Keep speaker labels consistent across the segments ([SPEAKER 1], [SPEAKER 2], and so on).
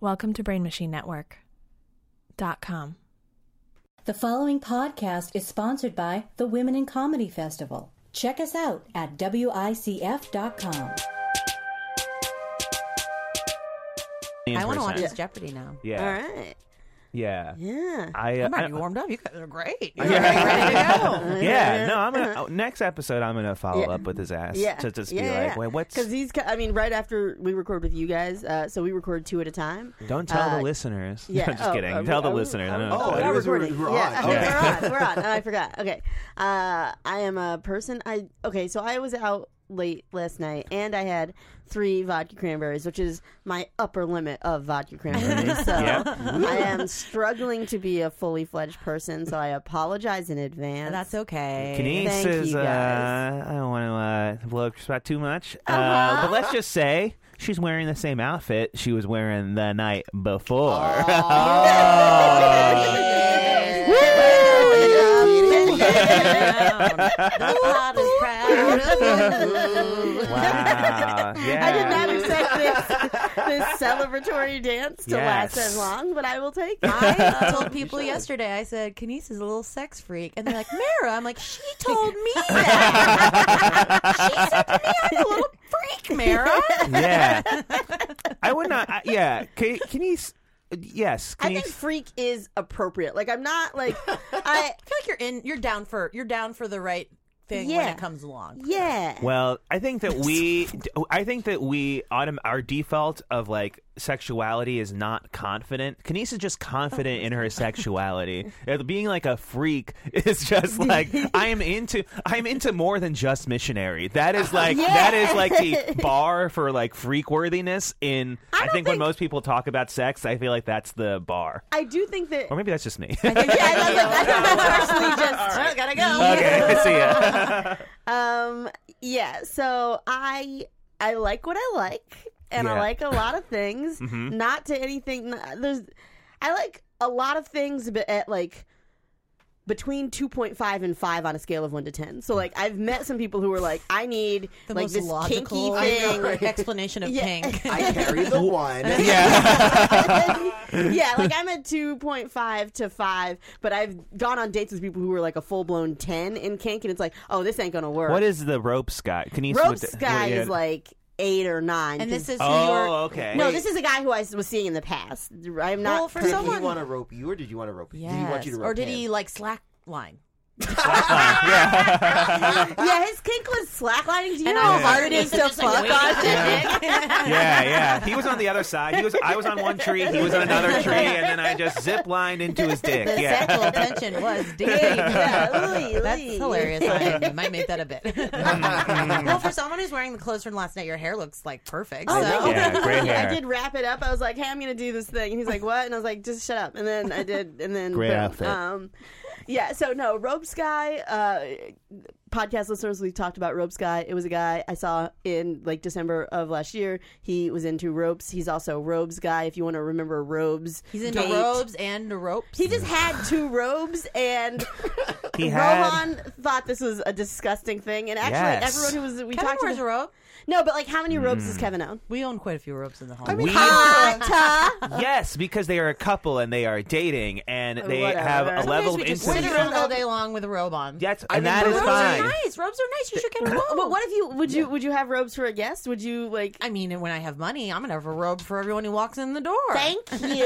[SPEAKER 1] Welcome to Brain Machine Network. dot com.
[SPEAKER 2] The following podcast is sponsored by the Women in Comedy Festival. Check us out at WICF.com.
[SPEAKER 3] I want to watch
[SPEAKER 4] 10%.
[SPEAKER 3] this Jeopardy now.
[SPEAKER 4] Yeah.
[SPEAKER 5] All right.
[SPEAKER 4] Yeah.
[SPEAKER 5] Yeah.
[SPEAKER 4] I, uh,
[SPEAKER 3] I'm
[SPEAKER 4] I-
[SPEAKER 3] already warmed up. You guys are great. You're
[SPEAKER 4] Yeah.
[SPEAKER 3] already ready to go.
[SPEAKER 4] yeah, no, I'm gonna oh, next episode. I'm gonna follow up with his ass
[SPEAKER 5] Yeah.
[SPEAKER 4] to just be
[SPEAKER 5] yeah,
[SPEAKER 4] like, wait, what's?
[SPEAKER 5] Because he's, I mean, right after we record with you guys, uh, so we record two at a time.
[SPEAKER 4] Don't tell
[SPEAKER 5] uh,
[SPEAKER 4] the listeners.
[SPEAKER 5] yeah,
[SPEAKER 4] No, just
[SPEAKER 5] oh,
[SPEAKER 4] kidding.
[SPEAKER 5] are we-
[SPEAKER 4] tell the
[SPEAKER 5] are we-
[SPEAKER 4] listeners. I don't know.
[SPEAKER 5] are we-
[SPEAKER 6] Oh,
[SPEAKER 5] are we
[SPEAKER 6] anyways, we're-
[SPEAKER 5] recording?
[SPEAKER 6] we're on.
[SPEAKER 5] Yeah,
[SPEAKER 6] Okay.
[SPEAKER 5] we're on. We're on. Oh, I forgot. Okay. Uh, I am a person. I okay. So I was out late last night, and I had three vodka cranberries, which is my upper limit of vodka cranberries. so
[SPEAKER 4] Yep.
[SPEAKER 5] I am struggling to be a fully fledged person. So I apologize in advance.
[SPEAKER 3] That's okay.
[SPEAKER 4] Denise
[SPEAKER 5] Thank you,
[SPEAKER 4] is.
[SPEAKER 5] guys. Uh-huh.
[SPEAKER 4] Uh, I don't want to uh, blow up your spot too much, uh but let's just say she's wearing the same outfit she was wearing the night before. wow! Yeah.
[SPEAKER 5] I did not expect this, this celebratory dance to last
[SPEAKER 4] Yes.
[SPEAKER 5] as long, but I will take it.
[SPEAKER 3] I told people yesterday, I said, Kanice is a little sex freak. And they're like, Mara. I'm like, she told me that. she said to me, I'm a little freak, Mara.
[SPEAKER 4] yeah, I would not. I, yeah, can, can you? s- Yes,
[SPEAKER 5] I
[SPEAKER 4] can you?
[SPEAKER 5] think
[SPEAKER 4] s-
[SPEAKER 5] freak is appropriate. Like I'm not like I
[SPEAKER 3] I feel like you're in, you're down for, you're down for the right thing when
[SPEAKER 5] Yeah.
[SPEAKER 3] it comes along.
[SPEAKER 5] yeah.
[SPEAKER 4] Well, I think that we, I think that we, autom- our default of like sexuality is not confident. Kanice is just confident in her sexuality. Uh, Being like a freak is just like I am into. I am into more than just missionary. That
[SPEAKER 5] Uh-huh.
[SPEAKER 4] is like that is like the bar for like freak worthiness. In I, think when most people talk about sex, I feel like that's the bar,
[SPEAKER 5] I do think that
[SPEAKER 4] or maybe that's just me.
[SPEAKER 5] yeah, I was like, I think that's actually just oh, gotta go.
[SPEAKER 4] okay, see ya.
[SPEAKER 5] Um, yeah. So I I like what I like, and I
[SPEAKER 4] Yeah. Mm-hmm.
[SPEAKER 5] like a lot of things. Not to anything. n- There's I like a lot of things, but at like between 2.5 and 5 on a scale of 1 to 10 so like i've met some people who were like i need
[SPEAKER 3] The
[SPEAKER 5] like
[SPEAKER 3] most
[SPEAKER 5] this kinky
[SPEAKER 3] logical
[SPEAKER 5] thing
[SPEAKER 3] explanation of
[SPEAKER 5] Yeah.
[SPEAKER 3] pink.
[SPEAKER 6] I carry the one.
[SPEAKER 5] yeah, like I'm at 2.5 to 5, but I've gone on dates with people who were like a full blown 10 in kink, and it's like, oh, this ain't going to work.
[SPEAKER 4] What is the ropes guy? Kanice
[SPEAKER 5] Rope
[SPEAKER 4] with the-
[SPEAKER 5] Sky
[SPEAKER 4] yeah.
[SPEAKER 5] is like 8 or 9.
[SPEAKER 3] And this is who you're,
[SPEAKER 4] Oh, okay.
[SPEAKER 5] No, this is a guy who I s- was seeing in the past. I'm not.
[SPEAKER 3] Well, for
[SPEAKER 6] Did
[SPEAKER 3] someone-
[SPEAKER 6] he want to rope you, or did you want to rope? Did he want you
[SPEAKER 3] Yes.
[SPEAKER 6] to rope
[SPEAKER 3] or did
[SPEAKER 6] him?
[SPEAKER 3] he like slack line?
[SPEAKER 4] uh,
[SPEAKER 5] yeah, his kink was slacklining. Do you
[SPEAKER 3] And
[SPEAKER 5] know
[SPEAKER 3] how
[SPEAKER 5] how hard it
[SPEAKER 3] Yeah.
[SPEAKER 5] is to fuck
[SPEAKER 3] Like,
[SPEAKER 5] on
[SPEAKER 4] yeah, yeah. He was on the other side. He was. I was on one tree. He was on another tree, and then I just zip lined into his dick.
[SPEAKER 3] The
[SPEAKER 4] Yeah.
[SPEAKER 3] sexual tension was deep.
[SPEAKER 5] Yeah, ooh,
[SPEAKER 3] That's
[SPEAKER 5] ooh.
[SPEAKER 3] hilarious. I might make that a bit. well, for someone who's wearing the clothes from last night, your hair looks like perfect.
[SPEAKER 5] Oh,
[SPEAKER 3] so.
[SPEAKER 5] no.
[SPEAKER 4] Yeah, great
[SPEAKER 5] Yeah,
[SPEAKER 4] hair.
[SPEAKER 5] I did wrap it up. I was like, "Hey, I'm gonna do this thing," and he's like, "What?" And I was like, "Just shut up." And then I did, and then
[SPEAKER 4] Great
[SPEAKER 5] boom.
[SPEAKER 4] outfit.
[SPEAKER 5] Um, yeah. So no, Rope Sky. Uh, podcast listeners, we talked about Rope Sky. It was a guy I saw in like December of last year. He was into ropes. He's also robes guy. If you want to remember robes,
[SPEAKER 3] He's into
[SPEAKER 5] Gate.
[SPEAKER 3] robes and ropes.
[SPEAKER 5] He just had two robes and
[SPEAKER 4] He had-
[SPEAKER 5] Rohan thought this was a disgusting thing. And actually,
[SPEAKER 4] Yes.
[SPEAKER 5] everyone who was we
[SPEAKER 3] Kevin
[SPEAKER 5] talked
[SPEAKER 3] wears
[SPEAKER 5] to
[SPEAKER 3] a robe.
[SPEAKER 5] no, but like how many robes
[SPEAKER 6] Hmm.
[SPEAKER 5] does Kevin own?
[SPEAKER 3] We own quite a few robes in the home.
[SPEAKER 4] We,
[SPEAKER 5] Hot
[SPEAKER 4] yes, because they are a couple and they are dating, and they
[SPEAKER 5] Whatever.
[SPEAKER 4] have a
[SPEAKER 5] Sometimes
[SPEAKER 4] level of
[SPEAKER 5] we just
[SPEAKER 3] sit
[SPEAKER 4] intimacy.
[SPEAKER 5] wonder-
[SPEAKER 3] around all day long with a robe on.
[SPEAKER 4] Yes,
[SPEAKER 6] I
[SPEAKER 4] and that
[SPEAKER 6] mean,
[SPEAKER 4] is
[SPEAKER 3] robes
[SPEAKER 6] It's
[SPEAKER 4] fine.
[SPEAKER 3] are nice. Robes are nice. You should get a robe.
[SPEAKER 5] But what if you would you would you have robes for a guest? Would you like?
[SPEAKER 3] I mean, when I have money, I'm gonna have a robe for everyone who walks in the door.
[SPEAKER 5] you.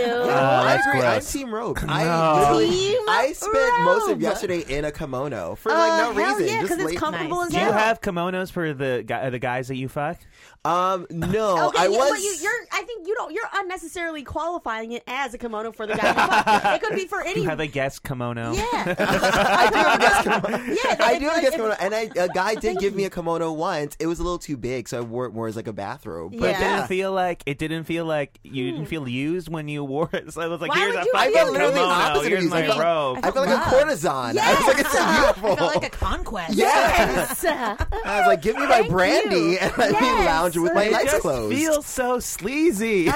[SPEAKER 4] Oh,
[SPEAKER 6] I
[SPEAKER 4] that's
[SPEAKER 6] agree. I'm
[SPEAKER 4] gross.
[SPEAKER 6] team rope. I, literally-
[SPEAKER 5] Team
[SPEAKER 6] I spent most
[SPEAKER 5] rope.
[SPEAKER 6] of yesterday in a kimono for like
[SPEAKER 5] Uh,
[SPEAKER 6] no
[SPEAKER 5] hell
[SPEAKER 6] reason.
[SPEAKER 5] yeah,
[SPEAKER 6] just
[SPEAKER 5] because it's
[SPEAKER 6] lay-
[SPEAKER 5] comfortable
[SPEAKER 3] Nice.
[SPEAKER 5] as
[SPEAKER 4] Do you
[SPEAKER 5] hell.
[SPEAKER 4] have kimonos for the gu- the guys that you fuck?
[SPEAKER 6] um, no,
[SPEAKER 5] Okay,
[SPEAKER 6] I
[SPEAKER 5] you,
[SPEAKER 6] was.
[SPEAKER 5] but you, you're. I think you don't. You're unnecessarily qualifying it as a kimono for the guy. who fucked it. it could be for
[SPEAKER 4] Do
[SPEAKER 5] any.
[SPEAKER 4] you have a guest kimono?
[SPEAKER 5] yeah.
[SPEAKER 6] I do have a guest kimono.
[SPEAKER 5] Yeah, that-
[SPEAKER 6] I do have a
[SPEAKER 5] if-
[SPEAKER 6] guest kimono, and I, a guy did give me a kimono once. It was a little too big, so I wore it more as like a bathrobe.
[SPEAKER 4] But it
[SPEAKER 5] Yeah.
[SPEAKER 4] didn't feel like it didn't feel like you didn't feel used when you wore it. So I was like,
[SPEAKER 5] Why
[SPEAKER 4] "Here's
[SPEAKER 5] would
[SPEAKER 4] a
[SPEAKER 5] you
[SPEAKER 4] fucking
[SPEAKER 5] feel literally the
[SPEAKER 4] kimono.
[SPEAKER 6] opposite of
[SPEAKER 4] Here's
[SPEAKER 6] you?
[SPEAKER 4] my
[SPEAKER 6] I felt-
[SPEAKER 4] robe."
[SPEAKER 6] I felt like a courtezan. I was like, it's so beautiful.
[SPEAKER 3] I felt like a conquest.
[SPEAKER 6] yeah.
[SPEAKER 5] uh,
[SPEAKER 6] I was like, give me my
[SPEAKER 5] Oh, Thank
[SPEAKER 6] brandy
[SPEAKER 5] you.
[SPEAKER 6] and let me
[SPEAKER 5] Yes.
[SPEAKER 6] lounge with my
[SPEAKER 4] It
[SPEAKER 6] legs
[SPEAKER 4] just
[SPEAKER 6] closed.
[SPEAKER 4] feels so sleazy.
[SPEAKER 5] I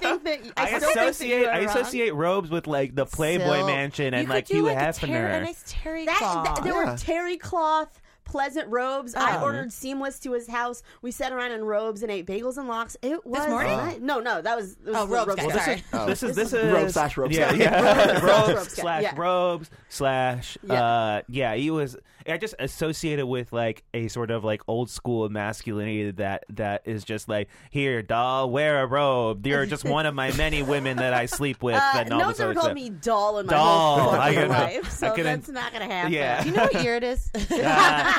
[SPEAKER 5] think that I,
[SPEAKER 4] I
[SPEAKER 5] still Think
[SPEAKER 4] associate
[SPEAKER 5] that
[SPEAKER 4] I
[SPEAKER 5] you are wrong.
[SPEAKER 4] associate robes with like the Playboy
[SPEAKER 3] Silk.
[SPEAKER 4] Mansion
[SPEAKER 3] You
[SPEAKER 4] and
[SPEAKER 3] could
[SPEAKER 4] like
[SPEAKER 3] do
[SPEAKER 4] Hugh
[SPEAKER 3] like a
[SPEAKER 4] Hefner.
[SPEAKER 3] terry- a nice terry
[SPEAKER 5] That,
[SPEAKER 3] cloth.
[SPEAKER 5] that- there were terry cloth pleasant robes.
[SPEAKER 4] Oh.
[SPEAKER 5] I ordered seamless to his house. We sat around in robes and ate bagels and lox. It was
[SPEAKER 3] morning?
[SPEAKER 5] nice. No, no, that was, it was
[SPEAKER 3] Oh, robes, guy.
[SPEAKER 5] guy.
[SPEAKER 3] Sorry.
[SPEAKER 4] This is this is
[SPEAKER 6] Robe slash robe
[SPEAKER 4] yeah,
[SPEAKER 6] slash.
[SPEAKER 4] yeah.
[SPEAKER 5] Robe
[SPEAKER 4] robes
[SPEAKER 5] slash robe
[SPEAKER 4] slash
[SPEAKER 5] slash, yeah.
[SPEAKER 4] robes slash uh yeah he was I just associated with like a sort of like old school masculinity that that is just like here doll wear a robe you're just one of my many women that I sleep with
[SPEAKER 5] Uh,
[SPEAKER 4] and all
[SPEAKER 5] no
[SPEAKER 4] this
[SPEAKER 5] one's ever
[SPEAKER 4] other
[SPEAKER 5] called
[SPEAKER 4] stuff.
[SPEAKER 5] me doll in my
[SPEAKER 4] Doll.
[SPEAKER 5] whole
[SPEAKER 4] I
[SPEAKER 5] fucking
[SPEAKER 4] couldn't-
[SPEAKER 5] life, so
[SPEAKER 4] I couldn't-
[SPEAKER 5] that's not gonna happen.
[SPEAKER 4] yeah
[SPEAKER 3] Do you know what year it is?
[SPEAKER 4] Uh,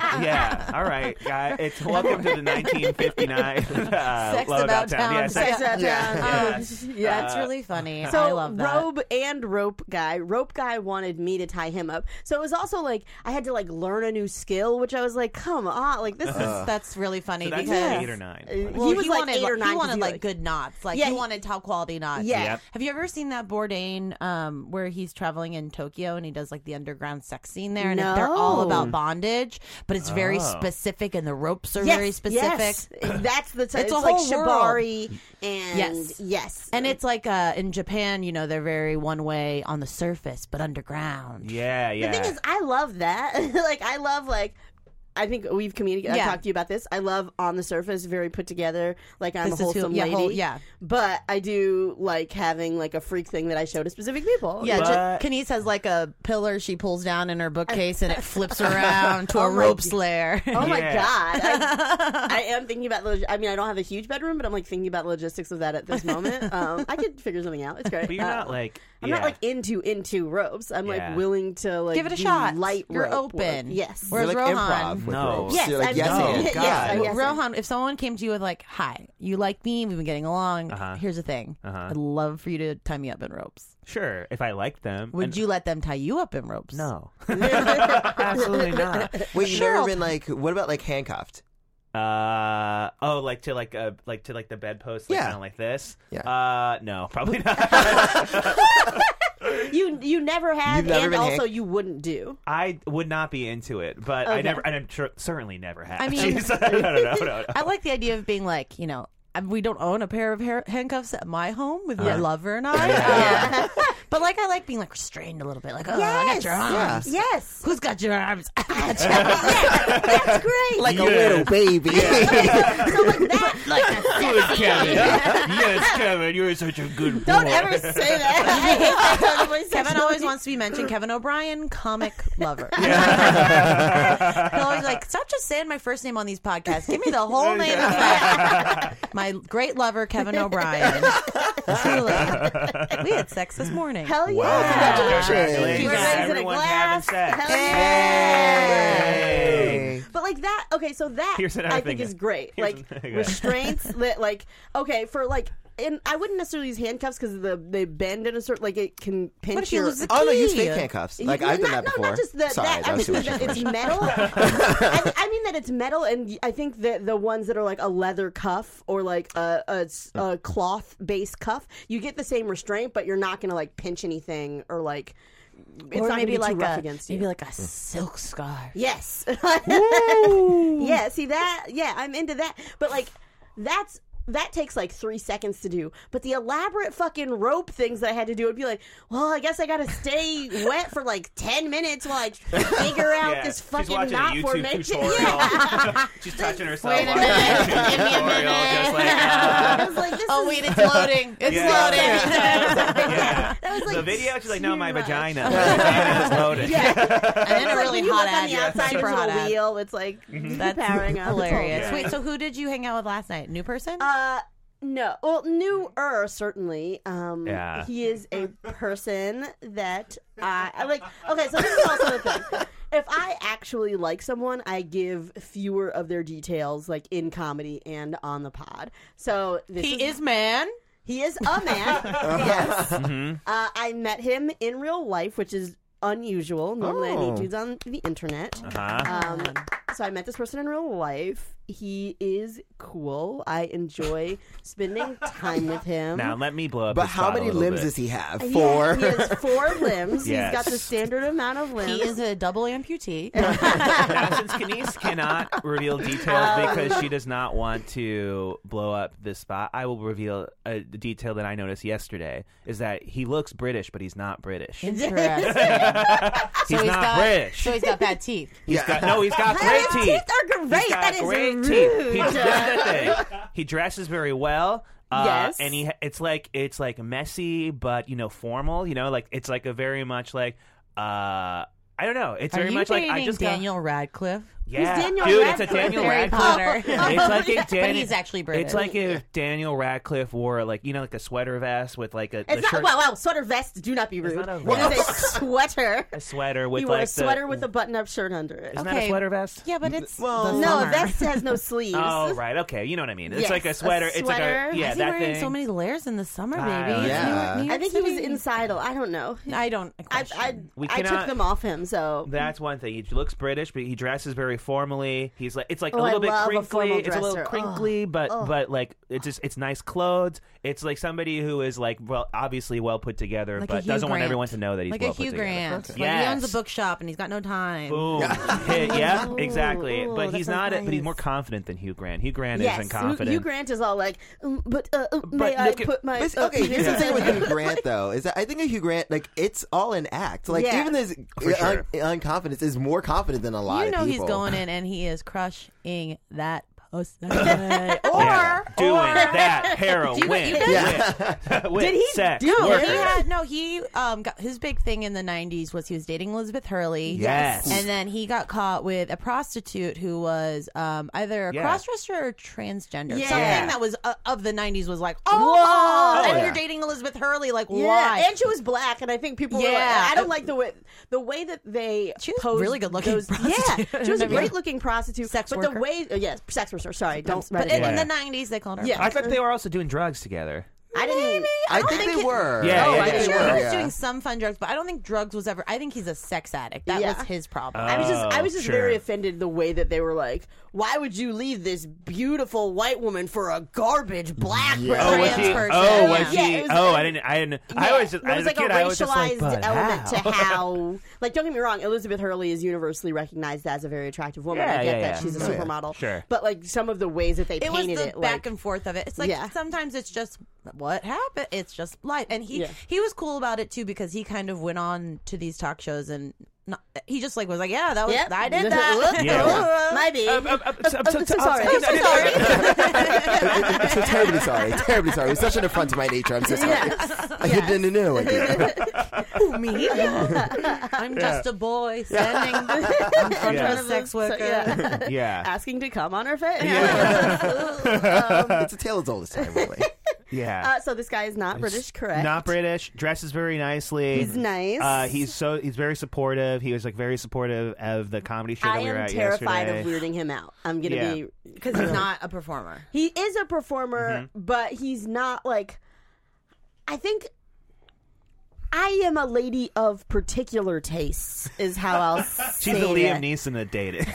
[SPEAKER 4] yeah. All right. Uh, it's welcome to the 1959 uh,
[SPEAKER 3] Sex
[SPEAKER 4] Low
[SPEAKER 3] about
[SPEAKER 4] Downtown. Yeah,
[SPEAKER 3] town.
[SPEAKER 4] sex-
[SPEAKER 5] Sex out
[SPEAKER 6] Yeah.
[SPEAKER 5] town.
[SPEAKER 4] Yeah.
[SPEAKER 5] Um,
[SPEAKER 4] Yes.
[SPEAKER 5] yeah.
[SPEAKER 3] That's really funny.
[SPEAKER 5] So
[SPEAKER 3] I love that.
[SPEAKER 5] robe and rope guy. Rope guy wanted me to tie him up. So it was also like I had to like learn a new skill, which I was like, come on, like this
[SPEAKER 4] Uh-huh.
[SPEAKER 5] is.
[SPEAKER 3] that's really funny
[SPEAKER 4] So that's
[SPEAKER 3] because
[SPEAKER 5] Yes.
[SPEAKER 4] eight or nine.
[SPEAKER 5] Uh,
[SPEAKER 3] Well,
[SPEAKER 5] he was like
[SPEAKER 3] wanted,
[SPEAKER 5] eight or nine.
[SPEAKER 3] He
[SPEAKER 5] 'cause
[SPEAKER 3] wanted
[SPEAKER 5] he,
[SPEAKER 3] like, good knots. Like
[SPEAKER 5] Yeah,
[SPEAKER 3] he
[SPEAKER 5] he-
[SPEAKER 3] wanted top quality knots.
[SPEAKER 5] Yeah.
[SPEAKER 4] Yep.
[SPEAKER 3] Have you ever seen that Bourdain um, where he's traveling in Tokyo and he does like the underground sex scene there? And it- they're all
[SPEAKER 5] No.
[SPEAKER 3] about bondage, but it's very
[SPEAKER 4] Oh.
[SPEAKER 3] specific and the ropes are
[SPEAKER 5] Yes,
[SPEAKER 3] very specific.
[SPEAKER 5] yes. That's the
[SPEAKER 3] It's
[SPEAKER 5] type. It's,
[SPEAKER 3] a
[SPEAKER 5] like
[SPEAKER 3] whole world.
[SPEAKER 5] shibari and
[SPEAKER 3] Yes.
[SPEAKER 5] yes,
[SPEAKER 3] And it's like uh, in Japan, you know, they're very one way on the surface, but underground.
[SPEAKER 4] Yeah, yeah.
[SPEAKER 5] The thing is, I love that. like, I love like. I think we've communicated.
[SPEAKER 3] Yeah.
[SPEAKER 5] I've talked to you about this. I love on the surface, very put together. Like I'm
[SPEAKER 3] This
[SPEAKER 5] a
[SPEAKER 3] is who-
[SPEAKER 5] wholesome
[SPEAKER 3] yeah,
[SPEAKER 5] lady.
[SPEAKER 3] whole- yeah.
[SPEAKER 5] But I do like having like a freak thing that I show to specific people.
[SPEAKER 3] Yeah,
[SPEAKER 4] But-
[SPEAKER 3] J- Kenise has like a pillar she pulls down in her bookcase and it flips around to a rope slayer.
[SPEAKER 5] Oh my
[SPEAKER 4] Yeah.
[SPEAKER 5] god! I, I am thinking about. the Log- I mean, I don't have a huge bedroom, but I'm like thinking about the logistics of that at this moment. Um, I could figure something out. It's great.
[SPEAKER 4] but you're
[SPEAKER 5] Uh,
[SPEAKER 4] not like.
[SPEAKER 5] I'm
[SPEAKER 4] yeah.
[SPEAKER 5] not like into into ropes. I'm
[SPEAKER 4] Yeah.
[SPEAKER 5] like willing to like
[SPEAKER 3] Give it a
[SPEAKER 5] do
[SPEAKER 3] shot.
[SPEAKER 5] Light
[SPEAKER 3] You're
[SPEAKER 5] rope work.
[SPEAKER 3] open.
[SPEAKER 5] Yes.
[SPEAKER 3] We're-
[SPEAKER 6] You're like
[SPEAKER 3] Rohan.
[SPEAKER 6] improv with
[SPEAKER 4] No.
[SPEAKER 6] ropes.
[SPEAKER 5] Yes,
[SPEAKER 6] You're like,
[SPEAKER 5] I'm
[SPEAKER 6] yes,
[SPEAKER 5] no.
[SPEAKER 6] and
[SPEAKER 5] Yes,
[SPEAKER 6] God.
[SPEAKER 5] I'm yes.
[SPEAKER 3] Rohan, if someone came to you with like, "Hi, you like me? We've been getting along.
[SPEAKER 4] Uh-huh.
[SPEAKER 3] Here's the thing. I'd love for you to tie me up in ropes.
[SPEAKER 4] Sure, if I liked them.
[SPEAKER 3] Would
[SPEAKER 4] and-
[SPEAKER 3] you let them tie you up in ropes?
[SPEAKER 4] No. Absolutely not.
[SPEAKER 6] Wait, you've
[SPEAKER 3] Cheryl-
[SPEAKER 6] never been like, what about like handcuffed?
[SPEAKER 4] Uh oh, like to like uh like to like the bedpost, like,
[SPEAKER 6] Yeah.
[SPEAKER 4] kind of like this.
[SPEAKER 6] Yeah.
[SPEAKER 4] Uh no, probably not.
[SPEAKER 5] You you never have,
[SPEAKER 6] You've never
[SPEAKER 5] and
[SPEAKER 6] been
[SPEAKER 5] also
[SPEAKER 6] hank-
[SPEAKER 5] you wouldn't do.
[SPEAKER 4] I would not be into it, but I
[SPEAKER 5] Okay.
[SPEAKER 4] never, and I'm tr- certainly never have.
[SPEAKER 3] I mean-
[SPEAKER 4] Jeez. no, no, no, no, no.
[SPEAKER 3] I like the idea of being like, you know, I- we don't own a pair of hair- handcuffs at my home with
[SPEAKER 4] Uh-huh.
[SPEAKER 3] my lover and I. Uh, but like, I like being like restrained a little bit. Like, oh, I got your arms.
[SPEAKER 5] Yes.
[SPEAKER 3] Who's got your arms?
[SPEAKER 5] That's great.
[SPEAKER 6] Like
[SPEAKER 4] Yeah.
[SPEAKER 6] a little baby.
[SPEAKER 5] so like that.
[SPEAKER 4] Good Kevin. yes, Kevin, you're such a good boy.
[SPEAKER 5] Don't ever say that. I hate that tone of voice.
[SPEAKER 3] Kevin always wants to be mentioned. Kevin O'Brien, comic lover. He'll always be like, stop just saying my first name on these podcasts. Give me the whole name of that. My great lover, Kevin O'Brien. Truly. We had sex this morning.
[SPEAKER 5] Hell yeah!
[SPEAKER 6] Wow.
[SPEAKER 5] Congratulations.
[SPEAKER 6] Congratulations.
[SPEAKER 5] We're
[SPEAKER 3] Yeah.
[SPEAKER 5] raising a
[SPEAKER 4] Everyone having
[SPEAKER 5] glass.
[SPEAKER 4] sex.
[SPEAKER 5] Hell yeah!
[SPEAKER 6] Hey.
[SPEAKER 5] But like that, okay. So that
[SPEAKER 4] Here's another
[SPEAKER 5] I
[SPEAKER 4] thing.
[SPEAKER 5] think is great.
[SPEAKER 4] Here's
[SPEAKER 5] like
[SPEAKER 4] another guy.
[SPEAKER 5] restraints, that like okay for like, and I wouldn't necessarily use handcuffs because the they bend in a certain like it can pinch
[SPEAKER 3] What if you
[SPEAKER 5] your.
[SPEAKER 3] lose the key?
[SPEAKER 6] Oh no, use fake handcuffs.
[SPEAKER 5] You-
[SPEAKER 6] Like I've done
[SPEAKER 5] not-
[SPEAKER 6] that before.
[SPEAKER 5] No, not just the,
[SPEAKER 6] Sorry,
[SPEAKER 5] that. I
[SPEAKER 6] was
[SPEAKER 5] mean
[SPEAKER 6] too much
[SPEAKER 5] that it's
[SPEAKER 6] information.
[SPEAKER 5] metal. I, mean- I mean that it's metal, and I think that the ones that are like a leather cuff or like a, a s-
[SPEAKER 6] Mm.
[SPEAKER 5] a cloth base cuff, you get the same restraint, but you're not going to like pinch anything or like. It's
[SPEAKER 3] or
[SPEAKER 5] not
[SPEAKER 3] maybe
[SPEAKER 5] gonna
[SPEAKER 3] like
[SPEAKER 5] be too rough
[SPEAKER 3] a,
[SPEAKER 5] against you.
[SPEAKER 3] maybe like a silk scarf.
[SPEAKER 5] Yes. yeah, see that? Yeah, I'm into that. But like that's that takes like three seconds to do. But the elaborate fucking rope things that I had to do would be like, well, I guess I gotta stay wet for like ten minutes while I figure out
[SPEAKER 4] Yeah,
[SPEAKER 5] this
[SPEAKER 4] she's
[SPEAKER 5] fucking
[SPEAKER 4] watching a
[SPEAKER 5] knot
[SPEAKER 4] YouTube
[SPEAKER 5] formation.
[SPEAKER 4] tutorial. She's touching herself. Wait
[SPEAKER 5] Oh,
[SPEAKER 4] on
[SPEAKER 3] a minute.
[SPEAKER 4] Give tutorial, just like,
[SPEAKER 5] I
[SPEAKER 4] uh,
[SPEAKER 5] was like, this
[SPEAKER 3] Oh
[SPEAKER 5] is
[SPEAKER 3] wait, it's loading. It's
[SPEAKER 4] Yeah.
[SPEAKER 3] loading.
[SPEAKER 4] yeah.
[SPEAKER 5] that was like
[SPEAKER 4] the video, she's like, no, my
[SPEAKER 5] too much.
[SPEAKER 4] vagina. My vagina is loaded.
[SPEAKER 3] And then a
[SPEAKER 5] Like,
[SPEAKER 3] really
[SPEAKER 5] when you
[SPEAKER 3] hot
[SPEAKER 5] look on
[SPEAKER 3] ad.
[SPEAKER 5] the
[SPEAKER 3] yeah,
[SPEAKER 5] outside
[SPEAKER 3] super
[SPEAKER 5] there's a
[SPEAKER 3] hot
[SPEAKER 5] little
[SPEAKER 3] ad.
[SPEAKER 5] wheel. It's like
[SPEAKER 3] That's
[SPEAKER 5] powering up. It's all
[SPEAKER 3] hilarious.
[SPEAKER 4] Mm-hmm. Yeah.
[SPEAKER 3] Wait, so who did you hang out with last night? New person?
[SPEAKER 5] Uh, no. Well, newer certainly. Um,
[SPEAKER 4] Yeah.
[SPEAKER 5] he is a person that I I like. Okay, so this is also the thing. If I actually like someone, I give fewer of their details, like in comedy and on the pod. So this
[SPEAKER 3] he is man.
[SPEAKER 5] he is a man. yes. Uh, I met him in real life, which is unusual. Normally, I
[SPEAKER 6] Oh.
[SPEAKER 5] meet dudes on the internet.
[SPEAKER 4] Huh?
[SPEAKER 5] Um, so I met this person in real life. He is cool. I enjoy spending time with him.
[SPEAKER 4] Now let me blow up.
[SPEAKER 6] But
[SPEAKER 4] his
[SPEAKER 6] how
[SPEAKER 4] spot a
[SPEAKER 6] many
[SPEAKER 4] little
[SPEAKER 6] limbs
[SPEAKER 4] bit.
[SPEAKER 6] does he have?
[SPEAKER 5] He
[SPEAKER 6] Four.
[SPEAKER 5] has- He has, four limbs.
[SPEAKER 4] Yes.
[SPEAKER 5] He's got the standard amount of limbs.
[SPEAKER 3] He is a double amputee.
[SPEAKER 4] now, since Kenise cannot reveal
[SPEAKER 3] Oh.
[SPEAKER 4] details because she does not want to blow up this spot, I will reveal a the detail that I noticed yesterday is that he looks British, but he's not British. He's
[SPEAKER 3] Interesting. so
[SPEAKER 4] not
[SPEAKER 3] he's got,
[SPEAKER 4] British.
[SPEAKER 3] So he's got bad teeth.
[SPEAKER 4] He's got no. He's got great teeth.
[SPEAKER 5] are great.
[SPEAKER 4] He's got
[SPEAKER 5] That is
[SPEAKER 4] great
[SPEAKER 5] rude.
[SPEAKER 4] teeth. He, that's the thing. He dresses very well. Uh,
[SPEAKER 5] Yes.
[SPEAKER 4] and he it's like it's like messy but you know formal. You know, like it's like a very much like uh I don't know. It's
[SPEAKER 3] Are
[SPEAKER 4] very
[SPEAKER 3] you
[SPEAKER 4] much like
[SPEAKER 3] dating
[SPEAKER 4] I just got-
[SPEAKER 3] Daniel Radcliffe?
[SPEAKER 4] yeah,
[SPEAKER 5] Daniel
[SPEAKER 4] dude, it's a
[SPEAKER 5] Radcliffe.
[SPEAKER 4] Daniel
[SPEAKER 3] Harry
[SPEAKER 4] Radcliffe.
[SPEAKER 3] Potter.
[SPEAKER 4] It's like a Dan-
[SPEAKER 3] but he's actually British.
[SPEAKER 4] It's like if Daniel Radcliffe wore like you know like a sweater vest with like a, the
[SPEAKER 5] It's not,
[SPEAKER 4] shirt,
[SPEAKER 5] wow, wow, sweater vest. Do not be rude.
[SPEAKER 4] not a
[SPEAKER 5] It is a sweater.
[SPEAKER 4] a sweater with
[SPEAKER 5] You
[SPEAKER 4] like
[SPEAKER 5] wear a sweater
[SPEAKER 4] the,
[SPEAKER 5] with a button-up shirt under it.
[SPEAKER 4] Isn't that a
[SPEAKER 3] Okay.
[SPEAKER 4] sweater vest?
[SPEAKER 3] yeah, but it's
[SPEAKER 6] Well,
[SPEAKER 3] the
[SPEAKER 5] No, a
[SPEAKER 3] summer.
[SPEAKER 5] vest has no sleeves.
[SPEAKER 4] Oh right, okay. You know what I mean. It's
[SPEAKER 5] Yes,
[SPEAKER 4] like a
[SPEAKER 5] a
[SPEAKER 4] sweater. It's like
[SPEAKER 5] sweater.
[SPEAKER 4] a
[SPEAKER 5] Why
[SPEAKER 4] yeah.
[SPEAKER 3] Why is he
[SPEAKER 4] that
[SPEAKER 3] wearing
[SPEAKER 4] thing.
[SPEAKER 3] so many layers in the summer,
[SPEAKER 4] I
[SPEAKER 3] baby?
[SPEAKER 4] don't
[SPEAKER 3] It's
[SPEAKER 6] know.
[SPEAKER 3] New York-
[SPEAKER 6] Yeah.
[SPEAKER 3] New
[SPEAKER 5] I
[SPEAKER 3] York
[SPEAKER 5] think he was
[SPEAKER 3] City.
[SPEAKER 5] insidal. I don't know.
[SPEAKER 3] I don't. I
[SPEAKER 5] I,
[SPEAKER 3] question.
[SPEAKER 5] I,
[SPEAKER 4] We
[SPEAKER 5] I took
[SPEAKER 4] cannot-
[SPEAKER 5] them off him, so
[SPEAKER 4] That's one thing. He looks British, but he dresses very formally. He's like it's like
[SPEAKER 5] Oh,
[SPEAKER 4] a
[SPEAKER 5] I
[SPEAKER 4] little bit
[SPEAKER 5] love a
[SPEAKER 4] crinkly.
[SPEAKER 5] formal
[SPEAKER 4] it's a little
[SPEAKER 5] dresser.
[SPEAKER 4] crinkly, but but like it's just it's nice clothes. It's like somebody who is like well obviously well put together,
[SPEAKER 3] Like a
[SPEAKER 4] but
[SPEAKER 3] Hugh
[SPEAKER 4] doesn't want
[SPEAKER 3] Grant.
[SPEAKER 4] everyone to know that he's
[SPEAKER 3] like
[SPEAKER 4] well
[SPEAKER 3] a Hugh
[SPEAKER 4] put together.
[SPEAKER 3] Grant. Like
[SPEAKER 4] Yes.
[SPEAKER 3] he owns a bookshop and he's got no time.
[SPEAKER 4] Boom. Hit. Yeah, exactly.
[SPEAKER 5] Ooh,
[SPEAKER 4] but
[SPEAKER 5] that
[SPEAKER 4] he's
[SPEAKER 5] sounds
[SPEAKER 4] not. But he's
[SPEAKER 5] Oh, nice.
[SPEAKER 4] more confident than Hugh Grant. Hugh Grant
[SPEAKER 5] yes,
[SPEAKER 4] isn't confident.
[SPEAKER 5] Hugh Grant is all like, "Mm, but, uh, uh, may I
[SPEAKER 4] look at-
[SPEAKER 5] put my
[SPEAKER 3] oh,
[SPEAKER 6] But,
[SPEAKER 5] uh,
[SPEAKER 6] okay, here's the
[SPEAKER 5] yeah.
[SPEAKER 6] thing with Hugh Grant though is that I think of Hugh Grant like it's all an act. Like
[SPEAKER 5] Yeah.
[SPEAKER 6] even his
[SPEAKER 4] For
[SPEAKER 6] un-
[SPEAKER 4] sure.
[SPEAKER 6] unconfidence is more confident than a lot
[SPEAKER 3] You
[SPEAKER 6] of
[SPEAKER 3] know he's
[SPEAKER 6] people.
[SPEAKER 3] going in and he is crushing that pussy.
[SPEAKER 4] Yeah.
[SPEAKER 3] or
[SPEAKER 4] doing
[SPEAKER 3] or-
[SPEAKER 4] that heroin.
[SPEAKER 3] you- you
[SPEAKER 4] wit, wit,
[SPEAKER 5] Did he
[SPEAKER 4] sex,
[SPEAKER 5] do
[SPEAKER 3] No,
[SPEAKER 4] work.
[SPEAKER 3] he had no. He um got, his big thing in the '90s was he was dating Elizabeth Hurley.
[SPEAKER 4] Yes.
[SPEAKER 3] and then he got caught with a prostitute who was um either a
[SPEAKER 4] Yeah.
[SPEAKER 3] crossdresser or transgender.
[SPEAKER 5] Yeah.
[SPEAKER 3] Something that was uh, of the '90s was like, oh,
[SPEAKER 5] Whoa.
[SPEAKER 3] and
[SPEAKER 6] Oh, yeah.
[SPEAKER 3] you're dating Elizabeth Hurley, like
[SPEAKER 5] Yeah,
[SPEAKER 3] why?
[SPEAKER 5] and she was black, and I think people were
[SPEAKER 3] Yeah.
[SPEAKER 5] like, I don't like the way the way that they
[SPEAKER 3] She was
[SPEAKER 5] posed
[SPEAKER 3] really good-looking
[SPEAKER 5] those-
[SPEAKER 3] prostitute.
[SPEAKER 5] Yeah, she was a
[SPEAKER 3] I mean-
[SPEAKER 5] great looking prostitute.
[SPEAKER 3] Sex
[SPEAKER 5] but the
[SPEAKER 3] worker.
[SPEAKER 5] way, uh, yes, sex worker. Sorry, don't.
[SPEAKER 3] but
[SPEAKER 5] But
[SPEAKER 3] in,
[SPEAKER 5] it,
[SPEAKER 4] Yeah.
[SPEAKER 3] in the '90s they called her.
[SPEAKER 5] Yeah.
[SPEAKER 4] I thought they were also doing drugs together.
[SPEAKER 5] I didn't.
[SPEAKER 6] I think they were.
[SPEAKER 4] Yeah,
[SPEAKER 6] oh,
[SPEAKER 4] yeah,
[SPEAKER 6] I
[SPEAKER 4] yeah.
[SPEAKER 6] think
[SPEAKER 3] Sure,
[SPEAKER 6] they were.
[SPEAKER 3] he
[SPEAKER 6] yeah.
[SPEAKER 3] was doing some fun drugs, but I don't think drugs was ever. I think he's a sex addict. That
[SPEAKER 5] Yeah.
[SPEAKER 3] was his problem.
[SPEAKER 5] I was just, I
[SPEAKER 4] Oh,
[SPEAKER 5] was just
[SPEAKER 4] sure.
[SPEAKER 5] very offended the way that they were like, "Why would you leave this beautiful white woman for a garbage black
[SPEAKER 4] Oh, was
[SPEAKER 5] trans
[SPEAKER 4] he?
[SPEAKER 5] person?"
[SPEAKER 4] Oh, was
[SPEAKER 5] Yeah,
[SPEAKER 4] he?
[SPEAKER 5] it was-
[SPEAKER 4] Oh, I didn't. I didn't. I
[SPEAKER 5] Yeah,
[SPEAKER 4] was just.
[SPEAKER 5] there
[SPEAKER 4] I
[SPEAKER 5] was
[SPEAKER 4] was
[SPEAKER 5] like
[SPEAKER 4] a kid.
[SPEAKER 5] a
[SPEAKER 4] I was just like,
[SPEAKER 5] racialized
[SPEAKER 4] but
[SPEAKER 5] element
[SPEAKER 4] how?
[SPEAKER 5] to how. like, don't get me wrong, Elizabeth Hurley is universally recognized as a very attractive woman.
[SPEAKER 4] Yeah,
[SPEAKER 5] I get
[SPEAKER 4] yeah,
[SPEAKER 5] that
[SPEAKER 4] yeah.
[SPEAKER 5] she's a
[SPEAKER 6] Mhm. Yeah.
[SPEAKER 5] supermodel.
[SPEAKER 4] Sure.
[SPEAKER 5] But like some of the ways that they
[SPEAKER 3] it was
[SPEAKER 5] painted
[SPEAKER 3] the
[SPEAKER 5] it,
[SPEAKER 3] back
[SPEAKER 5] like,
[SPEAKER 3] and forth of it. It's like
[SPEAKER 5] Yeah.
[SPEAKER 3] sometimes it's just what happened. It's just life. And he
[SPEAKER 5] Yeah.
[SPEAKER 3] he was cool about it too because he kind of went on to these talk shows and not, he just like was like, yeah, that was
[SPEAKER 5] Yep.
[SPEAKER 3] I did that.
[SPEAKER 4] Yeah.
[SPEAKER 5] Maybe.
[SPEAKER 4] Um, um, um, so-
[SPEAKER 5] I'm so sorry.
[SPEAKER 4] I'm so sorry.
[SPEAKER 6] I'm so terribly sorry. Terribly sorry. It was such an affront to my nature. I'm so sorry. I didn't know. I did.
[SPEAKER 3] Who me? I'm just a boy standing in front
[SPEAKER 4] Yeah.
[SPEAKER 3] of a sex
[SPEAKER 5] So,
[SPEAKER 3] worker.
[SPEAKER 5] yeah.
[SPEAKER 4] Yeah.
[SPEAKER 5] Asking to come on her face.
[SPEAKER 6] It's a tale as old as time, really.
[SPEAKER 4] Yeah.
[SPEAKER 5] Uh, so this guy is not British, correct?
[SPEAKER 4] Not British. Dresses very nicely.
[SPEAKER 5] He's nice.
[SPEAKER 4] Uh, he's so he's very supportive. He was like very supportive of the comedy show
[SPEAKER 5] I
[SPEAKER 4] that we were
[SPEAKER 5] am
[SPEAKER 4] at
[SPEAKER 5] terrified
[SPEAKER 4] yesterday.
[SPEAKER 5] of weirding him out. I'm gonna
[SPEAKER 4] Yeah.
[SPEAKER 5] be
[SPEAKER 3] Because he's not a performer.
[SPEAKER 5] He is a performer,
[SPEAKER 4] Mm-hmm.
[SPEAKER 5] but he's not like. I think I am a lady of particular tastes, is how I'll say
[SPEAKER 4] She's the Liam
[SPEAKER 5] that.
[SPEAKER 4] Neeson of dating.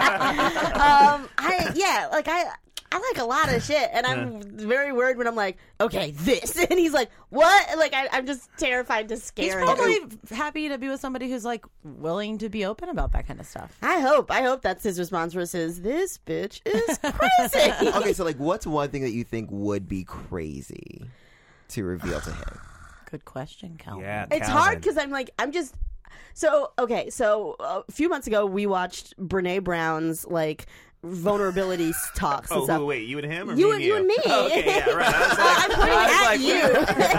[SPEAKER 5] Um, I yeah, like I. I like a lot of shit, and I'm very worried when I'm like, okay, this, and he's like, what? Like, I, I'm just terrified to
[SPEAKER 3] He's
[SPEAKER 5] scare him.
[SPEAKER 3] probably happy to be with somebody who's like willing to be open about that kind of stuff.
[SPEAKER 5] I hope, I hope that's his response versus this bitch is crazy.
[SPEAKER 6] Okay, so like, what's one thing that you think would be crazy to reveal to him?
[SPEAKER 3] Good question, Cal.
[SPEAKER 4] yeah.
[SPEAKER 5] It's hard because I'm like I'm just so okay. So uh, a few months ago, we watched Brene Brown's like vulnerability s- talks and
[SPEAKER 4] Oh
[SPEAKER 5] stuff.
[SPEAKER 4] who- wait, you and him, or
[SPEAKER 5] You
[SPEAKER 4] me
[SPEAKER 5] and- you and me. Uh,
[SPEAKER 4] Oh, okay, yeah, right. I was like,
[SPEAKER 5] I'm pointing
[SPEAKER 4] I was
[SPEAKER 5] at
[SPEAKER 4] like,
[SPEAKER 5] you.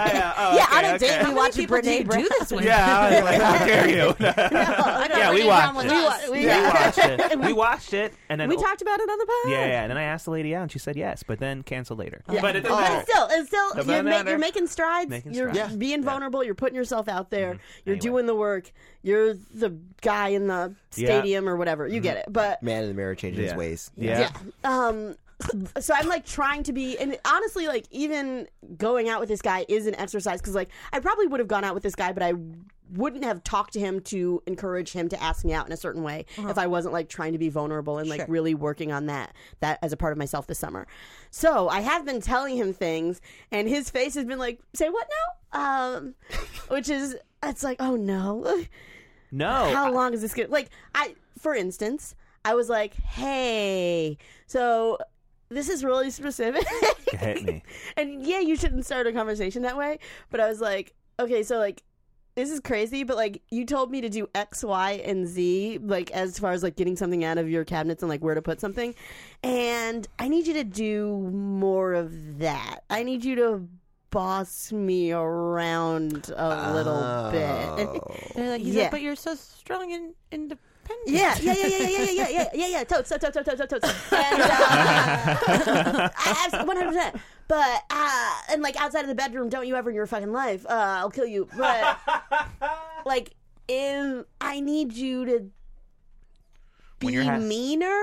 [SPEAKER 4] I, uh, oh,
[SPEAKER 5] yeah,
[SPEAKER 4] okay,
[SPEAKER 5] on a
[SPEAKER 4] okay.
[SPEAKER 5] date we watched
[SPEAKER 3] People do
[SPEAKER 5] Brene
[SPEAKER 3] you
[SPEAKER 5] Brown.
[SPEAKER 3] do this with?
[SPEAKER 4] Yeah, I was like, how dare you? yeah, we watched it.
[SPEAKER 5] We,
[SPEAKER 4] We watched it. We watched it, and then
[SPEAKER 5] we talked about it on the pod.
[SPEAKER 4] Yeah, yeah, and then I asked the lady out, and she said yes, but then canceled later. But it doesn't
[SPEAKER 5] But
[SPEAKER 4] matter.
[SPEAKER 5] still, it's still
[SPEAKER 4] Doesn't
[SPEAKER 5] you're, ma-
[SPEAKER 4] matter.
[SPEAKER 5] you're making strides.
[SPEAKER 4] Making
[SPEAKER 5] you're
[SPEAKER 4] strides. Mm-hmm.
[SPEAKER 5] being vulnerable. You're putting yourself out there. You're
[SPEAKER 4] Anyway.
[SPEAKER 5] doing the work. You're the guy in the
[SPEAKER 4] Yeah.
[SPEAKER 5] stadium or whatever. You get it. But
[SPEAKER 6] Man in the mirror changing his
[SPEAKER 4] Yeah.
[SPEAKER 6] ways.
[SPEAKER 4] Yeah.
[SPEAKER 5] Yeah. Um. So I'm like trying to be, and honestly, like even going out with this guy is an exercise because like I probably would have gone out with this guy, but I wouldn't have talked to him to encourage him to ask me out in a certain way if I wasn't like trying to be vulnerable and like really working on that that as a part of myself this summer. So I have been telling him things, and his face has been like, "Say what now?" Um, which is it's like, "Oh no."
[SPEAKER 4] No.
[SPEAKER 5] how long is this gonna like i for instance i was like hey so this is really specific
[SPEAKER 4] Hit me.
[SPEAKER 5] and yeah you shouldn't start a conversation that way but i was like okay so like this is crazy but like you told me to do x y and z like as far as like getting something out of your cabinets and like where to put something and i need you to do more of that i need you to boss me around a little bit
[SPEAKER 3] They're like, he's
[SPEAKER 5] Yeah.
[SPEAKER 3] like, but you're so strong and independent.
[SPEAKER 5] Yeah, yeah, yeah, yeah, yeah, yeah, yeah, yeah, yeah, yeah. Totes, totes, totes, totes, totes, totes. And, uh, one hundred percent. But uh, and like outside of the bedroom, don't you ever in your fucking life? Uh, I'll kill you. But like, if I need you to be
[SPEAKER 4] When you're ha-
[SPEAKER 5] meaner.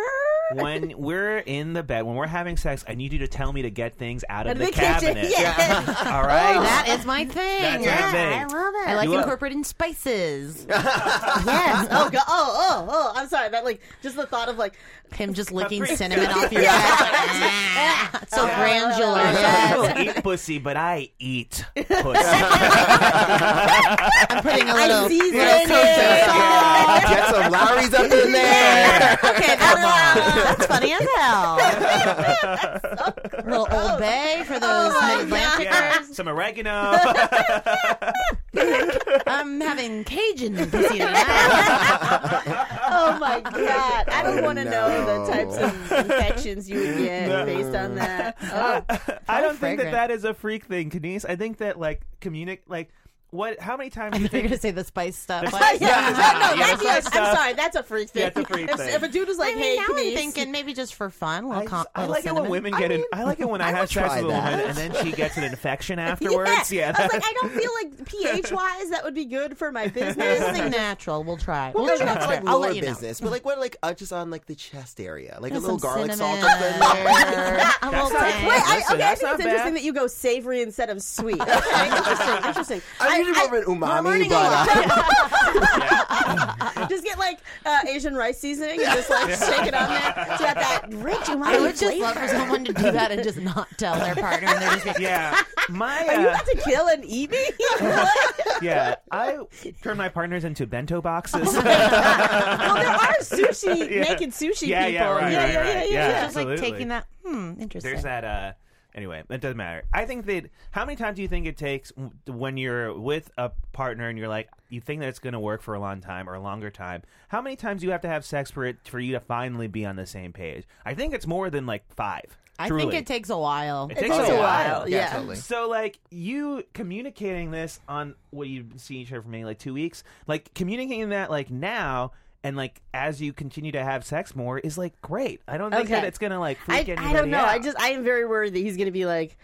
[SPEAKER 4] when we're in the bed, when we're having sex, I need you to tell me to get things out of
[SPEAKER 5] Out
[SPEAKER 4] the,
[SPEAKER 5] of the kitchen,
[SPEAKER 4] cabinet.
[SPEAKER 5] yeah.
[SPEAKER 4] All right.
[SPEAKER 3] That is my thing.
[SPEAKER 4] That's
[SPEAKER 3] yeah,
[SPEAKER 4] my thing.
[SPEAKER 3] I love it. I like
[SPEAKER 4] You are-
[SPEAKER 3] incorporating spices.
[SPEAKER 5] yes. Oh god. Oh, oh, oh. I'm sorry. That like just the thought of like
[SPEAKER 3] Him just licking cinnamon off your back. Ah, so granular.
[SPEAKER 5] Oh,
[SPEAKER 4] I
[SPEAKER 3] Yes.
[SPEAKER 4] don't eat pussy, but I eat pussy.
[SPEAKER 3] I'm putting a
[SPEAKER 5] I
[SPEAKER 3] little.
[SPEAKER 5] season
[SPEAKER 3] Yeah.
[SPEAKER 5] it.
[SPEAKER 6] Get some Lowry's up in there.
[SPEAKER 3] Okay, that's, that's funny as hell. little Old Bay for those Mid-Atlantic.
[SPEAKER 4] Yeah, some oregano.
[SPEAKER 3] I'm having Cajun pussy tonight.
[SPEAKER 5] Oh my god! I don't
[SPEAKER 6] Oh,
[SPEAKER 5] want to
[SPEAKER 6] no.
[SPEAKER 5] know the types of infections you would get based on that. Oh.
[SPEAKER 4] I don't think that
[SPEAKER 3] fragrant.
[SPEAKER 4] that is a freak thing, Denise. I think that like communicate like what? How many times do you
[SPEAKER 3] You're
[SPEAKER 4] think?
[SPEAKER 3] gonna say the spice stuff.
[SPEAKER 5] Yeah,
[SPEAKER 4] spice-
[SPEAKER 5] yeah, no,
[SPEAKER 4] yeah,
[SPEAKER 5] that's
[SPEAKER 4] yeah,
[SPEAKER 5] yes.
[SPEAKER 4] stuff.
[SPEAKER 5] I'm sorry, that's a freak thing.
[SPEAKER 4] Yeah, it's a freak
[SPEAKER 5] if,
[SPEAKER 4] thing.
[SPEAKER 5] if a dude was like,
[SPEAKER 3] I mean,
[SPEAKER 5] "Hey,
[SPEAKER 3] now I'm
[SPEAKER 5] Denise,"
[SPEAKER 3] thinking maybe just for fun, a
[SPEAKER 4] I,
[SPEAKER 3] little,
[SPEAKER 4] just-
[SPEAKER 3] com-
[SPEAKER 4] I
[SPEAKER 3] little
[SPEAKER 4] like it when
[SPEAKER 3] cinnamon.
[SPEAKER 4] women get in. I like it when I, have sex
[SPEAKER 6] try
[SPEAKER 4] with a woman
[SPEAKER 6] that.
[SPEAKER 4] and then she gets an infection afterwards. Yeah,
[SPEAKER 5] I was like, I don't feel like pH wise that would be good for my business.
[SPEAKER 3] Something natural. We'll try. We'll
[SPEAKER 6] Maybe
[SPEAKER 3] try.
[SPEAKER 6] not like
[SPEAKER 3] I'll
[SPEAKER 6] lower
[SPEAKER 3] let you know.
[SPEAKER 6] business, but like what, like uh, just on like the chest area, like a
[SPEAKER 3] There's
[SPEAKER 6] little
[SPEAKER 3] some
[SPEAKER 6] garlic salt.
[SPEAKER 3] cinnamon.
[SPEAKER 6] up in there.
[SPEAKER 3] A little
[SPEAKER 4] not-
[SPEAKER 3] tang.
[SPEAKER 5] Wait, I,
[SPEAKER 4] Listen,
[SPEAKER 5] okay, I
[SPEAKER 4] that's not
[SPEAKER 5] think it's
[SPEAKER 4] bad.
[SPEAKER 5] interesting that you go savory instead of sweet. Okay, interesting, interesting.
[SPEAKER 6] I need more of an umami,
[SPEAKER 3] learning a
[SPEAKER 6] but uh,
[SPEAKER 5] just get like uh, Asian rice seasoning and just like shake it on there to have that rich umami
[SPEAKER 3] I would just
[SPEAKER 5] flavor.
[SPEAKER 3] love for someone to do that and just not tell their partner. And they're just like,
[SPEAKER 4] yeah. My
[SPEAKER 5] Are you
[SPEAKER 4] uh,
[SPEAKER 5] about to kill and eat me?
[SPEAKER 4] yeah. I turn my partners into bento boxes.
[SPEAKER 5] well, there are sushi
[SPEAKER 4] Yeah.
[SPEAKER 5] naked sushi
[SPEAKER 4] Yeah,
[SPEAKER 5] people.
[SPEAKER 4] yeah, right,
[SPEAKER 5] yeah,
[SPEAKER 4] right,
[SPEAKER 5] yeah,
[SPEAKER 4] right.
[SPEAKER 5] yeah,
[SPEAKER 4] Yeah.
[SPEAKER 5] yeah.
[SPEAKER 3] just like
[SPEAKER 4] Absolutely.
[SPEAKER 3] taking that. Hmm, interesting.
[SPEAKER 4] There's that. uh Anyway, it doesn't matter. I think that how many times do you think it takes w- when you're with a partner and you're like, you think that it's going to work for a long time or a longer time? How many times do you have to have sex for it for you to finally be on the same page? I think it's more than like five.
[SPEAKER 3] I
[SPEAKER 4] truly.
[SPEAKER 3] think it takes a while.
[SPEAKER 4] It takes
[SPEAKER 5] takes
[SPEAKER 4] a
[SPEAKER 5] a
[SPEAKER 4] while.
[SPEAKER 5] while, Yeah, yeah.
[SPEAKER 6] totally.
[SPEAKER 4] So like you communicating this on what you've been seeing each other for maybe like two weeks, like communicating that like now and like as you continue to have sex more is like great. I don't think
[SPEAKER 5] Okay.
[SPEAKER 4] that it's gonna like
[SPEAKER 5] I,
[SPEAKER 4] freak anybody
[SPEAKER 5] I don't know.
[SPEAKER 4] Out.
[SPEAKER 5] I just I am very worried that he's going to be like,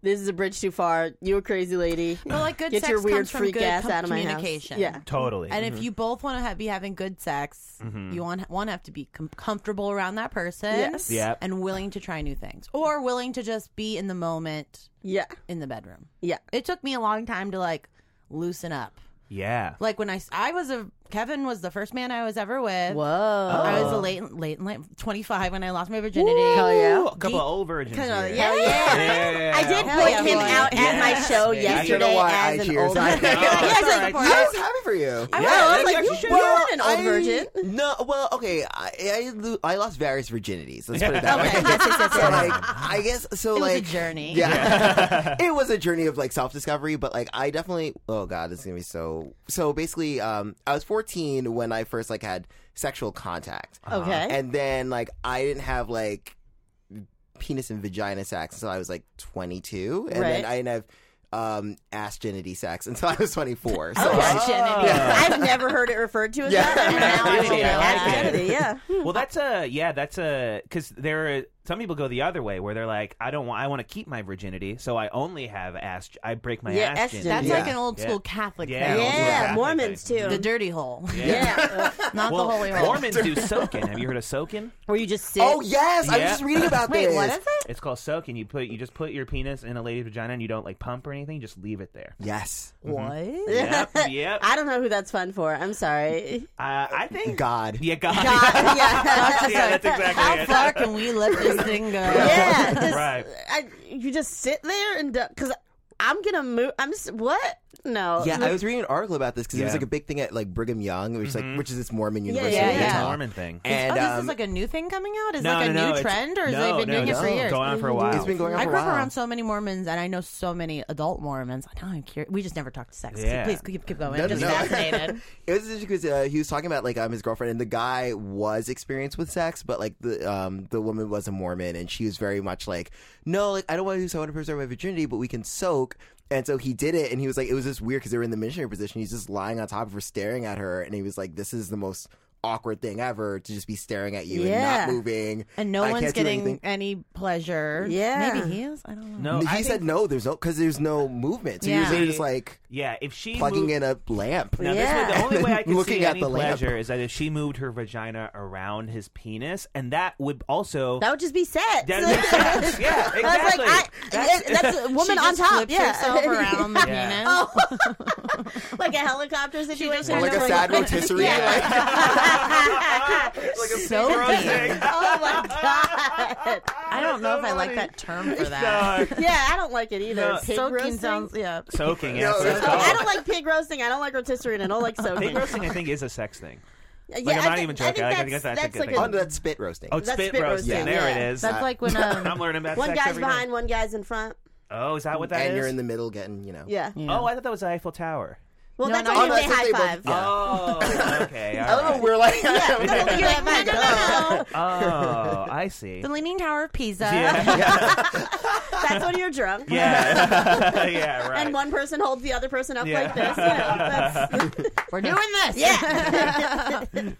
[SPEAKER 5] "This is a bridge too far. You a crazy lady.
[SPEAKER 3] But like good
[SPEAKER 5] Get
[SPEAKER 3] sex
[SPEAKER 5] your weird
[SPEAKER 3] comes from
[SPEAKER 5] freak
[SPEAKER 3] good
[SPEAKER 5] ass
[SPEAKER 3] com-
[SPEAKER 5] out of my house."
[SPEAKER 3] communication.
[SPEAKER 5] Yeah.
[SPEAKER 4] totally.
[SPEAKER 3] And if you both want to ha- be having good sex,
[SPEAKER 4] Mm-hmm.
[SPEAKER 3] you want one have to be com- comfortable around that person,
[SPEAKER 5] Yes.
[SPEAKER 4] Yep.
[SPEAKER 3] and willing to try new things, or willing to just be in the moment
[SPEAKER 5] yeah,
[SPEAKER 3] in the bedroom.
[SPEAKER 5] yeah."
[SPEAKER 3] It took me a long time to like loosen up.
[SPEAKER 4] yeah.
[SPEAKER 3] Like when I, s- I was a Kevin was the first man I was ever with.
[SPEAKER 5] Whoa!
[SPEAKER 3] I was a late, late, late twenty five when I lost my virginity.
[SPEAKER 5] Hell yeah.
[SPEAKER 4] Ooh, a couple of old virgins.
[SPEAKER 3] Kind of-
[SPEAKER 4] here.
[SPEAKER 3] yeah,
[SPEAKER 5] Oh, yeah.
[SPEAKER 4] Yeah.
[SPEAKER 5] I did
[SPEAKER 3] Hell
[SPEAKER 5] point
[SPEAKER 3] yeah,
[SPEAKER 5] him
[SPEAKER 3] boy.
[SPEAKER 5] out at my
[SPEAKER 3] Yes,
[SPEAKER 5] show
[SPEAKER 3] baby. I
[SPEAKER 6] don't know
[SPEAKER 5] yesterday
[SPEAKER 6] why I
[SPEAKER 5] as an
[SPEAKER 6] cheers.
[SPEAKER 5] old.
[SPEAKER 6] I know.
[SPEAKER 5] Yeah, I was
[SPEAKER 4] It's
[SPEAKER 5] like,
[SPEAKER 4] all
[SPEAKER 6] I
[SPEAKER 4] right.
[SPEAKER 5] "What?"
[SPEAKER 6] was happy for you.
[SPEAKER 5] I was, I was
[SPEAKER 4] Yeah,
[SPEAKER 5] like,
[SPEAKER 4] you
[SPEAKER 5] "You
[SPEAKER 4] should.
[SPEAKER 5] were an old
[SPEAKER 6] I-
[SPEAKER 5] virgin."
[SPEAKER 6] No, well, okay. I I, lo- I lost various virginities. Let's put it that
[SPEAKER 5] Okay.
[SPEAKER 6] way.
[SPEAKER 5] Yes, yes, yes,
[SPEAKER 6] So,
[SPEAKER 5] yes.
[SPEAKER 6] like, I guess so.
[SPEAKER 3] It was a
[SPEAKER 6] like
[SPEAKER 3] journey.
[SPEAKER 6] Yeah, it was a journey of like self discovery. But like, I definitely. Oh God, it's gonna be so. So basically, um, I was 14 when I first like had sexual contact,
[SPEAKER 5] Uh-huh. Okay.
[SPEAKER 6] and then like I didn't have like penis and vagina sex until I was like 22, and
[SPEAKER 5] Right.
[SPEAKER 6] then I didn't have um asgenity sex until I was 24. So
[SPEAKER 5] Okay.
[SPEAKER 6] like,
[SPEAKER 4] Oh.
[SPEAKER 5] I've never heard it referred to as
[SPEAKER 6] Yeah.
[SPEAKER 5] that. And now I
[SPEAKER 4] Yeah.
[SPEAKER 5] know.
[SPEAKER 4] Yeah.
[SPEAKER 5] Yeah.
[SPEAKER 4] Well, that's a yeah, that's a because there Some people go the other way where they're like, I don't want, I want to keep my virginity, so I only have ass. I break my
[SPEAKER 5] Yeah,
[SPEAKER 4] ass.
[SPEAKER 5] ass-
[SPEAKER 4] gin.
[SPEAKER 3] That's
[SPEAKER 6] Yeah.
[SPEAKER 3] like an old school Catholic
[SPEAKER 4] Yeah,
[SPEAKER 3] thing.
[SPEAKER 4] old school
[SPEAKER 5] Yeah,
[SPEAKER 4] Catholic
[SPEAKER 5] Mormons
[SPEAKER 4] thing.
[SPEAKER 5] too.
[SPEAKER 3] The dirty hole,
[SPEAKER 5] yeah.
[SPEAKER 3] not
[SPEAKER 4] Well,
[SPEAKER 3] the holy hole.
[SPEAKER 4] Mormons do soaking. Have you heard of soaking?
[SPEAKER 5] Where you just sit.
[SPEAKER 6] Oh yes, I was
[SPEAKER 4] Yeah.
[SPEAKER 6] just reading about
[SPEAKER 3] Wait,
[SPEAKER 6] this.
[SPEAKER 3] what is it?
[SPEAKER 4] It's called soaking. You put you just put your penis in a lady's vagina and you don't like pump or anything. You just leave it there.
[SPEAKER 6] Yes,
[SPEAKER 3] What?
[SPEAKER 4] Yep, yep.
[SPEAKER 5] I don't know who that's fun for. I'm sorry. Uh,
[SPEAKER 4] Uh, I think
[SPEAKER 6] God.
[SPEAKER 4] Yeah, God.
[SPEAKER 5] yeah.
[SPEAKER 4] yeah, that's exactly
[SPEAKER 3] How
[SPEAKER 4] it.
[SPEAKER 3] far can we let this thing go?
[SPEAKER 5] yeah. Just,
[SPEAKER 4] Right.
[SPEAKER 5] I, you just sit there and because I'm gonna move. I'm just what? No.
[SPEAKER 6] Yeah, I was reading an article about this because it was
[SPEAKER 4] Yeah.
[SPEAKER 6] like a big thing at like Brigham Young, which like which is this Mormon university.
[SPEAKER 5] yeah,
[SPEAKER 6] in
[SPEAKER 4] It's
[SPEAKER 3] yeah.
[SPEAKER 4] a
[SPEAKER 6] Utah.
[SPEAKER 4] Mormon thing.
[SPEAKER 6] And
[SPEAKER 3] oh, this
[SPEAKER 6] um,
[SPEAKER 3] is like a new thing coming out? Is
[SPEAKER 4] no,
[SPEAKER 3] like a
[SPEAKER 4] no, no,
[SPEAKER 3] new
[SPEAKER 4] it's-
[SPEAKER 3] trend, or is
[SPEAKER 4] no,
[SPEAKER 3] they've been
[SPEAKER 4] no,
[SPEAKER 3] doing
[SPEAKER 4] no,
[SPEAKER 3] it for
[SPEAKER 4] it's
[SPEAKER 3] years?
[SPEAKER 4] Going on for a while.
[SPEAKER 6] it's been going on
[SPEAKER 3] I
[SPEAKER 6] for
[SPEAKER 3] grew
[SPEAKER 6] a
[SPEAKER 3] up
[SPEAKER 6] while.
[SPEAKER 3] around so many Mormons, and I know so many adult Mormons. Now I'm curious. We just never talked sex.
[SPEAKER 4] Yeah.
[SPEAKER 3] Please keep, keep going.
[SPEAKER 6] No,
[SPEAKER 3] I'm just
[SPEAKER 6] no, no.
[SPEAKER 3] fascinated.
[SPEAKER 6] It was interesting because uh, he was talking about like um, his girlfriend, and the guy was experienced with sex, but like the um, the woman was a Mormon, and she was very much like, no, like I don't want to do so I want to preserve my virginity, but we can soak. And so he did it, and he was like, it was just weird because they were in the missionary position. He's just lying on top of her, staring at her, and he was like, this is the most awkward thing ever to just be staring at you
[SPEAKER 5] Yeah.
[SPEAKER 6] and not moving,
[SPEAKER 3] And no
[SPEAKER 6] I
[SPEAKER 3] one's
[SPEAKER 6] can't do
[SPEAKER 3] getting
[SPEAKER 6] anything.
[SPEAKER 3] any pleasure.
[SPEAKER 5] Yeah.
[SPEAKER 3] Maybe he is. I don't
[SPEAKER 4] No,
[SPEAKER 3] know.
[SPEAKER 4] I
[SPEAKER 6] he
[SPEAKER 4] think-
[SPEAKER 6] said no. There's no because there's no movement. So he was
[SPEAKER 3] Yeah.
[SPEAKER 6] literally just like
[SPEAKER 4] yeah, if she
[SPEAKER 6] plugging
[SPEAKER 4] moved-
[SPEAKER 6] in a lamp.
[SPEAKER 4] Now, this
[SPEAKER 5] Yeah.
[SPEAKER 4] way, the only way I could
[SPEAKER 6] Looking
[SPEAKER 4] see
[SPEAKER 6] at
[SPEAKER 4] any
[SPEAKER 6] the lamp.
[SPEAKER 4] pleasure is that if she moved her vagina around his penis, and that would also
[SPEAKER 5] That would just be sex.
[SPEAKER 4] That makes sense. yeah, exactly.
[SPEAKER 5] I was like, I,
[SPEAKER 4] That's-
[SPEAKER 5] that's, a
[SPEAKER 3] She
[SPEAKER 5] woman
[SPEAKER 3] just
[SPEAKER 5] on top.
[SPEAKER 3] flips
[SPEAKER 5] Yeah.
[SPEAKER 3] herself around the
[SPEAKER 4] Yeah.
[SPEAKER 3] penis.
[SPEAKER 5] like a helicopter situation.
[SPEAKER 6] Or like a sad rotisserie. like-
[SPEAKER 3] so mean.
[SPEAKER 5] oh my god.
[SPEAKER 3] I don't know if I like that term for that.
[SPEAKER 4] No,
[SPEAKER 5] Yeah, I don't like it either.
[SPEAKER 4] No.
[SPEAKER 5] Pig
[SPEAKER 3] Soaking
[SPEAKER 5] roasting.
[SPEAKER 3] sounds, yeah.
[SPEAKER 4] soaking. Yeah, that's
[SPEAKER 6] No,
[SPEAKER 4] what it's
[SPEAKER 6] no.
[SPEAKER 4] called.
[SPEAKER 5] I don't like pig roasting. I don't like rotisserie, and I don't like soaking.
[SPEAKER 4] Pig roasting, I think, is a sex thing.
[SPEAKER 5] Yeah,
[SPEAKER 4] Like, I'm
[SPEAKER 5] I
[SPEAKER 4] not
[SPEAKER 5] think-
[SPEAKER 4] even
[SPEAKER 5] I
[SPEAKER 4] joking.
[SPEAKER 5] think
[SPEAKER 4] I
[SPEAKER 5] that's,
[SPEAKER 4] think that's- that's a
[SPEAKER 5] like
[SPEAKER 4] good
[SPEAKER 5] a,
[SPEAKER 6] Oh, no, that's spit roasting.
[SPEAKER 4] Oh, it's
[SPEAKER 5] That's
[SPEAKER 4] spit,
[SPEAKER 5] spit
[SPEAKER 4] roasting.
[SPEAKER 5] roasting,
[SPEAKER 4] There
[SPEAKER 5] yeah.
[SPEAKER 4] it is.
[SPEAKER 3] That's like when um,
[SPEAKER 4] I'm learning about
[SPEAKER 5] one
[SPEAKER 4] sex
[SPEAKER 5] guy's
[SPEAKER 4] every day.
[SPEAKER 5] behind, one guy's in front.
[SPEAKER 4] Oh, is that what that
[SPEAKER 6] and
[SPEAKER 4] is?
[SPEAKER 6] you're in the middle getting, you know.
[SPEAKER 5] Yeah.
[SPEAKER 4] Oh, I thought that was the Eiffel Tower.
[SPEAKER 5] Well,
[SPEAKER 3] No,
[SPEAKER 5] that's
[SPEAKER 3] no,
[SPEAKER 5] only
[SPEAKER 3] no,
[SPEAKER 5] if they
[SPEAKER 6] that's
[SPEAKER 5] high
[SPEAKER 6] if they
[SPEAKER 5] five.
[SPEAKER 6] both- yeah.
[SPEAKER 4] Oh, okay.
[SPEAKER 6] I
[SPEAKER 4] all
[SPEAKER 6] don't know.
[SPEAKER 4] right.
[SPEAKER 6] We're like,
[SPEAKER 5] Only if they high five.
[SPEAKER 4] Oh, I see.
[SPEAKER 3] the Leaning Tower of Pisa.
[SPEAKER 4] Yeah,
[SPEAKER 5] That's when you're drunk.
[SPEAKER 4] yeah, yeah, right.
[SPEAKER 5] And one person holds the other person up
[SPEAKER 4] Yeah.
[SPEAKER 5] like this. Yeah, that's-
[SPEAKER 3] We're doing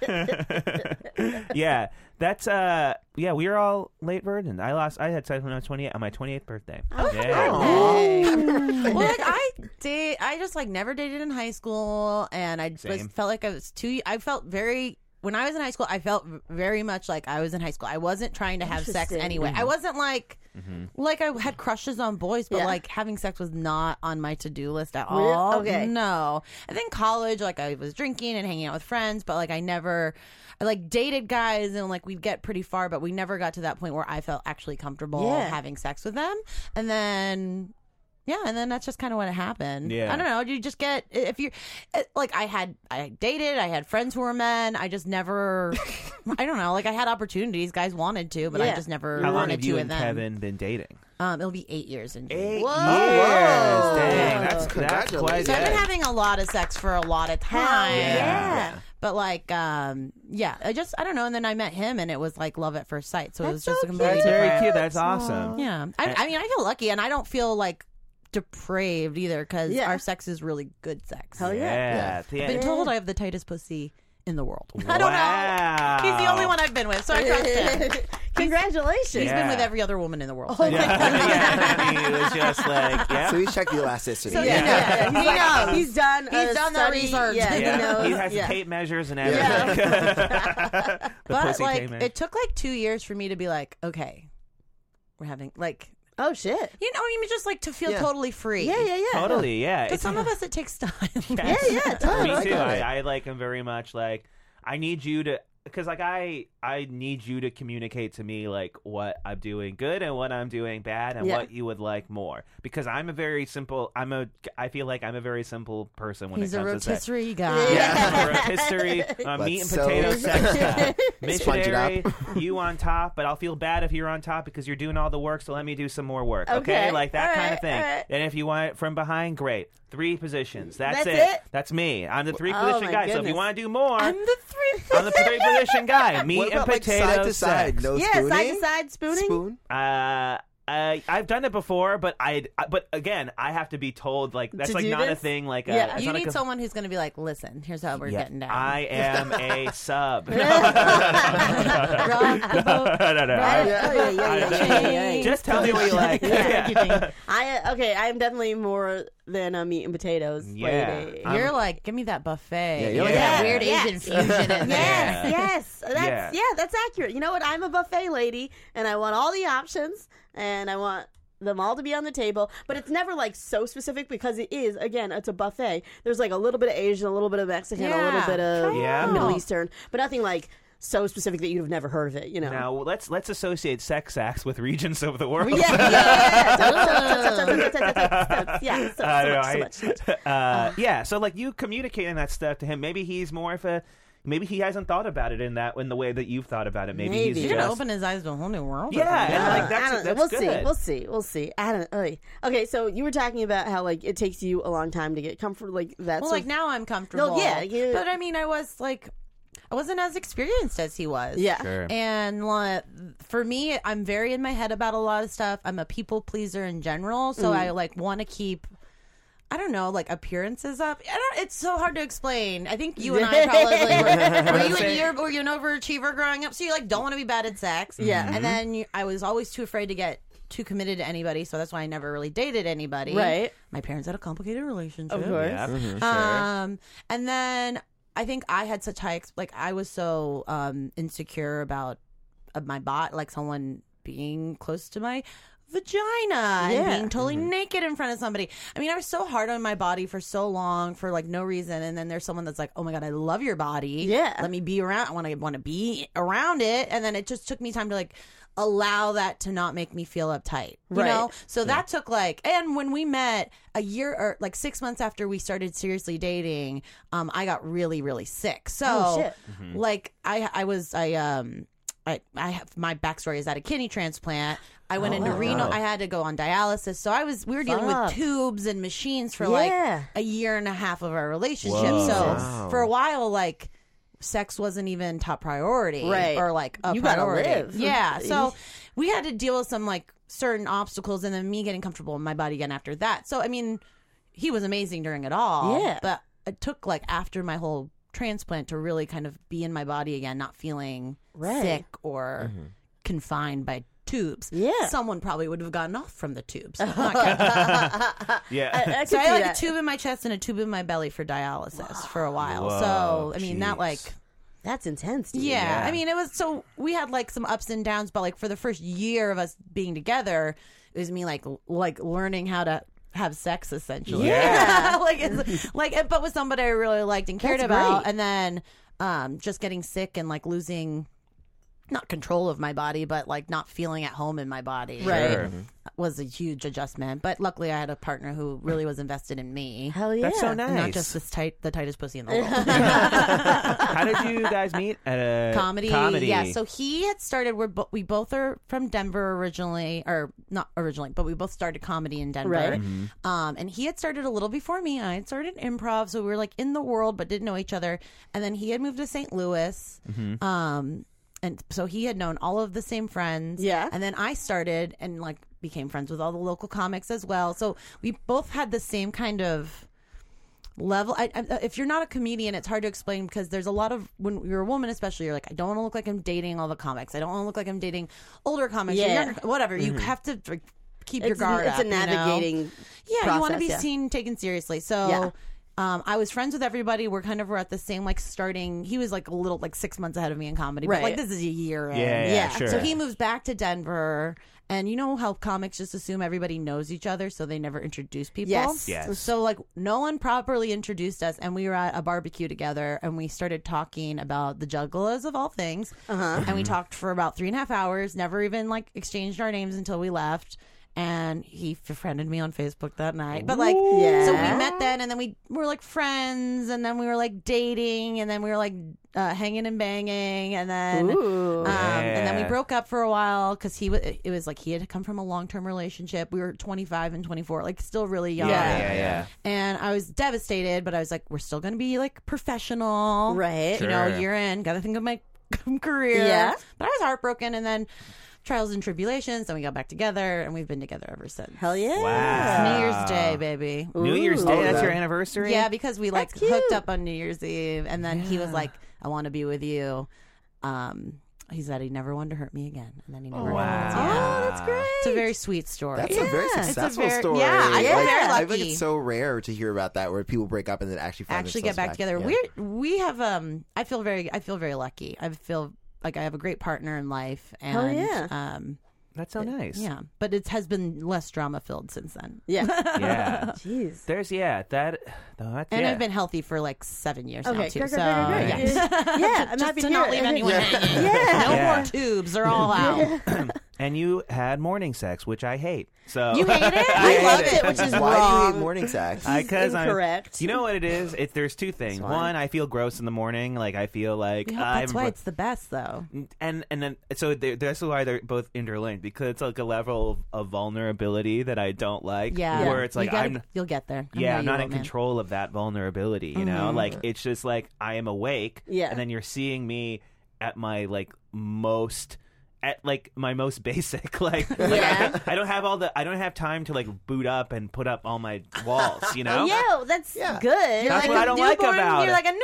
[SPEAKER 3] this.
[SPEAKER 4] yeah, that's uh, yeah. We are all late virgins. I lost. I had sex when I was twenty eight on my twenty eighth birthday. yeah.
[SPEAKER 3] well, like I date, I just like never dated in high school, and I was
[SPEAKER 4] Same.
[SPEAKER 3] felt like I was too. I felt very. When I was in high school, I felt v- very much like I was in high school. I wasn't trying to have sex
[SPEAKER 5] Interesting.
[SPEAKER 3] anyway. I wasn't like like I had crushes on boys, but
[SPEAKER 5] Yeah.
[SPEAKER 3] like having sex was not on my to do list at
[SPEAKER 5] Really?
[SPEAKER 3] all.
[SPEAKER 5] Okay.
[SPEAKER 3] no. And then college, like I was drinking and hanging out with friends, but like I never, I like dated guys and like we'd get pretty far, but we never got to that point where I felt actually comfortable
[SPEAKER 5] Yeah.
[SPEAKER 3] having sex with them. And then yeah, and then that's just kind of what happened.
[SPEAKER 4] Yeah.
[SPEAKER 3] I don't know. You just get if you it- like I had I dated, I had friends who were men. I just never I don't know. Like I had opportunities, guys wanted to, but I
[SPEAKER 5] Yeah.
[SPEAKER 3] just never
[SPEAKER 4] How long
[SPEAKER 3] wanted
[SPEAKER 4] have
[SPEAKER 3] to
[SPEAKER 4] you
[SPEAKER 3] with
[SPEAKER 4] and
[SPEAKER 3] them.
[SPEAKER 4] Kevin been dating?
[SPEAKER 3] Um it'll be 8 years in June.
[SPEAKER 4] years. Oh, Dang,
[SPEAKER 6] Whoa.
[SPEAKER 4] that's that's quite
[SPEAKER 6] Congratulations.
[SPEAKER 3] So I've been
[SPEAKER 4] good.
[SPEAKER 3] having a lot of sex for a lot of time.
[SPEAKER 5] yeah.
[SPEAKER 4] Yeah.
[SPEAKER 3] But like um yeah, I just I don't know and then I met him and it was like love at first sight. So it was
[SPEAKER 5] That's
[SPEAKER 3] just
[SPEAKER 5] so
[SPEAKER 3] a completely
[SPEAKER 4] That's
[SPEAKER 3] different
[SPEAKER 4] very cute. That's awesome.
[SPEAKER 3] Yeah, I, I mean, I feel lucky, and I don't feel like depraved either because
[SPEAKER 5] Yeah.
[SPEAKER 3] our sex is really good sex.
[SPEAKER 5] Hell yeah.
[SPEAKER 4] Yeah. yeah.
[SPEAKER 3] I've been told I have the tightest pussy in the world. I don't know.
[SPEAKER 4] wow.
[SPEAKER 3] He's the only one I've been with, so I trust him. Oh He's
[SPEAKER 5] Congratulations.
[SPEAKER 4] Yeah.
[SPEAKER 3] been with every other woman in the world.
[SPEAKER 4] Yeah, yeah, I mean, it was just like, yeah.
[SPEAKER 6] So he's checked the elasticity.
[SPEAKER 3] So,
[SPEAKER 5] Yeah.
[SPEAKER 3] yeah.
[SPEAKER 5] yeah, yeah. He
[SPEAKER 3] Yeah.
[SPEAKER 5] knows. He's done.
[SPEAKER 3] He's
[SPEAKER 5] a
[SPEAKER 3] done the
[SPEAKER 5] study.
[SPEAKER 3] research.
[SPEAKER 5] Yeah,
[SPEAKER 4] Yeah,
[SPEAKER 5] he knows.
[SPEAKER 4] he has
[SPEAKER 5] yeah.
[SPEAKER 4] tape measures and everything. the
[SPEAKER 3] but
[SPEAKER 4] pussy
[SPEAKER 3] like,
[SPEAKER 4] came in.
[SPEAKER 3] it took like two years for me to be like, okay, we're having like,
[SPEAKER 5] Oh shit.
[SPEAKER 3] you know, what I mean, just like to feel
[SPEAKER 6] Yeah.
[SPEAKER 3] totally free.
[SPEAKER 5] Yeah, yeah, yeah.
[SPEAKER 4] totally, yeah.
[SPEAKER 3] But
[SPEAKER 4] It's
[SPEAKER 3] some of us, it takes time.
[SPEAKER 4] Yeah,
[SPEAKER 5] yeah, totally.
[SPEAKER 4] Me
[SPEAKER 6] I
[SPEAKER 4] too.
[SPEAKER 6] got it.
[SPEAKER 4] I, I like am very much like I need you to because like I I need you to communicate to me like what I'm doing good and what I'm doing bad and
[SPEAKER 5] Yeah.
[SPEAKER 4] what you would like more because I'm a very simple I'm a I feel like I'm a very simple person when
[SPEAKER 3] He's
[SPEAKER 4] it
[SPEAKER 3] a
[SPEAKER 4] comes to sex.
[SPEAKER 3] rotisserie guy.
[SPEAKER 4] Yeah, rotisserie, uh, meat and
[SPEAKER 6] so-
[SPEAKER 4] potato sex guy.
[SPEAKER 6] Sponge it up.
[SPEAKER 4] Missionary, you on top, but I'll feel bad if you're on top because you're doing all the work, so let me do some more work. Okay,
[SPEAKER 5] Okay.
[SPEAKER 4] like that
[SPEAKER 5] All
[SPEAKER 4] kind
[SPEAKER 5] right,
[SPEAKER 4] of thing.
[SPEAKER 5] all right.
[SPEAKER 4] And if you want it from behind, great. Three positions. That's,
[SPEAKER 5] That's it?
[SPEAKER 4] That's me. I'm the three
[SPEAKER 5] Oh,
[SPEAKER 4] position
[SPEAKER 5] my
[SPEAKER 4] guy. So if
[SPEAKER 5] goodness.
[SPEAKER 4] you want to do more,
[SPEAKER 3] I'm the three.
[SPEAKER 4] I'm the three position guy. Meat
[SPEAKER 6] what about
[SPEAKER 4] and
[SPEAKER 6] like
[SPEAKER 4] potato
[SPEAKER 6] side to
[SPEAKER 4] sex.
[SPEAKER 6] side? No
[SPEAKER 5] Yeah,
[SPEAKER 6] spooning?
[SPEAKER 5] side to side spooning.
[SPEAKER 6] Spoon?
[SPEAKER 4] Uh, Uh, I've done it before, but I'd- I but again, I have to be told like that's
[SPEAKER 5] To
[SPEAKER 4] like
[SPEAKER 5] do
[SPEAKER 4] not a
[SPEAKER 5] this?
[SPEAKER 4] thing. Like uh,
[SPEAKER 5] Yeah.
[SPEAKER 4] it's
[SPEAKER 3] You
[SPEAKER 4] not a
[SPEAKER 3] need
[SPEAKER 4] com-
[SPEAKER 3] someone who's going to be like, listen, here's how we're
[SPEAKER 4] Yeah.
[SPEAKER 3] getting down.
[SPEAKER 4] I am a sub.
[SPEAKER 3] Rock the boat.
[SPEAKER 4] no, no, no. I-
[SPEAKER 5] Yeah, Oh, yeah, yeah,
[SPEAKER 4] I-
[SPEAKER 5] yeah,
[SPEAKER 4] no.
[SPEAKER 5] yeah, yeah, yeah.
[SPEAKER 4] Just tell me what you like.
[SPEAKER 5] Yeah.
[SPEAKER 4] Yeah.
[SPEAKER 5] I okay. I am definitely more than a meat and potatoes
[SPEAKER 4] Yeah. Um,
[SPEAKER 5] lady.
[SPEAKER 4] I'm-
[SPEAKER 3] You're like, give me that buffet.
[SPEAKER 6] Yeah,
[SPEAKER 3] Yeah,
[SPEAKER 6] you're like
[SPEAKER 3] that
[SPEAKER 6] that.
[SPEAKER 3] weird
[SPEAKER 5] Yeah.
[SPEAKER 3] Asian fusion in there.
[SPEAKER 5] Yes, yes, that's
[SPEAKER 4] Yeah.
[SPEAKER 5] yeah. that's accurate. You know what? I'm a buffet lady, and I want all the options, and I want them all to be on the table. But it's never like so specific because it is again, it's a buffet. There's like a little bit of Asian, a little bit of Mexican, a
[SPEAKER 3] Yeah.
[SPEAKER 5] little bit of
[SPEAKER 4] Yeah.
[SPEAKER 5] Middle Eastern, but nothing like so specific that you'd have never heard of it. You know.
[SPEAKER 4] Now let's let's associate sex acts with regions of the world.
[SPEAKER 5] Yeah, yeah, yeah, yeah. yeah, so,
[SPEAKER 4] I
[SPEAKER 5] so
[SPEAKER 4] don't
[SPEAKER 5] much, so
[SPEAKER 4] know,
[SPEAKER 5] much, so much.
[SPEAKER 4] I- uh, yeah, so like you communicating that stuff to him, maybe he's more of a, maybe he hasn't thought about it in that in the way that you've thought about it. Maybe,
[SPEAKER 5] Maybe.
[SPEAKER 4] he's
[SPEAKER 3] You're
[SPEAKER 5] You're
[SPEAKER 4] just
[SPEAKER 3] gonna open his eyes to a whole new world.
[SPEAKER 4] Yeah, and, like,
[SPEAKER 5] Uh,
[SPEAKER 4] that's-
[SPEAKER 5] I don't-
[SPEAKER 4] that's
[SPEAKER 5] we'll
[SPEAKER 4] good.
[SPEAKER 5] see. We'll see. We'll see. I don't. Ugh. Okay, so you were talking about how like it takes you a long time to get comfort, like that.
[SPEAKER 3] Well,
[SPEAKER 5] sort
[SPEAKER 3] like
[SPEAKER 5] of-
[SPEAKER 3] now I'm comfortable.
[SPEAKER 5] yeah, you-
[SPEAKER 3] But I mean, I was like, I wasn't as experienced as he was.
[SPEAKER 5] Yeah.
[SPEAKER 4] Sure.
[SPEAKER 3] And like, for me, I'm very in my head about a lot of stuff. I'm a people pleaser in general, so
[SPEAKER 5] Mm-hmm.
[SPEAKER 3] I like want to keep. I don't know, like appearances up. I don't, it's so hard to explain. I think you and I probably were, were you a year, were you an overachiever growing up? So you like don't want to be bad at sex.
[SPEAKER 5] Yeah. Mm-hmm.
[SPEAKER 3] And then you, I was always too afraid to get too committed to anybody, so that's why I never really dated anybody.
[SPEAKER 5] Right.
[SPEAKER 3] My parents had a complicated relationship.
[SPEAKER 5] of course.
[SPEAKER 4] Yeah, Mm-hmm. sure.
[SPEAKER 3] Um, and then I think I had such high, ex- like I was so um insecure about uh, my bot, like someone being close to my vagina and
[SPEAKER 5] Yeah. Mm-hmm.
[SPEAKER 3] being totally naked in front of somebody. I mean, I was so hard on my body for so long for like no reason, and then there's someone that's like, "Oh my god, I love your body.
[SPEAKER 5] Yeah.
[SPEAKER 3] let me be around. I want to want to be around it." And then it just took me time to like allow that to not make me feel uptight. You
[SPEAKER 5] Right.
[SPEAKER 3] know, so that took like, and when we met a year or like six months after we started seriously dating, um, I got really, really sick. So,
[SPEAKER 5] Oh, shit.
[SPEAKER 3] like, I, I was, I, um, I, I have my backstory is I had a kidney transplant. I went into renal. I had to go on dialysis. So I was, we were dealing with
[SPEAKER 5] Oh, Fuck.
[SPEAKER 3] tubes and machines for
[SPEAKER 5] Yeah.
[SPEAKER 3] like a year and a half of our relationship. So for a while, like, sex wasn't even top priority
[SPEAKER 5] Right.
[SPEAKER 3] or like a
[SPEAKER 5] You gotta
[SPEAKER 3] priority.
[SPEAKER 5] live.
[SPEAKER 3] Yeah. So we had to deal with some like certain obstacles and then me getting comfortable in my body again after that. So I mean, he was amazing during it all.
[SPEAKER 5] Yeah.
[SPEAKER 3] But it took like after my whole transplant to really kind of be in my body again, not feeling
[SPEAKER 5] Right.
[SPEAKER 3] sick or confined by tubes.
[SPEAKER 5] Yeah.
[SPEAKER 3] Someone probably would have gotten off from the tubes. I'm not kidding.
[SPEAKER 4] yeah.
[SPEAKER 5] I, I could
[SPEAKER 3] so I
[SPEAKER 5] see
[SPEAKER 3] had like
[SPEAKER 5] that.
[SPEAKER 3] a tube in my chest and a tube in my belly for dialysis for a while.
[SPEAKER 4] Whoa,
[SPEAKER 3] so I mean that
[SPEAKER 4] jeez.
[SPEAKER 3] like
[SPEAKER 5] That's intense. Dude.
[SPEAKER 3] yeah.
[SPEAKER 4] Yeah.
[SPEAKER 3] I mean, it was so we had like some ups and downs, but like for the first year of us being together, it was me like l- like learning how to have sex essentially.
[SPEAKER 4] Yeah.
[SPEAKER 3] like it's, like but with somebody I really liked and cared
[SPEAKER 5] That's
[SPEAKER 3] about
[SPEAKER 5] great.
[SPEAKER 3] and then um just getting sick and like losing not control of my body, but like not feeling at home in my body.
[SPEAKER 5] Right.
[SPEAKER 4] Sure.
[SPEAKER 3] Was a huge adjustment. But luckily I had a partner who really was invested in me.
[SPEAKER 5] Hell yeah.
[SPEAKER 4] That's so nice.
[SPEAKER 3] Not just this tight the tightest pussy in the world.
[SPEAKER 4] How did you guys meet at a
[SPEAKER 3] comedy.
[SPEAKER 4] Comedy.
[SPEAKER 3] Yeah. So he had started. We're bo- we both are from Denver originally, or not originally, but we both started comedy in Denver.
[SPEAKER 5] Right.
[SPEAKER 3] Um, and he had started a little before me. I had started improv, so we were like in the world, but didn't know each other. And then he had moved to St. Louis. Um, and so he had known all of the same friends.
[SPEAKER 5] Yeah.
[SPEAKER 3] And then I started and like became friends with all the local comics as well. So we both had the same kind of level. I, I, if you're not a comedian, it's hard to explain because there's a lot of when you're a woman, especially, you're like, I don't want to look like I'm dating all the comics. I don't want to look like I'm dating older comics, or
[SPEAKER 5] Yeah.
[SPEAKER 3] younger, whatever. You have to like, keep your
[SPEAKER 5] It's,
[SPEAKER 3] guard
[SPEAKER 5] it's
[SPEAKER 3] up.
[SPEAKER 5] a
[SPEAKER 3] you know?
[SPEAKER 5] navigating.
[SPEAKER 3] Yeah, you want to
[SPEAKER 5] process,
[SPEAKER 3] be
[SPEAKER 5] yeah.
[SPEAKER 3] seen, taken seriously. So.
[SPEAKER 5] Yeah.
[SPEAKER 3] Um, I was friends with everybody. We're kind of we're at the same like starting. He was like a little like six months ahead of me in comedy, but
[SPEAKER 5] Right.
[SPEAKER 3] like this is a year. in.
[SPEAKER 4] Yeah, yeah,
[SPEAKER 5] Yeah.
[SPEAKER 4] sure.
[SPEAKER 3] So he moves back to Denver, and you know how comics just assume everybody knows each other, so they never introduce people.
[SPEAKER 5] Yes.
[SPEAKER 4] Yes.
[SPEAKER 3] So like, no one properly introduced us, and we were at a barbecue together, and we started talking about the Juggalos of all things,
[SPEAKER 5] Uh-huh.
[SPEAKER 3] and we talked for about three and a half hours. Never even like exchanged our names until we left. And he befriended me on Facebook that night. But like, so we
[SPEAKER 5] Yeah.
[SPEAKER 3] met then, and then we were like friends, and then we were like dating, and then we were like uh, hanging and banging, and then
[SPEAKER 5] Ooh.
[SPEAKER 3] um, And then we
[SPEAKER 4] Yeah.
[SPEAKER 3] broke up for a while because he was. It was like he had come from a long term relationship. We were 25 and 24, like still really young.
[SPEAKER 4] yeah, yeah, yeah.
[SPEAKER 3] And I was devastated, but I was like, we're still going to be like professional,
[SPEAKER 5] Right.
[SPEAKER 3] You know,
[SPEAKER 4] Sure.
[SPEAKER 3] year in, got to think of my career.
[SPEAKER 5] Yeah.
[SPEAKER 3] But I was heartbroken, and then trials and tribulations. Then we got back together, and we've been together ever since.
[SPEAKER 5] Hell yeah.
[SPEAKER 4] Wow.
[SPEAKER 3] New Year's Day, baby.
[SPEAKER 4] New Year's
[SPEAKER 5] Ooh.
[SPEAKER 4] Day.
[SPEAKER 5] Oh,
[SPEAKER 4] That's
[SPEAKER 6] that-
[SPEAKER 4] your anniversary.
[SPEAKER 3] Yeah, because we like
[SPEAKER 5] That's cute.
[SPEAKER 3] hooked up on New Year's Eve, and then he was like, "I want to be with you." Um, he said he never wanted to hurt me again, and then he never.
[SPEAKER 4] Oh, Wow.
[SPEAKER 3] Hurt me again.
[SPEAKER 5] Oh, that's great.
[SPEAKER 3] It's a very sweet story.
[SPEAKER 6] That's a very
[SPEAKER 5] Yeah. It's a
[SPEAKER 6] successful
[SPEAKER 3] very-
[SPEAKER 6] story.
[SPEAKER 3] yeah, I feel
[SPEAKER 6] Like,
[SPEAKER 3] very
[SPEAKER 6] I feel like
[SPEAKER 3] lucky.
[SPEAKER 6] it's so rare to hear about that where people break up and then actually find
[SPEAKER 3] actually
[SPEAKER 6] themselves
[SPEAKER 3] get back together.
[SPEAKER 6] Yeah.
[SPEAKER 3] We're we have um I feel very I feel very lucky. I feel like I have a great partner in life and
[SPEAKER 5] Hell yeah.
[SPEAKER 3] um
[SPEAKER 4] That's so nice.
[SPEAKER 3] yeah, but it has been less drama filled since then.
[SPEAKER 5] Yeah.
[SPEAKER 4] Yeah.
[SPEAKER 5] Jeez.
[SPEAKER 4] There's yeah that. oh, that's,
[SPEAKER 3] And
[SPEAKER 4] yeah.
[SPEAKER 3] I've been healthy for like 7 years now
[SPEAKER 5] Okay,
[SPEAKER 3] too.
[SPEAKER 5] great,
[SPEAKER 3] so
[SPEAKER 5] great, great,
[SPEAKER 4] great,
[SPEAKER 3] yeah.
[SPEAKER 5] great. Yeah, I'm
[SPEAKER 3] Just
[SPEAKER 5] happy
[SPEAKER 3] to
[SPEAKER 5] to
[SPEAKER 3] not
[SPEAKER 5] hear
[SPEAKER 3] leave
[SPEAKER 5] it.
[SPEAKER 3] anyone
[SPEAKER 5] Yeah.
[SPEAKER 3] hanging.
[SPEAKER 5] Yeah.
[SPEAKER 3] No
[SPEAKER 4] Yeah.
[SPEAKER 3] more tubes. They're all out.
[SPEAKER 4] and you had morning sex, which I hate. So
[SPEAKER 3] You hate it?
[SPEAKER 5] I
[SPEAKER 3] I
[SPEAKER 5] loved
[SPEAKER 3] love
[SPEAKER 5] it, which is
[SPEAKER 6] Why do you hate
[SPEAKER 5] wrong.
[SPEAKER 6] morning sex?
[SPEAKER 5] I-
[SPEAKER 4] because I'm.
[SPEAKER 5] incorrect.
[SPEAKER 4] You know what it is? It, there's two things. One, I feel gross in the morning. Like I feel like
[SPEAKER 3] Yeah,
[SPEAKER 4] I'm.
[SPEAKER 3] that's why it's the best though.
[SPEAKER 4] and and then so they that's why they're both interlinked because it's like a level of, of vulnerability that I don't like.
[SPEAKER 3] Yeah.
[SPEAKER 4] where it's like
[SPEAKER 3] you gotta-
[SPEAKER 4] I'm
[SPEAKER 3] you'll get there. I
[SPEAKER 4] yeah
[SPEAKER 3] know
[SPEAKER 4] I'm
[SPEAKER 3] you
[SPEAKER 4] not
[SPEAKER 3] will,
[SPEAKER 4] in
[SPEAKER 3] man.
[SPEAKER 4] control of that vulnerability. You know, like it's just like I am awake.
[SPEAKER 5] Yeah.
[SPEAKER 4] and then you're seeing me at my like most. At like my most basic, like, like,
[SPEAKER 5] Yeah.
[SPEAKER 4] I don't have all the, I don't have time to like boot up and put up all my walls, you know.
[SPEAKER 5] Yo, that's
[SPEAKER 6] Yeah.
[SPEAKER 5] good.
[SPEAKER 4] That's
[SPEAKER 3] Like
[SPEAKER 4] what
[SPEAKER 3] a
[SPEAKER 4] I don't like
[SPEAKER 3] newborn-
[SPEAKER 4] about
[SPEAKER 3] You're
[SPEAKER 4] it.
[SPEAKER 3] like a newborn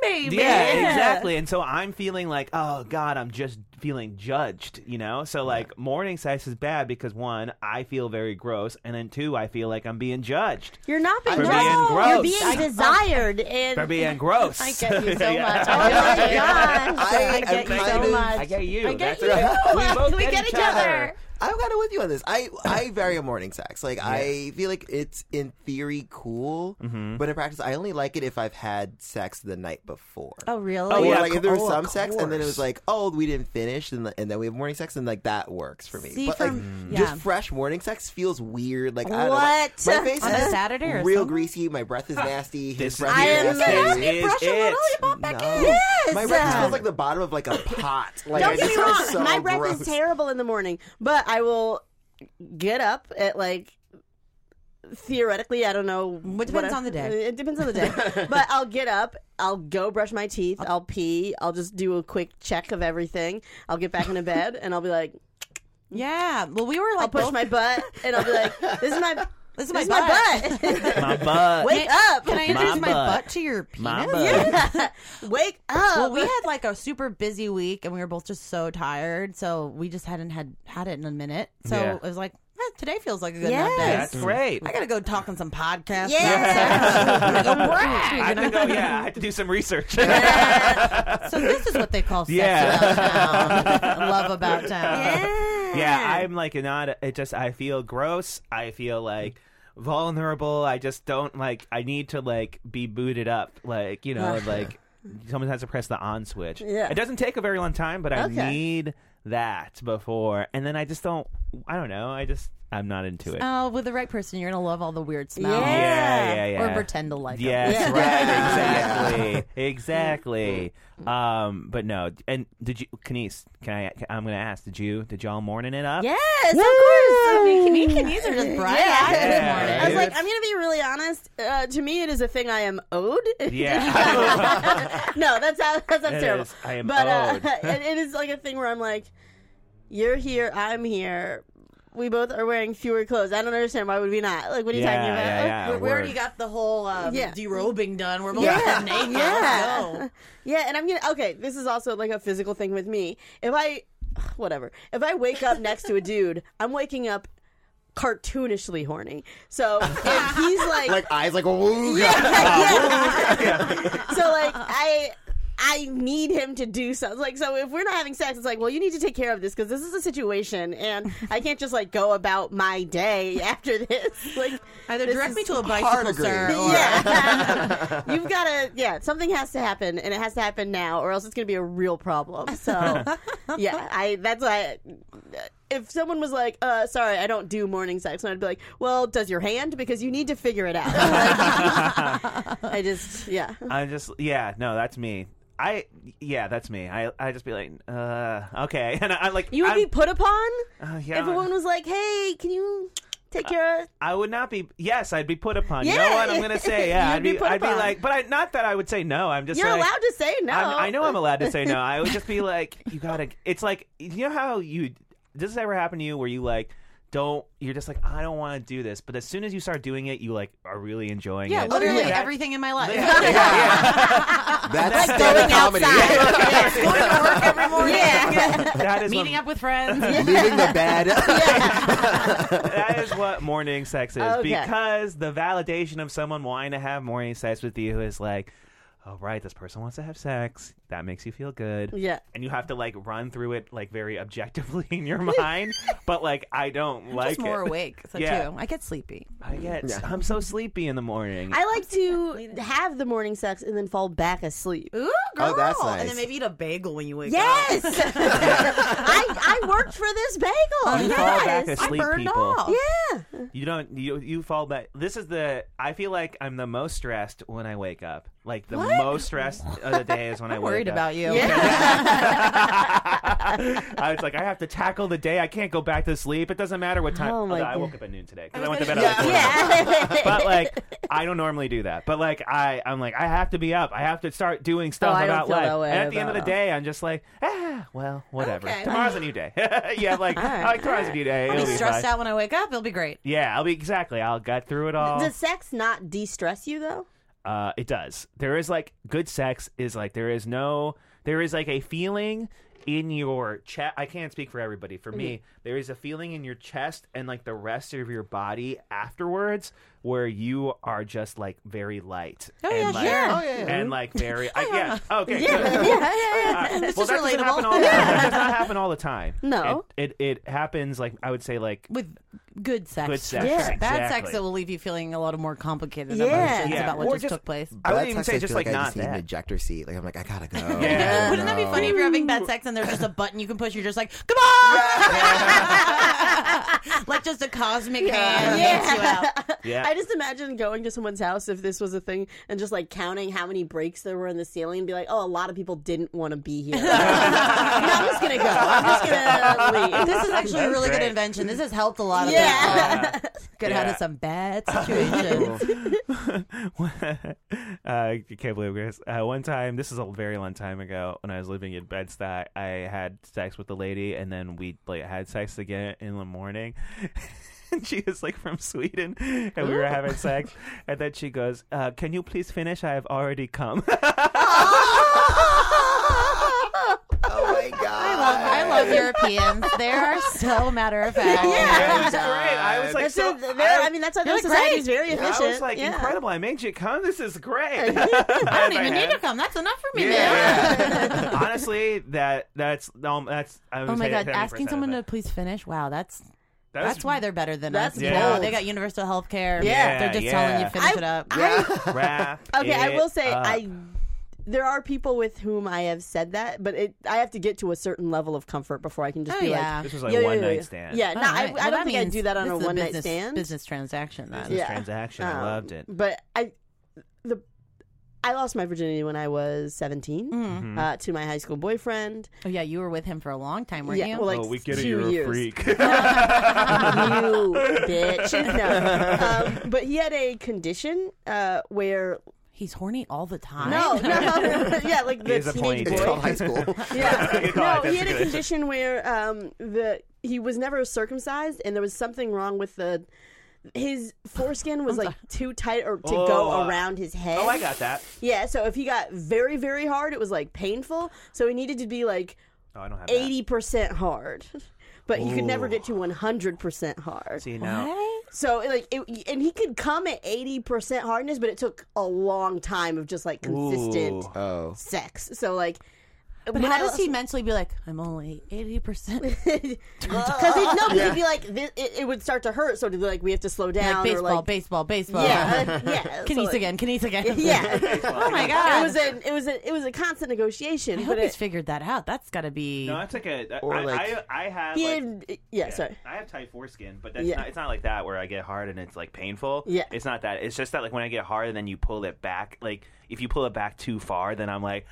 [SPEAKER 3] baby.
[SPEAKER 4] Yeah, exactly. And so I'm feeling like, oh God, I'm just feeling judged, you know? So like morning sex is bad because one, I feel very gross, and then two, I feel like I'm being judged.
[SPEAKER 5] You're not being
[SPEAKER 4] For
[SPEAKER 5] gross.
[SPEAKER 4] being gross.
[SPEAKER 5] You're being desired. And
[SPEAKER 4] For being gross.
[SPEAKER 3] I get you so
[SPEAKER 4] Yeah.
[SPEAKER 3] much.
[SPEAKER 5] oh my gosh,
[SPEAKER 6] Yeah.
[SPEAKER 5] I,
[SPEAKER 6] I-
[SPEAKER 5] get you
[SPEAKER 6] I'm
[SPEAKER 5] so
[SPEAKER 6] kind of-
[SPEAKER 5] much.
[SPEAKER 4] I get you.
[SPEAKER 5] I get
[SPEAKER 4] That's
[SPEAKER 5] you.
[SPEAKER 4] right. We both
[SPEAKER 5] We
[SPEAKER 4] get,
[SPEAKER 5] get
[SPEAKER 4] each
[SPEAKER 5] each other.
[SPEAKER 6] I'm kind of with you on this. I I vary on morning sex. Like I feel like it's in theory cool,
[SPEAKER 4] Mm-hmm.
[SPEAKER 6] but in practice, I only like it if I've had sex the night before.
[SPEAKER 3] Oh really?
[SPEAKER 4] Oh,
[SPEAKER 6] Or,
[SPEAKER 4] yeah,
[SPEAKER 6] like
[SPEAKER 4] co-
[SPEAKER 6] if there was
[SPEAKER 4] oh, of
[SPEAKER 6] some sex and then it
[SPEAKER 4] course.
[SPEAKER 6] was like, oh, we didn't finish, and, and then we have morning sex, and like that works for me.
[SPEAKER 3] See,
[SPEAKER 6] but
[SPEAKER 3] for-
[SPEAKER 6] like
[SPEAKER 3] Mm.
[SPEAKER 6] just
[SPEAKER 3] yeah.
[SPEAKER 6] fresh morning sex feels weird. Like I
[SPEAKER 5] What?
[SPEAKER 6] don't know. my face
[SPEAKER 3] On a
[SPEAKER 6] is
[SPEAKER 3] Saturday or
[SPEAKER 6] real
[SPEAKER 3] something?
[SPEAKER 6] greasy. My breath is nasty. His
[SPEAKER 4] This
[SPEAKER 6] breath
[SPEAKER 5] I
[SPEAKER 6] is
[SPEAKER 5] am
[SPEAKER 4] is,
[SPEAKER 6] nasty.
[SPEAKER 5] nasty.
[SPEAKER 4] is
[SPEAKER 3] brush a little,
[SPEAKER 4] it.
[SPEAKER 3] you pop back in.
[SPEAKER 6] No. My breath just feels like the bottom of like a pot. Like,
[SPEAKER 5] Don't
[SPEAKER 6] I
[SPEAKER 5] get
[SPEAKER 6] just
[SPEAKER 5] me
[SPEAKER 6] feel
[SPEAKER 5] wrong.
[SPEAKER 6] so
[SPEAKER 5] my breath
[SPEAKER 6] gross.
[SPEAKER 5] is terrible in the morning, but I will get up at like theoretically. I don't know.
[SPEAKER 3] It depends
[SPEAKER 5] what I-
[SPEAKER 3] on the day.
[SPEAKER 5] It depends on the day. but I'll get up. I'll go brush my teeth. I'll pee. I'll just do a quick check of everything. I'll get back into bed and I'll be like,
[SPEAKER 3] Yeah. Well, we were like,
[SPEAKER 5] I'll push
[SPEAKER 3] both-
[SPEAKER 5] my butt and I'll be like, this is my
[SPEAKER 3] This is my
[SPEAKER 5] butt.
[SPEAKER 4] My butt.
[SPEAKER 5] Wake up.
[SPEAKER 3] Can I introduce my,
[SPEAKER 4] butt.
[SPEAKER 3] butt to your penis?
[SPEAKER 4] My butt.
[SPEAKER 5] Wake up.
[SPEAKER 3] Well, we had like a super busy week, and we were both just so tired, so we just hadn't had had it in a minute. So
[SPEAKER 4] Yeah.
[SPEAKER 3] it was like eh, today feels like a good
[SPEAKER 5] Yes.
[SPEAKER 3] enough
[SPEAKER 4] That's
[SPEAKER 3] day.
[SPEAKER 4] great.
[SPEAKER 3] I gotta go talk on some podcasts.
[SPEAKER 5] Yeah.
[SPEAKER 4] I have to go, yeah, I have to do some research.
[SPEAKER 3] so this is what they call sex
[SPEAKER 4] Yeah.
[SPEAKER 3] about town, love about town.
[SPEAKER 4] Yeah, I'm like not. It just I feel gross. I feel like vulnerable. I just don't like. I need to like be booted up. Like you know, like someone has to press the on switch.
[SPEAKER 5] Yeah.
[SPEAKER 4] it doesn't take a very long time, but I
[SPEAKER 5] Okay.
[SPEAKER 4] need that before, and then I just don't. I don't know. I just I'm not into it.
[SPEAKER 3] Oh, with the right person, you're gonna love all the weird smells.
[SPEAKER 4] yeah, yeah, yeah.
[SPEAKER 3] Or pretend to like 'em.
[SPEAKER 4] Yes,
[SPEAKER 5] Yeah.
[SPEAKER 4] right. Exactly, exactly. Um, but no. And did you, Kanice? Can I? I'm gonna ask. Did you? Did y'all morning it up?
[SPEAKER 5] Yes, of course.
[SPEAKER 3] Me and Kenise are just bright eyed
[SPEAKER 4] Yeah.
[SPEAKER 3] this morning.
[SPEAKER 5] I was like, I'm gonna be really honest. Uh, to me, it is a thing I am owed.
[SPEAKER 4] Yeah.
[SPEAKER 5] no, that's how, that sounds
[SPEAKER 4] It
[SPEAKER 5] terrible.
[SPEAKER 4] is. I am
[SPEAKER 5] but
[SPEAKER 4] owed.
[SPEAKER 5] Uh, it, it is like a thing where I'm like, you're here, I'm here. We both are wearing fewer clothes. I don't understand why would we not? Like, what are you
[SPEAKER 4] Yeah,
[SPEAKER 5] talking about? Oh,
[SPEAKER 4] yeah, yeah.
[SPEAKER 3] we, we already
[SPEAKER 4] word.
[SPEAKER 3] got the whole um,
[SPEAKER 5] Yeah.
[SPEAKER 3] derobing done. We're both
[SPEAKER 5] Yeah.
[SPEAKER 3] naked.
[SPEAKER 5] Yeah.
[SPEAKER 3] Let's go.
[SPEAKER 5] Yeah, and I'm gonna okay. This is also like a physical thing with me. If I, whatever. If I wake up next to a dude, I'm waking up cartoonishly horny. So if he's like,
[SPEAKER 6] like eyes like oh, woo.
[SPEAKER 5] yeah. so like I. I need him to do something. Like, so if we're not having sex, it's like, well, you need to take care of this because this is a situation, and I can't just like go about my day after this. Like,
[SPEAKER 3] Either
[SPEAKER 5] this
[SPEAKER 3] direct me
[SPEAKER 5] is-
[SPEAKER 3] to a bicycle,
[SPEAKER 6] agree.
[SPEAKER 3] sir. Or,
[SPEAKER 5] yeah. You've got to, yeah, something has to happen, and it has to happen now, or else it's going to be a real problem. So, yeah, I, that's why, if someone was like, uh, sorry, I don't do morning sex, and I'd be like, well, does your hand? Because you need to figure it out. Like, I just, yeah.
[SPEAKER 4] I'm just yeah, no, that's me. I yeah, that's me. I I just be like, uh, okay, and I, I like
[SPEAKER 5] You would
[SPEAKER 4] I'm,
[SPEAKER 5] be put upon
[SPEAKER 4] uh, yeah,
[SPEAKER 5] if a woman was like, hey, can you take care of.
[SPEAKER 4] I would not be. Yes, I'd be put upon. You
[SPEAKER 5] Yeah.
[SPEAKER 4] know what I'm gonna say? Yeah,
[SPEAKER 5] You'd
[SPEAKER 4] I'd
[SPEAKER 5] be
[SPEAKER 4] be,
[SPEAKER 5] put
[SPEAKER 4] I'd be
[SPEAKER 5] upon.
[SPEAKER 4] like, but I not that I would say no. I'm just
[SPEAKER 5] You're
[SPEAKER 4] like,
[SPEAKER 5] allowed to say no.
[SPEAKER 4] I'm, I know I'm allowed to say no. I would just be like, you gotta. It's like you know how you does this ever happen to you where you like don't you're just like I don't want to do this, but as soon as you start doing it, you like are really enjoying
[SPEAKER 3] Yeah,
[SPEAKER 4] it.
[SPEAKER 3] literally
[SPEAKER 4] That-
[SPEAKER 3] everything in my life.
[SPEAKER 6] That's
[SPEAKER 3] like
[SPEAKER 6] stand-up
[SPEAKER 3] going
[SPEAKER 6] comedy.
[SPEAKER 3] outside, going to work every morning,
[SPEAKER 4] That is
[SPEAKER 1] Meeting
[SPEAKER 4] what,
[SPEAKER 1] up with friends.
[SPEAKER 6] Leaving the bed.
[SPEAKER 4] that is what morning sex is
[SPEAKER 5] Okay.
[SPEAKER 4] because the validation of someone wanting to have morning sex with you is like, oh right, this person wants to have sex. That makes you feel good.
[SPEAKER 5] Yeah.
[SPEAKER 4] and you have to like run through it like very objectively in your mind. but like, I don't like
[SPEAKER 3] just more
[SPEAKER 4] it.
[SPEAKER 3] awake. So
[SPEAKER 4] Yeah.
[SPEAKER 3] too, I get sleepy.
[SPEAKER 4] I get.
[SPEAKER 6] Yeah.
[SPEAKER 4] I'm so sleepy in the morning.
[SPEAKER 5] I like to have the morning sex and then fall back asleep.
[SPEAKER 3] Ooh,
[SPEAKER 6] Oh, that's
[SPEAKER 3] And
[SPEAKER 6] girl. And nice.
[SPEAKER 3] then
[SPEAKER 6] then
[SPEAKER 3] maybe
[SPEAKER 6] maybe
[SPEAKER 3] eat a bagel when you wake
[SPEAKER 5] Yes, I, I worked for this bagel.
[SPEAKER 4] you fall back
[SPEAKER 5] yes,
[SPEAKER 4] asleep,
[SPEAKER 3] burned
[SPEAKER 4] people.
[SPEAKER 3] off.
[SPEAKER 5] yeah.
[SPEAKER 4] You don't. You you fall back. This is the. I feel like I'm the most stressed when I wake up. Like the most stressed of the day is when I wake
[SPEAKER 3] Worried
[SPEAKER 4] up.
[SPEAKER 3] about you.
[SPEAKER 4] I was like, I have to tackle the day. I can't go back to sleep. It doesn't matter what time.
[SPEAKER 5] Oh, my
[SPEAKER 4] Although I
[SPEAKER 5] God.
[SPEAKER 4] woke up at noon today because I, went to bed
[SPEAKER 1] gonna-
[SPEAKER 4] at like, four.
[SPEAKER 5] Yeah.
[SPEAKER 4] But like, I don't normally do that. But like, I I'm like, I have to be up. I have to start doing stuff
[SPEAKER 5] Oh, I don't
[SPEAKER 4] about
[SPEAKER 5] feel
[SPEAKER 4] life.
[SPEAKER 5] that way
[SPEAKER 4] and at the end of the
[SPEAKER 5] about-
[SPEAKER 4] day, I'm just like, ah, well, whatever.
[SPEAKER 3] Okay.
[SPEAKER 4] Tomorrow's a new day. yeah, like, like tomorrow's a new day.
[SPEAKER 3] I'll
[SPEAKER 4] It'll
[SPEAKER 3] be
[SPEAKER 4] fine.
[SPEAKER 3] stressed out when I wake up. It'll be great.
[SPEAKER 4] Yeah, I'll be exactly. I'll get through it all.
[SPEAKER 5] Does sex not de-stress you though?
[SPEAKER 4] Uh, it does. There is like good sex is like there is no there is like a feeling in your chest. I can't speak for everybody. For
[SPEAKER 6] Mm-hmm.
[SPEAKER 4] me, there is a feeling in your chest and like the rest of your body afterwards where you are just like very light. Oh, and,
[SPEAKER 3] yeah,
[SPEAKER 4] like,
[SPEAKER 3] sure.
[SPEAKER 6] Oh, yeah, yeah.
[SPEAKER 4] And like very. I, yeah. Okay. good. Uh,
[SPEAKER 3] This
[SPEAKER 4] well,
[SPEAKER 3] is
[SPEAKER 4] that doesn't happen
[SPEAKER 3] relatable.
[SPEAKER 4] all the time. That does not happen all the time.
[SPEAKER 5] No.
[SPEAKER 4] It, it it happens like I would say like
[SPEAKER 3] With good sex.
[SPEAKER 4] Good sex,
[SPEAKER 3] Sure.
[SPEAKER 4] Yeah.
[SPEAKER 3] Bad sex
[SPEAKER 4] exactly.
[SPEAKER 3] that will leave you feeling a lot more complicated
[SPEAKER 5] Yeah.
[SPEAKER 3] emotions
[SPEAKER 4] Yeah.
[SPEAKER 3] about what
[SPEAKER 4] Or
[SPEAKER 3] just,
[SPEAKER 4] just-
[SPEAKER 3] took place.
[SPEAKER 4] I
[SPEAKER 6] But
[SPEAKER 4] wouldn't
[SPEAKER 6] that's
[SPEAKER 4] even
[SPEAKER 6] how
[SPEAKER 4] say
[SPEAKER 6] I
[SPEAKER 4] just
[SPEAKER 6] feel
[SPEAKER 4] like,
[SPEAKER 6] like I
[SPEAKER 4] not
[SPEAKER 6] just need an
[SPEAKER 4] that.
[SPEAKER 6] ejector seat. Like I'm like I gotta go.
[SPEAKER 4] Yeah.
[SPEAKER 3] Wouldn't that be
[SPEAKER 6] No.
[SPEAKER 3] funny if you're having bad sex and there's just a button you can push? You're just like, come on! like just a cosmic hand yanks you out.
[SPEAKER 4] Yeah.
[SPEAKER 5] I just imagine going to someone's house if this was a thing and just like counting how many breaks there were in the ceiling and be like, oh, a lot of people didn't want to be here. no, I'm just gonna go. I'm just gonna leave.
[SPEAKER 3] This is actually a
[SPEAKER 4] That's
[SPEAKER 3] really good
[SPEAKER 4] great.
[SPEAKER 3] invention. This has helped a lot of
[SPEAKER 5] Yeah.
[SPEAKER 3] people. Get out of
[SPEAKER 4] Yeah.
[SPEAKER 3] some bad situations.
[SPEAKER 4] uh, I can't believe this. Uh, one time, this is a very long time ago, when I was living in Bed Stuy, I had sex with a lady, and then we like had sex again in the morning. And she was like from Sweden, and we were having sex. And then she goes, uh, "Can you please finish? I have already come."
[SPEAKER 6] Oh my god.
[SPEAKER 3] I love Europeans. They are so matter of fact.
[SPEAKER 4] It was great. I was like,
[SPEAKER 5] That's
[SPEAKER 4] so,
[SPEAKER 5] it. They're- I mean, that's why their
[SPEAKER 3] like,
[SPEAKER 5] society
[SPEAKER 3] great.
[SPEAKER 5] is very
[SPEAKER 4] I
[SPEAKER 5] efficient.
[SPEAKER 4] was like,
[SPEAKER 5] Yeah.
[SPEAKER 4] incredible! I made you come. This is great.
[SPEAKER 3] I don't even need to come. That's enough for me, man.
[SPEAKER 4] Yeah. Honestly, that that's um, that's. I would
[SPEAKER 3] Oh my
[SPEAKER 4] say
[SPEAKER 3] god,
[SPEAKER 4] 70%
[SPEAKER 3] asking
[SPEAKER 4] of
[SPEAKER 3] someone to
[SPEAKER 4] it.
[SPEAKER 3] please finish. Wow, that's
[SPEAKER 4] That was
[SPEAKER 3] that's why they're better than
[SPEAKER 5] That's
[SPEAKER 3] us. You
[SPEAKER 4] bold.
[SPEAKER 3] know, they got universal health care.
[SPEAKER 4] Yeah,
[SPEAKER 3] they're just
[SPEAKER 4] yeah.
[SPEAKER 3] telling you finish
[SPEAKER 5] I-
[SPEAKER 3] it up.
[SPEAKER 5] I-
[SPEAKER 4] wrap.
[SPEAKER 5] okay, I
[SPEAKER 4] it
[SPEAKER 5] will say
[SPEAKER 4] up.
[SPEAKER 5] I. There are people with whom I have said that, but it, I have to get to a certain level of comfort before I can just
[SPEAKER 3] Oh,
[SPEAKER 5] be
[SPEAKER 3] yeah.
[SPEAKER 5] like,
[SPEAKER 4] This was like
[SPEAKER 5] yeah, yeah,
[SPEAKER 4] one
[SPEAKER 5] yeah,
[SPEAKER 4] night
[SPEAKER 5] yeah.
[SPEAKER 4] stand.
[SPEAKER 5] Yeah, no,
[SPEAKER 3] All
[SPEAKER 5] I,
[SPEAKER 3] right. Well,
[SPEAKER 5] I don't
[SPEAKER 3] that
[SPEAKER 5] think I
[SPEAKER 3] means
[SPEAKER 5] do that on
[SPEAKER 3] this
[SPEAKER 5] a
[SPEAKER 3] is
[SPEAKER 5] one night
[SPEAKER 3] business-
[SPEAKER 5] stand.
[SPEAKER 3] Business transaction. Then.
[SPEAKER 4] This
[SPEAKER 5] Yeah.
[SPEAKER 4] transaction. I
[SPEAKER 5] Um,
[SPEAKER 4] loved it.
[SPEAKER 5] But I, the, I lost my virginity when I was
[SPEAKER 3] Mm.
[SPEAKER 5] 17
[SPEAKER 4] Mm-hmm.
[SPEAKER 5] uh, to my high school boyfriend.
[SPEAKER 3] Oh yeah, you were with him for a long time, weren't
[SPEAKER 5] Yeah,
[SPEAKER 3] you?
[SPEAKER 5] well,
[SPEAKER 6] Oh,
[SPEAKER 5] like two years.
[SPEAKER 4] freak.
[SPEAKER 5] you bitch. No. Um, but he had a condition uh, where
[SPEAKER 3] He's horny all the time.
[SPEAKER 5] no, no, yeah, like the
[SPEAKER 4] He's a
[SPEAKER 5] teenage
[SPEAKER 4] ponytail.
[SPEAKER 5] boy.
[SPEAKER 6] Until high school.
[SPEAKER 5] Yeah.
[SPEAKER 4] You call
[SPEAKER 5] no,
[SPEAKER 4] it, that's
[SPEAKER 5] he had
[SPEAKER 4] a
[SPEAKER 5] a
[SPEAKER 4] good-
[SPEAKER 5] condition where um, the he was never circumcised, and there was something wrong with the his foreskin was like too tight or to
[SPEAKER 4] Oh,
[SPEAKER 5] go
[SPEAKER 4] uh,
[SPEAKER 5] around his head.
[SPEAKER 4] oh, I got that.
[SPEAKER 5] Yeah, so if he got very very hard, it was like painful. So he needed to be like
[SPEAKER 4] Oh, I don't have
[SPEAKER 5] eighty percent hard. But he could never get to one hundred percent hard.
[SPEAKER 4] That. See now.
[SPEAKER 5] So like, it, and he could come at eighty percent hardness, but it took a long time of just like consistent
[SPEAKER 4] Ooh.
[SPEAKER 6] Oh.
[SPEAKER 5] sex. So like,
[SPEAKER 3] But how does he mentally be like, I'm only 80%?
[SPEAKER 5] Because no, because he'd be like, thi- it, it would start to hurt. So it'd be like, we have to slow down.
[SPEAKER 3] Like
[SPEAKER 5] or,
[SPEAKER 3] baseball,
[SPEAKER 5] like,
[SPEAKER 3] baseball, baseball.
[SPEAKER 5] yeah, yeah.
[SPEAKER 3] Can
[SPEAKER 5] so,
[SPEAKER 3] eat
[SPEAKER 5] like-
[SPEAKER 3] again, can eat again.
[SPEAKER 5] Yeah.
[SPEAKER 3] oh my
[SPEAKER 5] It
[SPEAKER 3] God.
[SPEAKER 5] was a it was a it was a constant negotiation.
[SPEAKER 3] I
[SPEAKER 5] but
[SPEAKER 3] hope
[SPEAKER 5] it,
[SPEAKER 3] he's figured that out. That's got to be.
[SPEAKER 4] No, that's like a. that-
[SPEAKER 6] Or
[SPEAKER 4] I,
[SPEAKER 6] like-
[SPEAKER 4] I, I have.
[SPEAKER 5] he
[SPEAKER 4] like,
[SPEAKER 5] had, yeah, sorry.
[SPEAKER 4] I have tight foreskin, but that's
[SPEAKER 5] Yeah.
[SPEAKER 4] not, it's not like that where I get hard and it's like painful.
[SPEAKER 5] Yeah.
[SPEAKER 4] It's not that. It's just that like when I get hard and then you pull it back, like if you pull it back too far, then I'm like,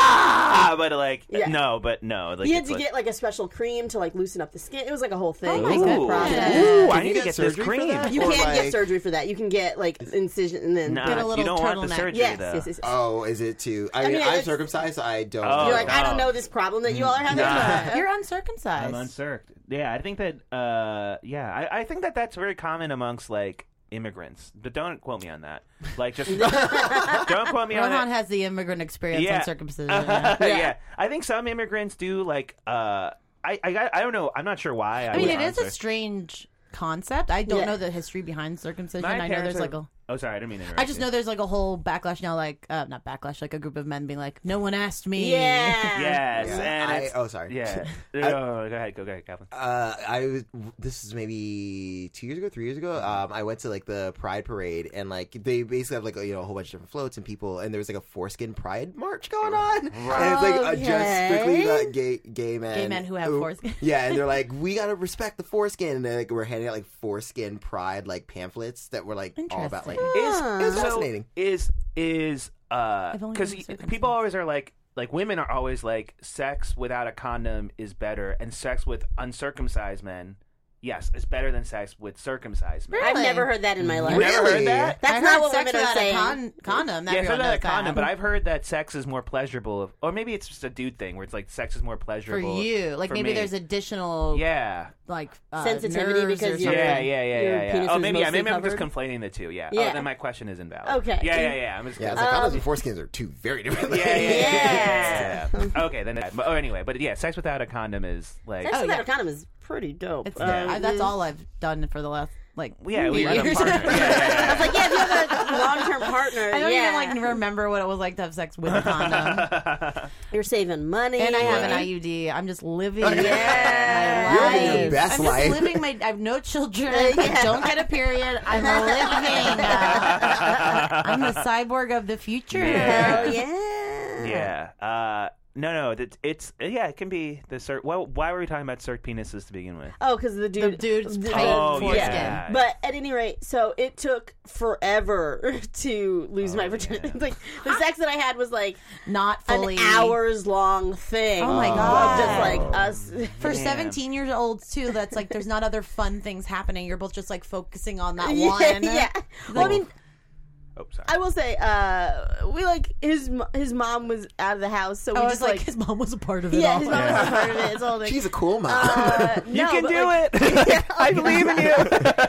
[SPEAKER 4] ah, but like,
[SPEAKER 5] Yeah.
[SPEAKER 4] no, but no. Like,
[SPEAKER 5] you had
[SPEAKER 4] it's
[SPEAKER 5] to
[SPEAKER 4] like-
[SPEAKER 5] get like a special cream to like loosen up the skin. It was like a whole thing.
[SPEAKER 3] Oh my
[SPEAKER 5] It was a
[SPEAKER 4] Ooh,
[SPEAKER 5] whole process.
[SPEAKER 3] Yeah.
[SPEAKER 4] ooh, I
[SPEAKER 6] Did you
[SPEAKER 4] need to
[SPEAKER 6] get
[SPEAKER 4] get this
[SPEAKER 6] surgery for
[SPEAKER 4] cream.
[SPEAKER 6] that?
[SPEAKER 5] You
[SPEAKER 6] Or,
[SPEAKER 5] can't
[SPEAKER 6] like-
[SPEAKER 5] get surgery for that. You can get like incision and then
[SPEAKER 4] Nah,
[SPEAKER 3] Get a little
[SPEAKER 4] you don't want the
[SPEAKER 3] turtleneck.
[SPEAKER 4] surgery
[SPEAKER 5] yes,
[SPEAKER 4] though.
[SPEAKER 5] yes, yes, yes.
[SPEAKER 6] Oh, is it too? I, mean,
[SPEAKER 5] mean,
[SPEAKER 6] I'm
[SPEAKER 5] it's-
[SPEAKER 6] circumcised. I don't.
[SPEAKER 4] Oh.
[SPEAKER 5] You're like, I don't
[SPEAKER 4] no.
[SPEAKER 5] know this problem that you all are having.
[SPEAKER 4] Nah.
[SPEAKER 3] You're uncircumcised.
[SPEAKER 4] I'm uncircled. Yeah, I think that. Uh, yeah, I, I think that that's very common amongst like immigrants. But don't quote me on that. Like, just don't quote me on that.
[SPEAKER 3] Rohan has the immigrant experience
[SPEAKER 4] Yeah.
[SPEAKER 3] on circumcision.
[SPEAKER 4] yeah.
[SPEAKER 3] yeah.
[SPEAKER 4] I think some immigrants do like. Uh, I, I got- I don't know. I'm not sure why. I,
[SPEAKER 3] I mean,
[SPEAKER 4] was
[SPEAKER 3] it is
[SPEAKER 4] uncir-
[SPEAKER 3] a strange concept. I don't
[SPEAKER 5] Yeah.
[SPEAKER 3] know the history behind circumcision.
[SPEAKER 4] My
[SPEAKER 3] I know
[SPEAKER 4] parents
[SPEAKER 3] there's like
[SPEAKER 4] are-
[SPEAKER 3] a.
[SPEAKER 4] Oh, sorry, I didn't mean to. Interrupt
[SPEAKER 3] I just
[SPEAKER 4] you.
[SPEAKER 3] know there's like a whole backlash now, like uh, not backlash, like a group of men being like, "No one asked me."
[SPEAKER 5] Yeah.
[SPEAKER 4] Yes,
[SPEAKER 6] Yeah,
[SPEAKER 4] and
[SPEAKER 6] I-
[SPEAKER 4] it's-
[SPEAKER 6] oh, sorry.
[SPEAKER 4] Yeah. oh, go ahead. Go ahead, Calvin.
[SPEAKER 6] Uh, I was, this is maybe two years ago, three years ago.
[SPEAKER 3] Mm-hmm.
[SPEAKER 6] Um, I went to like the Pride Parade, and like they basically have like you know a whole bunch of different floats and people, and there was like a foreskin Pride march going on, and it's like uh, just strictly
[SPEAKER 5] Okay.
[SPEAKER 6] about gay gay men,
[SPEAKER 3] Gay men who have foreskin.
[SPEAKER 6] yeah, and they're like, we gotta respect the foreskin, and they're, like we're handing out like foreskin Pride like pamphlets that were like all about like
[SPEAKER 4] is
[SPEAKER 6] It's
[SPEAKER 4] so
[SPEAKER 6] fascinating.
[SPEAKER 4] Is is uh
[SPEAKER 3] I've only
[SPEAKER 4] because
[SPEAKER 3] been to circumcised.
[SPEAKER 4] people always are like like women are always like sex without a condom is better and sex with uncircumcised men yes is better than sex with circumcised men.
[SPEAKER 5] I've never heard that in my life.
[SPEAKER 4] I've never
[SPEAKER 6] Really?
[SPEAKER 4] heard that.
[SPEAKER 5] That's
[SPEAKER 3] I
[SPEAKER 5] not
[SPEAKER 3] heard
[SPEAKER 5] what
[SPEAKER 3] sex
[SPEAKER 5] women are
[SPEAKER 3] without
[SPEAKER 5] saying.
[SPEAKER 3] a con- condom. That
[SPEAKER 4] yeah, it's
[SPEAKER 3] everyone
[SPEAKER 4] not a
[SPEAKER 3] knows that.
[SPEAKER 4] condom, but I've heard that sex is more pleasurable, if, or maybe it's just a dude thing where it's like sex is more
[SPEAKER 3] for
[SPEAKER 4] pleasurable
[SPEAKER 3] you, like
[SPEAKER 4] for
[SPEAKER 3] maybe
[SPEAKER 4] me.
[SPEAKER 3] there's additional
[SPEAKER 4] yeah,
[SPEAKER 3] like uh,
[SPEAKER 5] Sensitivity
[SPEAKER 3] nerves
[SPEAKER 5] because
[SPEAKER 3] or
[SPEAKER 5] you're-
[SPEAKER 3] something.
[SPEAKER 4] yeah, yeah, yeah,
[SPEAKER 5] Your
[SPEAKER 4] yeah. yeah.
[SPEAKER 5] penis
[SPEAKER 4] Oh,
[SPEAKER 5] is
[SPEAKER 4] maybe yeah,
[SPEAKER 5] mostly
[SPEAKER 4] maybe I'm just
[SPEAKER 5] covered?
[SPEAKER 4] conflating the two. Yeah.
[SPEAKER 5] Yeah.
[SPEAKER 4] Oh, then my question is invalid.
[SPEAKER 5] Okay. Oh,
[SPEAKER 4] Yeah, yeah, yeah. I'm just
[SPEAKER 6] yeah, it's like
[SPEAKER 3] Um,
[SPEAKER 6] condoms and foreskins are two very different.
[SPEAKER 4] yeah, yeah,
[SPEAKER 6] things.
[SPEAKER 4] yeah. yeah, yeah. okay, then. But, oh, anyway, but yeah, sex without a condom is like.
[SPEAKER 5] Sex
[SPEAKER 4] Oh,
[SPEAKER 5] without a condom is pretty dope.
[SPEAKER 3] It's,
[SPEAKER 5] Um,
[SPEAKER 3] I, that's all I've done for the last like
[SPEAKER 4] yeah, we
[SPEAKER 3] years.
[SPEAKER 4] run a partner. Yeah,
[SPEAKER 5] I
[SPEAKER 4] yeah,
[SPEAKER 5] was like, yeah, if you have a long-term partner,
[SPEAKER 3] I don't
[SPEAKER 5] yeah,
[SPEAKER 3] even like remember what it was like to have sex with a condom.
[SPEAKER 5] you're saving money.
[SPEAKER 3] and I have an IUD. I'm just living. my
[SPEAKER 5] Yeah.
[SPEAKER 6] You're
[SPEAKER 3] life.
[SPEAKER 6] living your best
[SPEAKER 3] I'm
[SPEAKER 6] life.
[SPEAKER 3] just living my. I have no children.
[SPEAKER 5] Uh, yeah.
[SPEAKER 3] I don't get a period. I'm living. now. I'm the cyborg of the future.
[SPEAKER 5] Hell Oh, yeah.
[SPEAKER 4] yeah. yeah. Uh, no, no, that it's yeah, it can be the cert. Well, why were we talking about circ penises to begin with?
[SPEAKER 5] Oh, because the dude,
[SPEAKER 3] The dude's
[SPEAKER 5] the-
[SPEAKER 3] tight
[SPEAKER 4] Oh,
[SPEAKER 3] foreskin.
[SPEAKER 4] yeah.
[SPEAKER 5] But at any rate, so it took forever to
[SPEAKER 4] Oh,
[SPEAKER 5] lose my virginity. like the sex that I had was like
[SPEAKER 3] Not fully.
[SPEAKER 5] an hours long thing.
[SPEAKER 3] Oh my
[SPEAKER 5] Of
[SPEAKER 3] God.
[SPEAKER 5] just like us.
[SPEAKER 3] For 17 years olds too, that's like there's not other fun things happening. You're both just like focusing on that one.
[SPEAKER 5] yeah. Well, I mean,
[SPEAKER 4] Oh, sorry.
[SPEAKER 5] I will say, uh, we like his mo- his mom was out of the house, so we
[SPEAKER 3] I was
[SPEAKER 5] just
[SPEAKER 3] like,
[SPEAKER 5] like,
[SPEAKER 3] his mom was a part of it.
[SPEAKER 5] yeah,
[SPEAKER 3] all.
[SPEAKER 5] his mom was a part of it. It's all like,
[SPEAKER 6] She's a cool mom.
[SPEAKER 3] Um,
[SPEAKER 5] uh,
[SPEAKER 4] you
[SPEAKER 5] no,
[SPEAKER 4] can
[SPEAKER 5] but,
[SPEAKER 4] do
[SPEAKER 5] like,
[SPEAKER 4] it. I believe in you.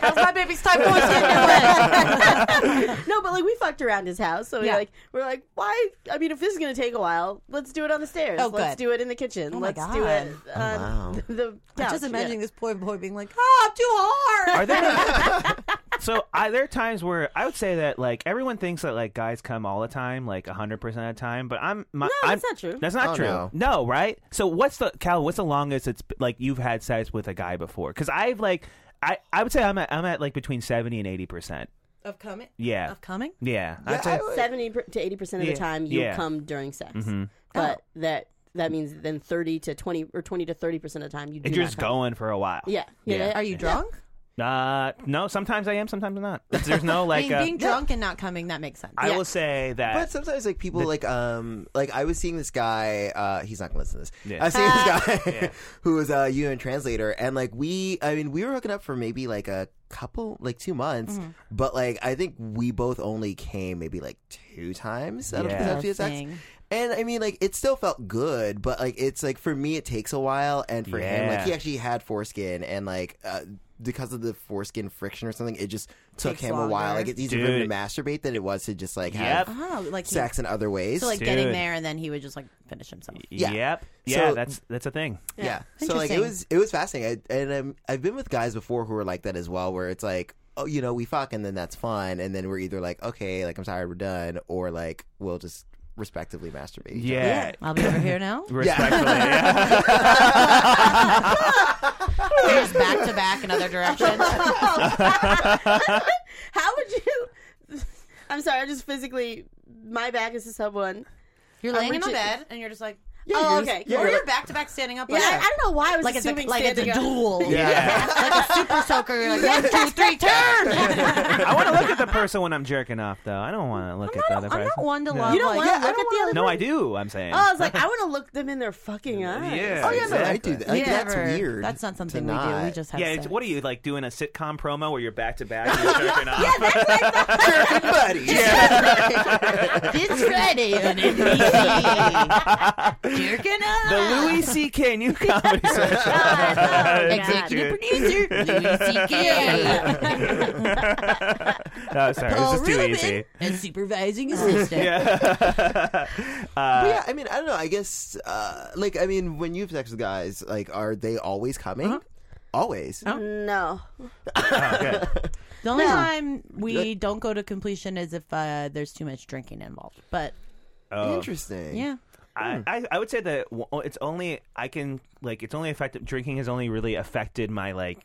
[SPEAKER 3] How's my baby's time going? Can't do it.
[SPEAKER 5] no, but like we fucked around his house, so we
[SPEAKER 3] Yeah.
[SPEAKER 5] like we're like, why? I mean, if this is gonna take a while, let's do it on the stairs.
[SPEAKER 3] Oh,
[SPEAKER 5] let's
[SPEAKER 3] good.
[SPEAKER 5] do it in the kitchen.
[SPEAKER 3] Oh my
[SPEAKER 5] let's do it.
[SPEAKER 6] Oh,
[SPEAKER 5] On
[SPEAKER 6] wow.
[SPEAKER 5] the, the
[SPEAKER 3] I'm
[SPEAKER 5] couch.
[SPEAKER 3] just imagining
[SPEAKER 5] Yeah.
[SPEAKER 3] this poor boy being like, "Oh, I'm too hard."
[SPEAKER 4] Are there so I, there are times where I would say that like everyone thinks that like guys come all the time, like hundred percent of the time. But I'm my,
[SPEAKER 5] No,
[SPEAKER 4] I'm,
[SPEAKER 5] that's not true.
[SPEAKER 4] That's not
[SPEAKER 6] Oh,
[SPEAKER 4] true.
[SPEAKER 6] no.
[SPEAKER 4] right? So what's the Cal? What's the longest it's like you've had sex with a guy before? Because I've like I, I would say I'm at I'm at like between seventy and eighty percent.
[SPEAKER 3] of coming?
[SPEAKER 4] Yeah,
[SPEAKER 3] Of coming?
[SPEAKER 4] yeah. I'd say-
[SPEAKER 6] I would-
[SPEAKER 5] seventy per- to eighty percent of
[SPEAKER 4] Yeah.
[SPEAKER 5] the time you
[SPEAKER 4] Yeah.
[SPEAKER 5] come during sex, but that that means then thirty to twenty or twenty to thirty percent of the time you do
[SPEAKER 4] and
[SPEAKER 5] not
[SPEAKER 4] you're just
[SPEAKER 5] come.
[SPEAKER 4] going for a while.
[SPEAKER 5] Yeah, yeah.
[SPEAKER 4] Yeah.
[SPEAKER 3] Are you drunk?
[SPEAKER 4] Uh, no. Sometimes I am. Sometimes I'm not. There's no
[SPEAKER 3] I
[SPEAKER 4] like.
[SPEAKER 3] mean,
[SPEAKER 4] uh,
[SPEAKER 3] being drunk and not coming, that makes sense.
[SPEAKER 4] I
[SPEAKER 5] yeah.
[SPEAKER 4] will say that.
[SPEAKER 6] But sometimes, like people, like um, like I was seeing this guy. Uh, he's not gonna listen to this.
[SPEAKER 4] Yeah.
[SPEAKER 6] I was seeing
[SPEAKER 3] Uh.
[SPEAKER 6] this guy who was a UN translator, and like we, I mean, we were hooking up for maybe like a couple, like two months.
[SPEAKER 3] Mm-hmm.
[SPEAKER 6] But like, I think we both only came maybe like two times out of
[SPEAKER 4] Yeah.
[SPEAKER 6] the time she had sex.
[SPEAKER 3] Interesting.
[SPEAKER 6] And I mean, like, it still felt good, but like, it's like for me, it takes a while, and for him, like,
[SPEAKER 4] Yeah.
[SPEAKER 6] he actually had foreskin, and like. Uh, because of the foreskin friction or something, it just took
[SPEAKER 3] Takes
[SPEAKER 6] him a while.
[SPEAKER 3] longer.
[SPEAKER 6] Like it's easier for him
[SPEAKER 4] Dude.
[SPEAKER 6] to masturbate than it was to just like
[SPEAKER 4] Yep.
[SPEAKER 6] have
[SPEAKER 3] Oh, like he-
[SPEAKER 6] sex in other ways.
[SPEAKER 3] so like
[SPEAKER 4] Dude.
[SPEAKER 3] getting there, and then he would just like finish himself.
[SPEAKER 6] yeah.
[SPEAKER 4] Yep. Yeah.
[SPEAKER 6] So-
[SPEAKER 4] that's that's a thing.
[SPEAKER 6] yeah. So like it
[SPEAKER 3] Interesting.
[SPEAKER 6] was it was fascinating. I, and um, I've been with guys before who were like that as well, where it's like, oh, you know, we fuck and then that's fun, and then we're either like, okay, like I'm tired, we're done, or like we'll just respectively masturbate. each other.
[SPEAKER 4] Yeah.
[SPEAKER 3] I'll be over here now.
[SPEAKER 4] Respectfully. Yeah.
[SPEAKER 3] Here's back to back, another direction.
[SPEAKER 5] How would you? I'm sorry, I just physically my back is to someone.
[SPEAKER 3] You're laying in the bed, and you're just like, oh,
[SPEAKER 6] you're-
[SPEAKER 3] okay.
[SPEAKER 6] yeah,
[SPEAKER 3] Or
[SPEAKER 6] you're-
[SPEAKER 3] you're back to back standing up.
[SPEAKER 5] Yeah,
[SPEAKER 3] like
[SPEAKER 5] I, I
[SPEAKER 3] that.
[SPEAKER 5] don't know why I was
[SPEAKER 3] like it's a,
[SPEAKER 5] assuming
[SPEAKER 3] like it's a
[SPEAKER 5] standing up.
[SPEAKER 3] duel.
[SPEAKER 4] Yeah.
[SPEAKER 3] like a super soaker. You're like one, two, three, turn.
[SPEAKER 4] I want to look at the person when I'm jerking off, though. I don't want to look at the
[SPEAKER 3] I'm
[SPEAKER 4] other person.
[SPEAKER 3] not one to
[SPEAKER 4] No.
[SPEAKER 3] love.
[SPEAKER 5] You don't
[SPEAKER 3] like-
[SPEAKER 5] want to look at
[SPEAKER 3] don't
[SPEAKER 5] the
[SPEAKER 3] wanna-
[SPEAKER 5] other.
[SPEAKER 4] No, I do. I'm saying.
[SPEAKER 5] Oh, I was like, I want to look them in their fucking eyes.
[SPEAKER 4] Yeah.
[SPEAKER 6] Oh yeah, no, I
[SPEAKER 4] exactly.
[SPEAKER 6] do that. Like, that's
[SPEAKER 3] Never.
[SPEAKER 6] weird.
[SPEAKER 3] That's not
[SPEAKER 6] to
[SPEAKER 3] something we do. We
[SPEAKER 6] not.
[SPEAKER 3] just have
[SPEAKER 4] Yeah,
[SPEAKER 3] sex.
[SPEAKER 4] it's, what are you like doing a sitcom promo where you're back to back and you're jerking off?
[SPEAKER 6] Jerking buddies.
[SPEAKER 3] this Friday on NBC. Jerking up.
[SPEAKER 4] The Louis C.K. new comedy special.
[SPEAKER 3] Executive producer Louis C.K.
[SPEAKER 4] No, sorry,
[SPEAKER 3] Paul
[SPEAKER 4] this is too
[SPEAKER 3] Rubin
[SPEAKER 4] easy.
[SPEAKER 3] and supervising assistant.
[SPEAKER 4] Yeah.
[SPEAKER 6] But yeah, I mean, I don't know. I guess, uh, like, I mean, when you have sex with guys, like, are they always coming?
[SPEAKER 3] Uh-huh.
[SPEAKER 6] Always.
[SPEAKER 3] Oh.
[SPEAKER 5] No.
[SPEAKER 3] The only time we don't go to completion is if uh, there's too much drinking involved. But
[SPEAKER 4] Oh.
[SPEAKER 6] Interesting.
[SPEAKER 3] yeah,
[SPEAKER 4] I, I, I would say that w- oh, it's only I can like it's only affected drinking has only really affected my like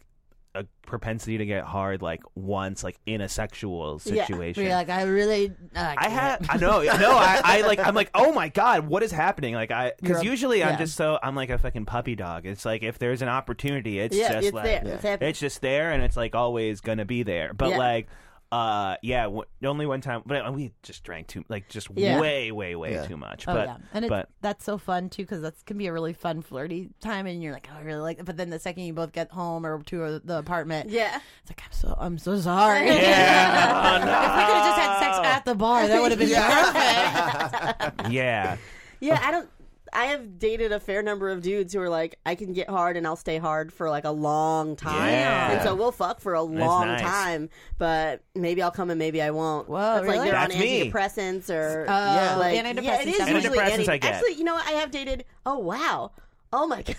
[SPEAKER 4] a propensity to get hard like once like in a sexual
[SPEAKER 5] Yeah.
[SPEAKER 4] situation.
[SPEAKER 3] we're like, I really. Uh,
[SPEAKER 4] I had I know no I, I like I'm like oh my god what is happening like I
[SPEAKER 3] You're
[SPEAKER 4] because
[SPEAKER 3] a-
[SPEAKER 4] usually I'm
[SPEAKER 3] yeah.
[SPEAKER 4] just so I'm like a fucking puppy dog it's like if there's an opportunity it's
[SPEAKER 5] Yeah,
[SPEAKER 4] just
[SPEAKER 5] it's
[SPEAKER 4] like
[SPEAKER 5] there. It's happening.
[SPEAKER 4] it's just there and it's like always gonna be there but
[SPEAKER 5] Yeah.
[SPEAKER 4] like uh yeah w- only one time but uh, we just drank too like just
[SPEAKER 5] Yeah.
[SPEAKER 4] way way way
[SPEAKER 6] Yeah.
[SPEAKER 4] too much
[SPEAKER 3] Oh
[SPEAKER 4] but
[SPEAKER 3] yeah, and it's,
[SPEAKER 4] but
[SPEAKER 3] that's so fun too because that can be a really fun flirty time, and you're like, oh, I really like. It. But then the second you both get home or to the apartment,
[SPEAKER 5] Yeah.
[SPEAKER 3] it's like I'm so I'm so sorry.
[SPEAKER 4] Yeah. Oh, no.
[SPEAKER 3] If we could have just had sex at the bar, that would have been perfect.
[SPEAKER 4] yeah
[SPEAKER 5] Yeah, I don't. I have dated a fair number of dudes who are like, I can get hard and I'll stay hard for like a long time.
[SPEAKER 4] Yeah.
[SPEAKER 5] And so we'll fuck for a long
[SPEAKER 4] nice.
[SPEAKER 5] time, but maybe I'll come and maybe I won't.
[SPEAKER 3] Whoa,
[SPEAKER 5] That's
[SPEAKER 3] really?
[SPEAKER 5] like they're
[SPEAKER 4] That's
[SPEAKER 5] on
[SPEAKER 4] me.
[SPEAKER 5] antidepressants or
[SPEAKER 3] Oh,
[SPEAKER 5] yeah, like,
[SPEAKER 3] antidepressants
[SPEAKER 5] Yeah, it is
[SPEAKER 3] definitely.
[SPEAKER 5] usually
[SPEAKER 4] Antidepressants
[SPEAKER 5] anti-
[SPEAKER 4] I get.
[SPEAKER 5] Actually, you know, what? I have dated. Oh wow. Oh my god.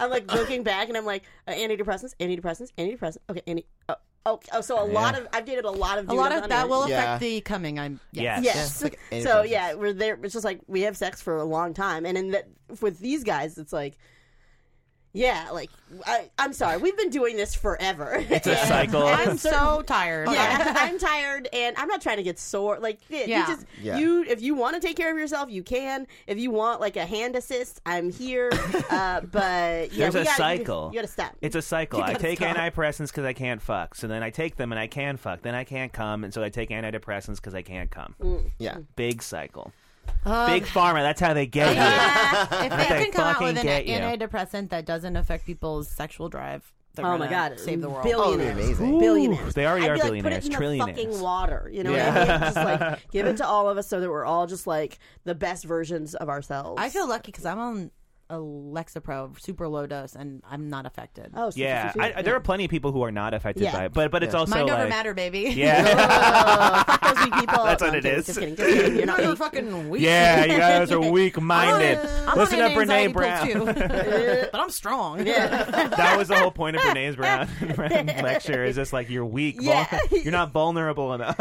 [SPEAKER 5] I'm like looking back and I'm like uh, antidepressants, antidepressants, antidepressants. Okay, anti. Oh, oh, oh, so a lot of I've dated a lot of
[SPEAKER 3] A
[SPEAKER 5] dudes
[SPEAKER 3] lot of
[SPEAKER 5] on
[SPEAKER 3] that
[SPEAKER 5] it.
[SPEAKER 3] will
[SPEAKER 6] Yeah.
[SPEAKER 3] affect the coming. I'm yes.
[SPEAKER 4] Yes.
[SPEAKER 5] Yes.
[SPEAKER 6] Like any
[SPEAKER 5] so
[SPEAKER 6] process.
[SPEAKER 5] yeah, we're there. It's just like we have sex for a long time, and in that with these guys, it's like, yeah, like I, I'm sorry, we've been doing this forever. It's
[SPEAKER 4] a cycle.
[SPEAKER 3] I'm so tired.
[SPEAKER 5] Yeah, I'm tired, and I'm not trying to get sore. Like, yeah,
[SPEAKER 3] Yeah.
[SPEAKER 5] you just
[SPEAKER 6] Yeah.
[SPEAKER 5] you if you want to take care of yourself, you can. If you want like a hand assist, I'm here. uh, but yeah,
[SPEAKER 4] There's
[SPEAKER 5] we
[SPEAKER 4] a
[SPEAKER 5] gotta,
[SPEAKER 4] cycle.
[SPEAKER 5] You, gotta stop.
[SPEAKER 4] It's a cycle. I take
[SPEAKER 5] stop.
[SPEAKER 4] antidepressants because I can't fuck. So then I take them and I can fuck. Then I can't come, and so I take antidepressants because I can't come.
[SPEAKER 5] Mm.
[SPEAKER 6] Yeah.
[SPEAKER 4] Big cycle. Big pharma. That's how they get you.
[SPEAKER 3] if they
[SPEAKER 4] They
[SPEAKER 3] can come out
[SPEAKER 4] fucking
[SPEAKER 3] with an
[SPEAKER 4] get you.
[SPEAKER 3] antidepressant that doesn't affect people's sexual drive, they're
[SPEAKER 5] Oh
[SPEAKER 3] gonna
[SPEAKER 5] my god!
[SPEAKER 3] save the world.
[SPEAKER 5] Billionaires.
[SPEAKER 6] Oh, amazing.
[SPEAKER 5] Billionaires.
[SPEAKER 4] They already
[SPEAKER 5] I'd
[SPEAKER 4] are
[SPEAKER 5] be like,
[SPEAKER 4] billionaires,
[SPEAKER 5] Put it in
[SPEAKER 4] trillionaires.
[SPEAKER 5] The fucking water. You know what I mean? Just like give it to all of us so that we're all just like the best versions of ourselves.
[SPEAKER 3] I feel lucky because I'm on a Lexapro, super low dose, and I'm not affected.
[SPEAKER 5] Oh, sweet,
[SPEAKER 4] Yeah,
[SPEAKER 5] sweet,
[SPEAKER 4] I,
[SPEAKER 5] sweet.
[SPEAKER 4] there are plenty of people who are not affected
[SPEAKER 5] Yeah.
[SPEAKER 4] by it, but but it's also
[SPEAKER 3] Mind over
[SPEAKER 4] like
[SPEAKER 3] matter, baby.
[SPEAKER 4] yeah,
[SPEAKER 5] Oh, fuck those weak people.
[SPEAKER 4] That's
[SPEAKER 5] No,
[SPEAKER 4] what
[SPEAKER 5] I'm
[SPEAKER 4] it
[SPEAKER 5] kidding,
[SPEAKER 4] is.
[SPEAKER 5] Just kidding. Just kidding. You're not
[SPEAKER 3] You're
[SPEAKER 5] weak.
[SPEAKER 3] fucking weak.
[SPEAKER 4] yeah. You guys are weak minded.
[SPEAKER 3] I'm
[SPEAKER 4] Listen
[SPEAKER 3] on
[SPEAKER 4] to
[SPEAKER 3] an
[SPEAKER 4] Brene
[SPEAKER 3] anxiety
[SPEAKER 4] Brown.
[SPEAKER 3] pill, too. but I'm strong.
[SPEAKER 4] that was the whole point of Brene's Brown lecture. Is just like you're weak.
[SPEAKER 5] Yeah.
[SPEAKER 4] vul- you're not vulnerable enough.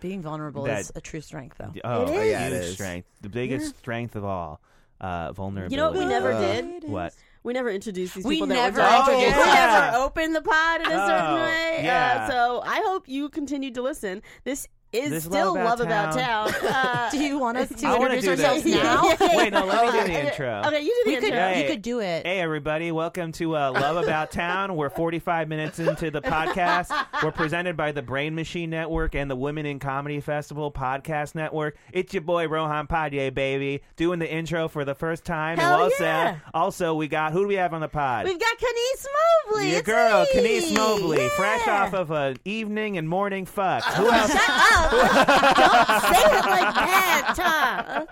[SPEAKER 3] Being vulnerable
[SPEAKER 4] That-
[SPEAKER 3] is a true strength, though.
[SPEAKER 4] oh,
[SPEAKER 6] is. Yeah, it
[SPEAKER 4] huge
[SPEAKER 6] is.
[SPEAKER 4] strength. The biggest strength of all. Uh, vulnerability.
[SPEAKER 5] You know what we never did?
[SPEAKER 4] What?
[SPEAKER 5] We never introduced these
[SPEAKER 3] We
[SPEAKER 5] people.
[SPEAKER 3] never
[SPEAKER 5] that were
[SPEAKER 4] introduced
[SPEAKER 5] We
[SPEAKER 4] them.
[SPEAKER 5] never opened the pod in a certain
[SPEAKER 4] Oh,
[SPEAKER 5] way. Uh,
[SPEAKER 4] yeah.
[SPEAKER 5] so I hope you continued to listen. This is
[SPEAKER 4] This Love
[SPEAKER 5] still
[SPEAKER 4] About
[SPEAKER 5] love about
[SPEAKER 4] Town.
[SPEAKER 5] town. Uh,
[SPEAKER 3] Do you want us to
[SPEAKER 4] I wanna
[SPEAKER 3] introduce
[SPEAKER 4] do
[SPEAKER 3] ourselves
[SPEAKER 4] this.
[SPEAKER 3] now?
[SPEAKER 4] Wait, no, let me do the
[SPEAKER 5] okay,
[SPEAKER 4] intro.
[SPEAKER 5] Okay, you do the
[SPEAKER 3] You could,
[SPEAKER 5] intro.
[SPEAKER 4] Yeah.
[SPEAKER 3] you could do it.
[SPEAKER 4] Hey, everybody. Welcome to uh, Love About Town. We're 45 minutes into the podcast. We're presented by the Brain Machine Network and the Women in Comedy Festival Podcast Network. It's your boy, Rohan Padye, baby, doing the intro for the first time.
[SPEAKER 5] Hell
[SPEAKER 4] Well
[SPEAKER 5] yeah.
[SPEAKER 4] said. Also, we got who do we have on the pod?
[SPEAKER 5] We've got Kenise Mobley.
[SPEAKER 4] your
[SPEAKER 5] It's
[SPEAKER 4] girl,
[SPEAKER 5] me.
[SPEAKER 4] Kenise Mobley,
[SPEAKER 5] Yeah.
[SPEAKER 4] fresh off of an evening and morning fuck. Who else?
[SPEAKER 5] Say it like that, Tom.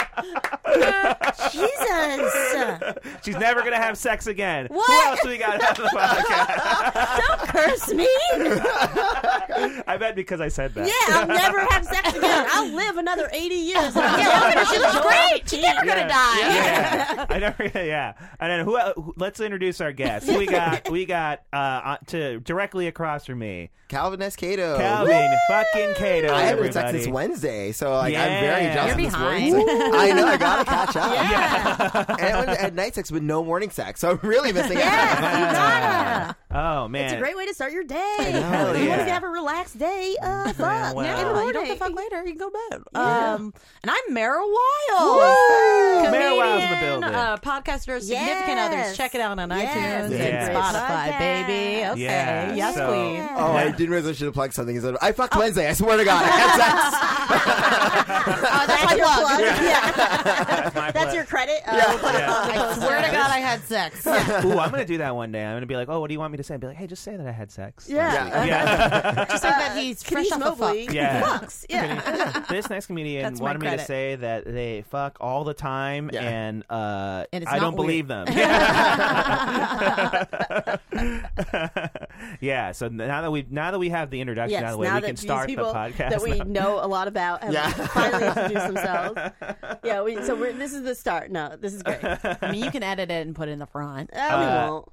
[SPEAKER 5] Jesus.
[SPEAKER 4] She's never going to have sex again.
[SPEAKER 5] What?
[SPEAKER 4] Who else do we got on the podcast?
[SPEAKER 5] Don't curse me. Yeah,
[SPEAKER 4] I bet because I said that.
[SPEAKER 5] I'll never have sex again. I'll live another 80 years. Yeah, she looks great. She's never going to die.
[SPEAKER 4] yeah. I never. Yeah. And then who, who? Let's introduce our guests. Who we got? We got uh, uh, to directly across from me,
[SPEAKER 6] Calvin S. Cato.
[SPEAKER 4] Calvin fucking Cato.
[SPEAKER 6] Oh. I haven't had sex
[SPEAKER 4] everybody.
[SPEAKER 6] since Wednesday, so like, I'm very
[SPEAKER 4] Yeah.
[SPEAKER 6] jealous
[SPEAKER 4] You're
[SPEAKER 6] of this
[SPEAKER 3] behind.
[SPEAKER 6] morning sex. I know, I gotta catch up. And I went- I had night sex, but no morning sex, so I'm really missing out.
[SPEAKER 5] Yes, you gotta.
[SPEAKER 4] Oh man,
[SPEAKER 5] It's a great way to start your day. You
[SPEAKER 6] know,
[SPEAKER 5] want
[SPEAKER 4] yeah.
[SPEAKER 5] to have a relaxed day? Uh, fuck.
[SPEAKER 4] well.
[SPEAKER 5] In the
[SPEAKER 3] Yeah,
[SPEAKER 5] morning.
[SPEAKER 3] you don't have to fuck later. You can go to bed. Um, and I'm Mara Wild.
[SPEAKER 4] Mara Wild's in the
[SPEAKER 3] Comedian,
[SPEAKER 4] building.
[SPEAKER 3] Uh, podcaster of Significant Others.
[SPEAKER 5] Yes.
[SPEAKER 3] Check it out on
[SPEAKER 5] Yes.
[SPEAKER 3] iTunes
[SPEAKER 4] Yes.
[SPEAKER 3] and Spotify,
[SPEAKER 5] Podcast.
[SPEAKER 3] baby. Okay.
[SPEAKER 4] Yeah,
[SPEAKER 3] Yes,
[SPEAKER 4] so-
[SPEAKER 3] queen.
[SPEAKER 6] Oh, I didn't realize I should have plugged something. instead of- I fucked Wednesday. I swear to God, I had sex.
[SPEAKER 5] Oh, that's my plug.
[SPEAKER 4] That's my
[SPEAKER 5] That's
[SPEAKER 4] plug.
[SPEAKER 5] your credit. Uh, we'll put it
[SPEAKER 4] Yeah.
[SPEAKER 5] on the
[SPEAKER 3] I
[SPEAKER 5] post.
[SPEAKER 3] swear to God, I had sex.
[SPEAKER 4] Ooh, I'm gonna do that one day. I'm gonna be like, oh, what do you want me to say? And be like, hey, just say that I had sex.
[SPEAKER 5] Yeah.
[SPEAKER 6] Yeah.
[SPEAKER 4] Yeah.
[SPEAKER 3] Just like that he's fresh
[SPEAKER 5] Kenny's
[SPEAKER 3] off the fuck.
[SPEAKER 5] Mobley
[SPEAKER 4] Yeah.
[SPEAKER 5] fucks. Yeah.
[SPEAKER 4] this next comedian
[SPEAKER 3] That's my
[SPEAKER 4] wanted me to
[SPEAKER 3] credit.
[SPEAKER 4] say that they fuck all the time,
[SPEAKER 6] Yeah.
[SPEAKER 4] and uh,
[SPEAKER 3] And it's
[SPEAKER 4] I
[SPEAKER 3] not
[SPEAKER 4] don't
[SPEAKER 3] weird.
[SPEAKER 4] believe them. Yeah. So now that we now that we have the introduction out of the
[SPEAKER 5] Yes,
[SPEAKER 4] way,
[SPEAKER 5] now
[SPEAKER 4] we
[SPEAKER 5] that
[SPEAKER 4] can
[SPEAKER 5] these
[SPEAKER 4] start the
[SPEAKER 5] people
[SPEAKER 4] podcast.
[SPEAKER 5] that we
[SPEAKER 4] now.
[SPEAKER 5] know a lot about have
[SPEAKER 6] Yeah.
[SPEAKER 5] finally introduced themselves. Yeah, we, so we're, this is the start. No, this is great. Uh,
[SPEAKER 3] I mean, you can edit it and put it in the front.
[SPEAKER 5] we won't.